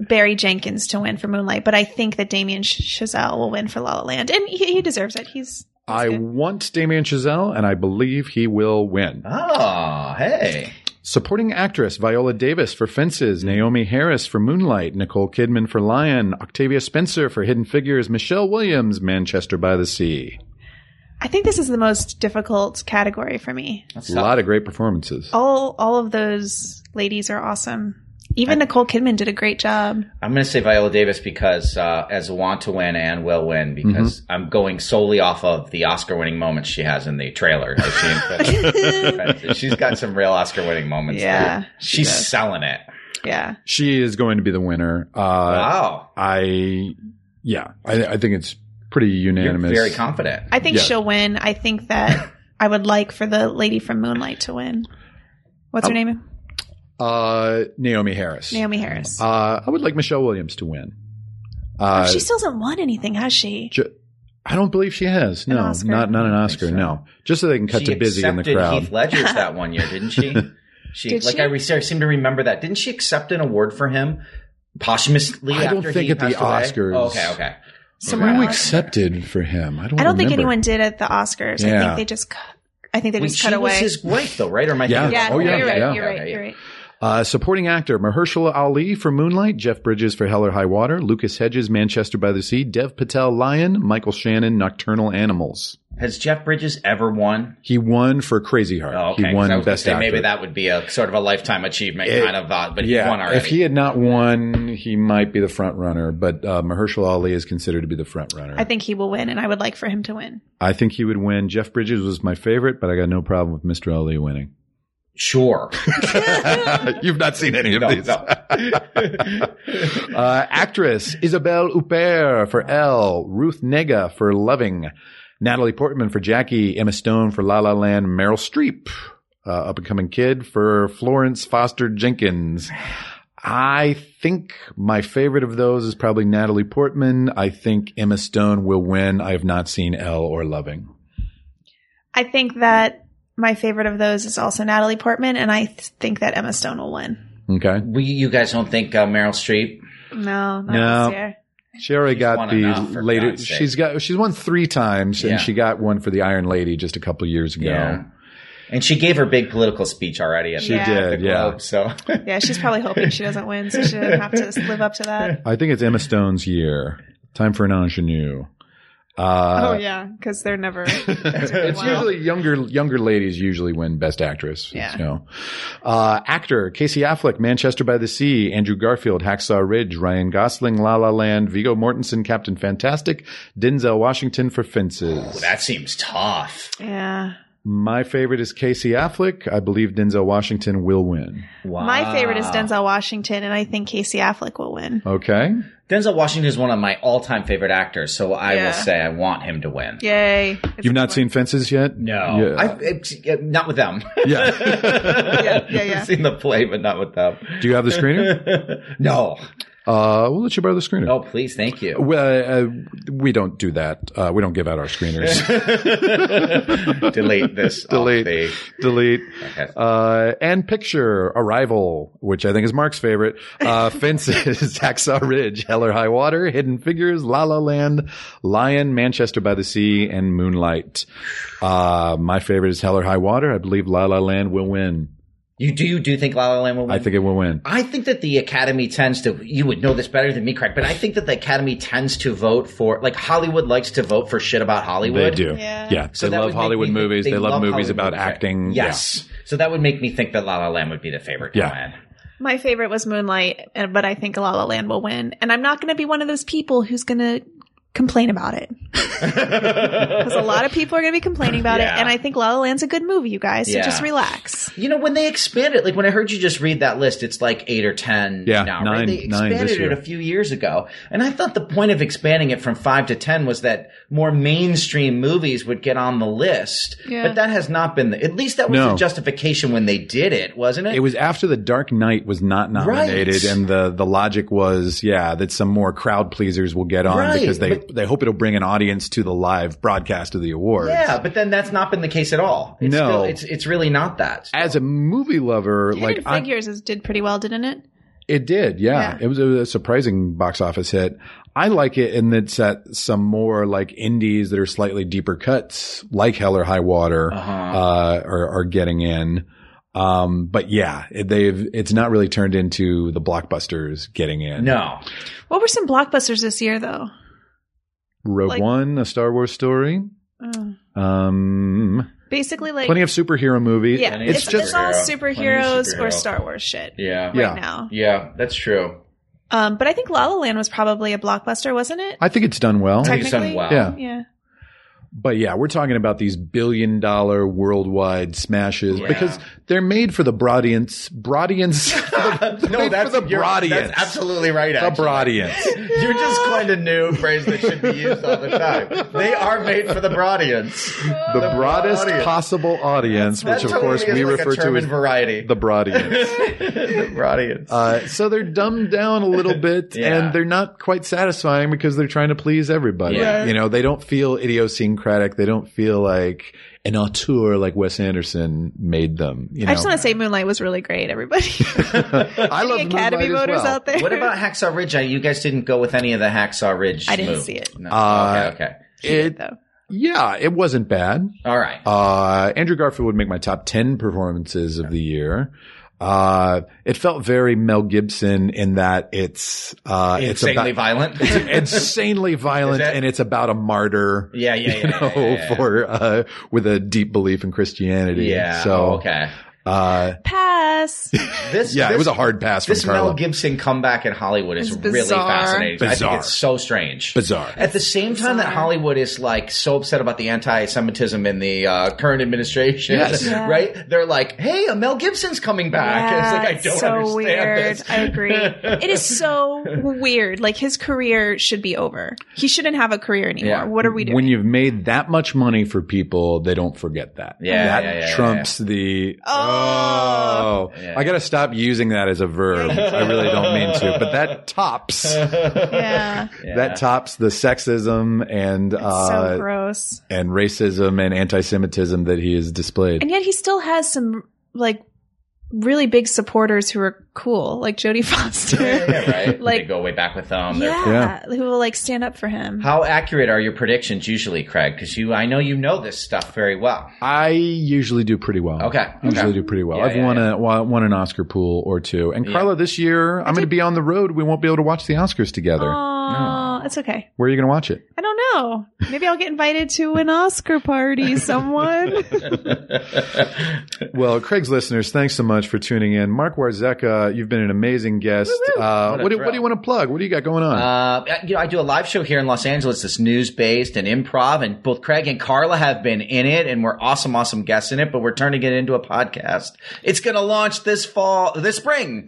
Speaker 3: Barry Jenkins to win for Moonlight, but I think that Damien Ch- Chazelle will win for La La Land, and he, he deserves it. He's
Speaker 2: I
Speaker 3: good.
Speaker 2: want Damien Chazelle and I believe he will win.
Speaker 4: Oh, hey.
Speaker 2: Supporting actress Viola Davis for Fences, Naomi Harris for Moonlight, Nicole Kidman for Lion, Octavia Spencer for Hidden Figures, Michelle Williams, Manchester by the Sea.
Speaker 3: I think this is the most difficult category for me.
Speaker 4: That's
Speaker 2: A
Speaker 4: tough.
Speaker 2: lot of great performances.
Speaker 4: Oh.
Speaker 3: All all of those ladies are awesome. Even Nicole Kidman did a great job.
Speaker 4: I'm going to say Viola Davis because uh, as a want to win and will win because
Speaker 2: Mm-hmm.
Speaker 4: I'm going solely off of the Oscar winning moments she has in the trailer. I've seen for- for- She's got some real Oscar winning moments.
Speaker 3: Yeah,
Speaker 4: there.
Speaker 3: she
Speaker 4: she's
Speaker 3: does.
Speaker 4: selling it.
Speaker 3: Yeah,
Speaker 2: She is going to be the winner. Uh,
Speaker 4: wow,
Speaker 2: I yeah, I, I think it's pretty
Speaker 4: you're
Speaker 2: unanimous.
Speaker 4: very confident.
Speaker 3: I think
Speaker 2: Yeah.
Speaker 3: she'll win. I think that I would like for the lady from Moonlight to win. What's her
Speaker 2: Um,
Speaker 3: name?
Speaker 2: uh, Naomi Harris.
Speaker 3: Naomi Harris.
Speaker 2: Uh, I would like Michelle Williams to win.
Speaker 3: Oh,
Speaker 2: Uh,
Speaker 3: she still hasn't won anything, has she?
Speaker 2: ju- I don't believe she has. No,
Speaker 3: Oscar?
Speaker 2: not not an
Speaker 4: I don't
Speaker 2: Oscar.
Speaker 4: think so.
Speaker 2: No, just so they can cut
Speaker 4: she
Speaker 2: to busy in the
Speaker 4: accepted
Speaker 2: crowd.
Speaker 4: Heath Ledger's that one year, didn't she? She
Speaker 3: Did
Speaker 4: like
Speaker 3: she?
Speaker 4: I, re- I seem to remember that. Didn't she accept an award for him posthumously?
Speaker 2: I don't
Speaker 4: after
Speaker 2: think
Speaker 4: he
Speaker 2: at the
Speaker 4: passed away?
Speaker 2: Oscars.
Speaker 4: Oh, okay, okay.
Speaker 3: Somewhere
Speaker 2: Who
Speaker 3: else?
Speaker 2: accepted for him? I don't.
Speaker 3: I don't think
Speaker 2: remember.
Speaker 3: anyone did at the Oscars. I
Speaker 2: Yeah.
Speaker 3: think they just, cu- I think they
Speaker 4: Wait,
Speaker 3: just
Speaker 4: she
Speaker 3: cut away.
Speaker 4: was his wife, though, right? Or my
Speaker 2: Yeah.
Speaker 3: yeah,
Speaker 2: Oh, yeah,
Speaker 3: you're right.
Speaker 2: yeah.
Speaker 3: You're right. You're right.
Speaker 2: Uh, supporting actor Mahershala Ali for Moonlight, Jeff Bridges for Hell or High Water, Lucas Hedges Manchester by the Sea, Dev Patel Lion, Michael Shannon Nocturnal Animals.
Speaker 4: Has Jeff Bridges ever won?
Speaker 2: He won for Crazy Heart.
Speaker 4: Oh, okay. 'cause
Speaker 2: He
Speaker 4: I
Speaker 2: won
Speaker 4: was gonna
Speaker 2: Best
Speaker 4: say
Speaker 2: Actor.
Speaker 4: Maybe that would be a sort of a lifetime achievement
Speaker 2: It-
Speaker 4: kind of, uh, but he won already.
Speaker 2: if he had not won, he might be the front runner. But uh, Mahershala Ali is considered to be the front runner.
Speaker 3: I think he will win, and I would like for him to win.
Speaker 2: I think he would win. Jeff Bridges was my favorite, but I got no problem with Mr. Ali winning.
Speaker 4: sure.
Speaker 2: You've not seen any of
Speaker 4: No,
Speaker 2: these.
Speaker 4: no.
Speaker 2: Uh, actress Isabelle Huppert for Elle, Ruth Nega for Loving, Natalie Portman for Jackie, Emma Stone for La La Land, Meryl Streep, uh, up and coming kid for Florence Foster Jenkins. I think my favorite of those is probably Natalie Portman. I think Emma Stone will win. I have not seen Elle or Loving.
Speaker 3: I think that my favorite of those is also Natalie Portman, and I th- think that Emma Stone will win.
Speaker 2: Okay.
Speaker 4: We, you guys don't think uh, Meryl Streep?
Speaker 3: No, not
Speaker 2: No.
Speaker 3: this year.
Speaker 2: She already got
Speaker 4: won
Speaker 2: the
Speaker 4: enough, for
Speaker 2: later.
Speaker 4: God's sake.
Speaker 2: She's got she's won three times,
Speaker 4: Yeah.
Speaker 2: and she got one for the Iron Lady just a couple years ago.
Speaker 4: And she gave her big political speech already. At
Speaker 2: She
Speaker 4: the-
Speaker 3: Yeah.
Speaker 2: did,
Speaker 4: the
Speaker 2: yeah.
Speaker 4: Globe, so
Speaker 3: Yeah, she's probably hoping she doesn't win, so she doesn't have to live up to that.
Speaker 2: I think it's Emma Stone's year. Time for an ingenue.
Speaker 3: oh
Speaker 2: Uh,
Speaker 3: yeah, because they're never.
Speaker 2: It's
Speaker 3: Wow.
Speaker 2: usually younger younger ladies usually win Best Actress.
Speaker 3: Yeah.
Speaker 2: You know. uh, actor Casey Affleck, Manchester by the Sea, Andrew Garfield, Hacksaw Ridge, Ryan Gosling, La La Land, Vigo Mortensen, Captain Fantastic, Denzel Washington for Fences.
Speaker 4: that seems tough.
Speaker 3: Yeah,
Speaker 2: My favorite is Casey Affleck. I believe Denzel Washington will win.
Speaker 4: Wow.
Speaker 3: my favorite is Denzel Washington, and I think Casey Affleck will win.
Speaker 2: Okay.
Speaker 4: Denzel Washington is one of my all-time favorite actors, so I
Speaker 3: Yeah.
Speaker 4: will say I want him to win.
Speaker 3: Yay! It's
Speaker 2: You've
Speaker 3: a
Speaker 2: not
Speaker 3: good
Speaker 2: seen Fences yet?
Speaker 4: No,
Speaker 2: Yeah.
Speaker 4: I, it's- uh, not with them.
Speaker 2: yeah.
Speaker 4: yeah,
Speaker 3: yeah, yeah.
Speaker 4: I've seen the play, but not with them.
Speaker 2: Do you have the screener?
Speaker 4: no.
Speaker 2: Uh, we'll let you borrow the screener.
Speaker 4: Oh, please, thank you.
Speaker 2: Well, uh, we don't do that. Uh, we don't give out our
Speaker 4: Oh,
Speaker 2: screeners.
Speaker 4: Delete this. off
Speaker 2: Delete.
Speaker 4: the-
Speaker 2: Delete.
Speaker 4: Okay.
Speaker 2: Uh, and picture Arrival, which I think is Mark's favorite. Uh, Fences, Hacksaw Ridge, Hell or High Water, Hidden Figures, La La Land, Lion, Manchester by the Sea, and Moonlight. Uh, my favorite is Hell or High Water. I believe La La Land will win.
Speaker 4: you do you do think La La Land will win?
Speaker 2: I think it will win.
Speaker 4: I think that the Academy tends to, you would know this better than me, Craig, but I think that the Academy tends to vote for, like, Hollywood likes to vote for shit about
Speaker 2: They
Speaker 4: Hollywood.
Speaker 2: do.
Speaker 3: Yeah.
Speaker 2: Yeah.
Speaker 4: So
Speaker 2: they
Speaker 4: that
Speaker 2: love
Speaker 4: would make
Speaker 2: Hollywood
Speaker 4: me think
Speaker 2: movies. They, love, movies
Speaker 4: Hollywood
Speaker 2: about
Speaker 4: movies, right?
Speaker 2: acting.
Speaker 4: Yes. So that would make me think that La La Land would be the favorite. to
Speaker 2: Yeah.
Speaker 4: win.
Speaker 3: My favorite was Moonlight, and- but I think La La Land will win. And I'm not going to be one of those people who's going to complain about it. Because a lot of people are going to be complaining about
Speaker 4: Yeah.
Speaker 3: it. And I think La La Land's a good movie, you guys. So
Speaker 4: Yeah.
Speaker 3: just relax.
Speaker 4: You know, when they expanded, like when I heard you just read that list, it's like eight or ten
Speaker 2: Yeah,
Speaker 4: now,
Speaker 2: nine-
Speaker 4: right? They
Speaker 2: nine
Speaker 4: expanded
Speaker 2: this year.
Speaker 4: it a few years ago. And I thought the point of expanding it from five to ten was that more mainstream movies would get on the list.
Speaker 3: Yeah.
Speaker 4: But that has not been the at least that was
Speaker 2: No.
Speaker 4: the justification when they did it, wasn't it?
Speaker 2: It was after the Dark Knight was not nominated,
Speaker 4: Right.
Speaker 2: and the the logic was, yeah, that some more crowd pleasers will get on
Speaker 4: Right,
Speaker 2: because they
Speaker 4: but-
Speaker 2: they hope it'll bring an audience to the live broadcast of the awards.
Speaker 4: yeah, but then that's not been the case at all. It's
Speaker 2: No.
Speaker 4: still, it's it's really not that.
Speaker 2: As a movie lover, like
Speaker 3: Hidden
Speaker 2: I-
Speaker 3: Figures is, did pretty well, didn't it?
Speaker 2: it did, yeah.
Speaker 3: Yeah.
Speaker 2: It was a surprising box office hit. I like it in that it's at some more like indies that are slightly deeper cuts, like Hell or High Water,
Speaker 4: Uh-huh.
Speaker 2: uh are, are getting in. Um, but yeah, it- they've it's not really turned into the blockbusters getting in.
Speaker 4: no.
Speaker 3: What were some blockbusters this year, though?
Speaker 2: Rogue
Speaker 3: Like-
Speaker 2: One, a Star Wars story.
Speaker 3: Mm.
Speaker 2: Um,
Speaker 3: Basically, like,
Speaker 2: plenty of superhero movies.
Speaker 3: yeah,
Speaker 4: Plenty of
Speaker 3: it's,
Speaker 2: it's just
Speaker 3: it's all
Speaker 4: superhero. Plenty of
Speaker 3: superheroes or
Speaker 4: superhero.
Speaker 3: Star Wars shit
Speaker 4: Yeah.
Speaker 2: Yeah.
Speaker 3: right now.
Speaker 4: Yeah, that's true.
Speaker 3: Um, but I think La La Land was probably a blockbuster, wasn't it?
Speaker 2: I think it's done well.
Speaker 4: I think it's done
Speaker 3: Technically,
Speaker 4: well.
Speaker 2: Yeah,
Speaker 3: yeah.
Speaker 2: but yeah, we're talking about these billion dollar worldwide smashes
Speaker 4: Yeah.
Speaker 2: because they're made for the broadience. Broadience.
Speaker 4: No,
Speaker 2: Made
Speaker 4: that's
Speaker 2: for the
Speaker 4: you're-
Speaker 2: broadience.
Speaker 4: That's absolutely right.
Speaker 2: the
Speaker 4: actually.
Speaker 2: broadience.
Speaker 4: You're just coined a new phrase that should be used all the time. They are made for the broadience.
Speaker 2: The broadest
Speaker 4: broadience.
Speaker 2: possible audience,
Speaker 4: That
Speaker 2: which of
Speaker 4: totally
Speaker 2: course
Speaker 4: is
Speaker 2: we
Speaker 4: like a
Speaker 2: refer
Speaker 4: term
Speaker 2: to as
Speaker 4: in variety.
Speaker 2: the broadience.
Speaker 4: The broadience.
Speaker 2: Uh, so they're dumbed down a little bit
Speaker 4: Yeah.
Speaker 2: and they're not quite satisfying because they're trying to please everybody.
Speaker 4: Yeah.
Speaker 2: You know, they don't feel idiosyncratic. They don't feel like an auteur like Wes Anderson made them. You know?
Speaker 3: I just want to say Moonlight was really great, everybody.
Speaker 2: I love
Speaker 3: Any Academy
Speaker 2: Moonlight as
Speaker 3: voters
Speaker 2: well.
Speaker 3: out there.
Speaker 4: what about Hacksaw Ridge? I- You guys didn't go with any of the Hacksaw Ridge.
Speaker 3: I didn't
Speaker 4: moves.
Speaker 3: see it.
Speaker 4: No.
Speaker 2: Uh,
Speaker 4: okay, okay.
Speaker 2: It,
Speaker 3: though?
Speaker 2: yeah, it wasn't bad.
Speaker 4: All right.
Speaker 2: Uh, Andrew Garfield would make my top 10 performances of the year. Uh, it felt very Mel Gibson in that it's, uh, it's
Speaker 4: Insanely
Speaker 2: about,
Speaker 4: violent.
Speaker 2: insanely violent
Speaker 4: Is that-
Speaker 2: and it's about a martyr.
Speaker 4: yeah, yeah, yeah.
Speaker 2: you know,
Speaker 4: yeah, yeah, yeah.
Speaker 2: for uh, with a deep belief in Christianity.
Speaker 4: Yeah.
Speaker 2: So
Speaker 4: oh, okay.
Speaker 2: uh,
Speaker 3: Pass.
Speaker 4: This.
Speaker 2: yeah,
Speaker 4: this,
Speaker 2: it was a hard pass from
Speaker 4: This
Speaker 2: Carla.
Speaker 4: Mel Gibson comeback in Hollywood is
Speaker 3: It's
Speaker 4: really
Speaker 3: bizarre.
Speaker 4: fascinating. I
Speaker 2: Bizarre.
Speaker 4: think it's so strange.
Speaker 2: Bizarre.
Speaker 4: At the same time that Hollywood is like so upset about the anti-Semitism in the uh, current administration,
Speaker 2: Yes.
Speaker 3: Yeah.
Speaker 4: right? They're like, "Hey, uh, Mel Gibson's coming back."
Speaker 3: Yeah,
Speaker 4: it's like I
Speaker 3: it's
Speaker 4: don't
Speaker 3: so
Speaker 4: understand
Speaker 3: weird.
Speaker 4: this.
Speaker 3: I agree. It is so weird. Like his career should be over. He shouldn't have a career anymore.
Speaker 4: Yeah.
Speaker 3: What are we doing?
Speaker 2: When you've made that much money for people, they don't forget that.
Speaker 4: Yeah,
Speaker 2: that
Speaker 4: yeah, yeah, yeah,
Speaker 2: trumps the.
Speaker 3: oh,
Speaker 2: Oh,
Speaker 4: Yeah.
Speaker 2: I gotta stop using that as a verb. I really don't mean to, but that tops.
Speaker 3: Yeah.
Speaker 2: That tops the sexism and
Speaker 3: so
Speaker 2: uh,
Speaker 3: gross.
Speaker 2: and racism and anti-Semitism that he has displayed.
Speaker 3: And yet he still has some like really big supporters who are cool, like Jodie Foster.
Speaker 4: Yeah, right.
Speaker 3: Like-
Speaker 4: they go way back with them. They're-
Speaker 3: yeah, who will like stand up for him.
Speaker 4: How accurate are your predictions usually, Craig? Because you, I know you know this stuff very well.
Speaker 2: I usually do pretty well.
Speaker 4: Okay,
Speaker 2: usually
Speaker 4: okay.
Speaker 2: do pretty well.
Speaker 4: Yeah,
Speaker 2: I've
Speaker 4: yeah,
Speaker 2: won
Speaker 4: yeah.
Speaker 2: a wa- won an Oscar pool or two. And Carla, this year I'm going to be on the road. We won't be able to watch the Oscars together.
Speaker 3: Oh, that's okay.
Speaker 2: Where are you going to watch it?
Speaker 3: I don't know. Maybe I'll get invited to an Oscar party, someone.
Speaker 2: Well, Craig's listeners, thanks so much for tuning in. Mark Warzeka, you've been an amazing guest. Uh,
Speaker 4: What
Speaker 2: what,
Speaker 4: a
Speaker 2: do, what
Speaker 4: thrill.
Speaker 2: do you want to plug? What do you got going on?
Speaker 4: Uh, you know, I do a live show here in Los Angeles that's news based and improv, and both Craig and Carla have been in it, and we're awesome, awesome guests in it. But we're turning it into a podcast. It's going to launch this fall, this spring,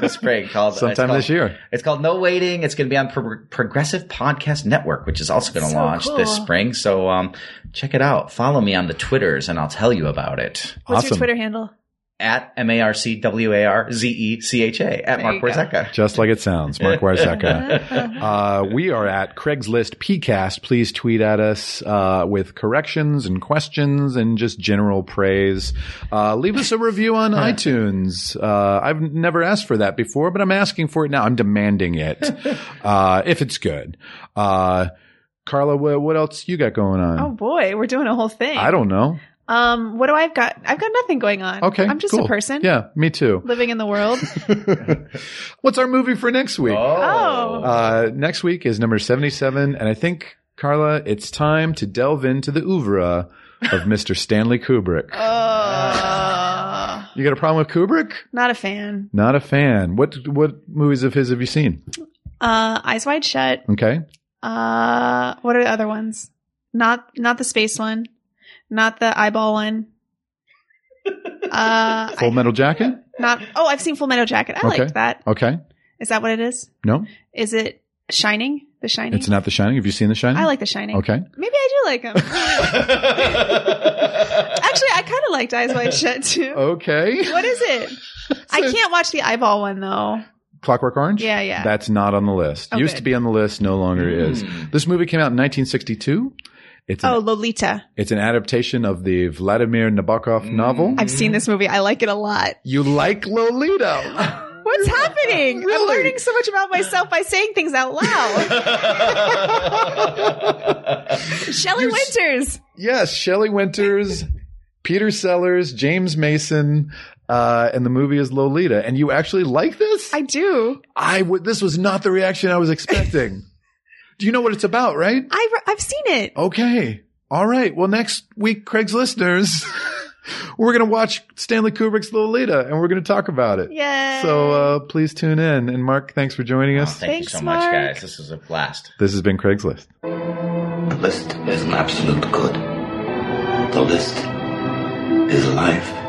Speaker 4: this spring called it's
Speaker 2: Sometime
Speaker 4: called-
Speaker 2: this year.
Speaker 4: It's called No Waiting. It's going to be on Pro- Progressive Podcast Network, which is also going to
Speaker 3: So
Speaker 4: launch this
Speaker 3: cool.
Speaker 4: spring. So um, check it out. Follow me on the Twitters, and I'll tell you about it
Speaker 3: What's your
Speaker 2: Awesome.
Speaker 3: Twitter handle?
Speaker 4: at M A R C W A R Z E C H A at
Speaker 3: There
Speaker 4: Mark
Speaker 3: you go.
Speaker 4: Borzeka.
Speaker 2: Just like it sounds, Mark Warzeka. Uh, we are at Craigslist PCast. Please tweet at us uh, with corrections and questions and just general praise. Uh, leave us a review on iTunes. Uh, I've never asked for that before, but I'm asking for it now. I'm demanding it uh, if it's good. Uh, Carla, what, what else you got going on?
Speaker 3: Oh boy, we're doing a whole thing.
Speaker 2: I don't know.
Speaker 3: Um, what do I've got? I've got nothing going on.
Speaker 2: Okay.
Speaker 3: I'm just
Speaker 2: cool.
Speaker 3: a person
Speaker 2: Yeah, me too.
Speaker 3: living in the world.
Speaker 2: What's our movie for next week?
Speaker 3: Oh.
Speaker 2: Uh, next week is number 77, and I think, Carla, it's time to delve into the oeuvre of Mr. Stanley Kubrick.
Speaker 3: Uh,
Speaker 2: You got a problem with Kubrick?
Speaker 3: not a fan.
Speaker 2: Not a fan. What what movies of his have you seen?
Speaker 3: Uh, Eyes Wide Shut.
Speaker 2: Okay.
Speaker 3: Uh, what are the other ones? Not not the space one, not the eyeball one. Uh,
Speaker 2: Full Metal Jacket?
Speaker 3: not. Oh, I've seen Full Meadow Jacket. I
Speaker 2: Okay.
Speaker 3: liked that.
Speaker 2: Okay.
Speaker 3: Is that what it is?
Speaker 2: No,
Speaker 3: Is it Shining? The Shining.
Speaker 2: it's not The Shining. Have you seen The Shining?
Speaker 3: I like The Shining.
Speaker 2: Okay.
Speaker 3: Maybe I do like him. Actually, I kind of liked Eyes Wide Shut too.
Speaker 2: Oh. Okay.
Speaker 3: What is it? I can't watch the eyeball one though.
Speaker 2: Clockwork Orange?
Speaker 3: Yeah, yeah.
Speaker 2: That's not on the list.
Speaker 3: Oh,
Speaker 2: Used
Speaker 3: good. Mm.
Speaker 2: to be on the list, no longer is.
Speaker 4: Hmm.
Speaker 2: This movie came out in 1962. It's an,
Speaker 3: oh, Lolita.
Speaker 2: it's an adaptation of the Vladimir Nabokov novel.
Speaker 3: I've seen this movie. Mm. I like it a lot.
Speaker 2: You like Lolita.
Speaker 3: What's happening? I'm
Speaker 2: Really?
Speaker 3: learning so much about myself by saying things out loud. Shelley Winters.
Speaker 2: yes, Shelley Winters, Peter Sellers, James Mason, uh, and the movie is Lolita. And you actually like this?
Speaker 3: I do.
Speaker 2: I would. This was not the reaction I was expecting. Do you know what it's about, right?
Speaker 3: I I've seen it.
Speaker 2: Okay. All right. Well, next week, Craig's listeners, we're going to watch Stanley Kubrick's Lolita and we're going to talk about it.
Speaker 3: Yay.
Speaker 2: So uh, please tune in. And Mark, thanks for joining
Speaker 4: Oh,
Speaker 2: us.
Speaker 4: thank you
Speaker 3: Thanks,
Speaker 4: so
Speaker 3: Mark.
Speaker 4: much, guys. This was a blast.
Speaker 2: this has been Craigslist.
Speaker 6: The list is an absolute good. The list is life.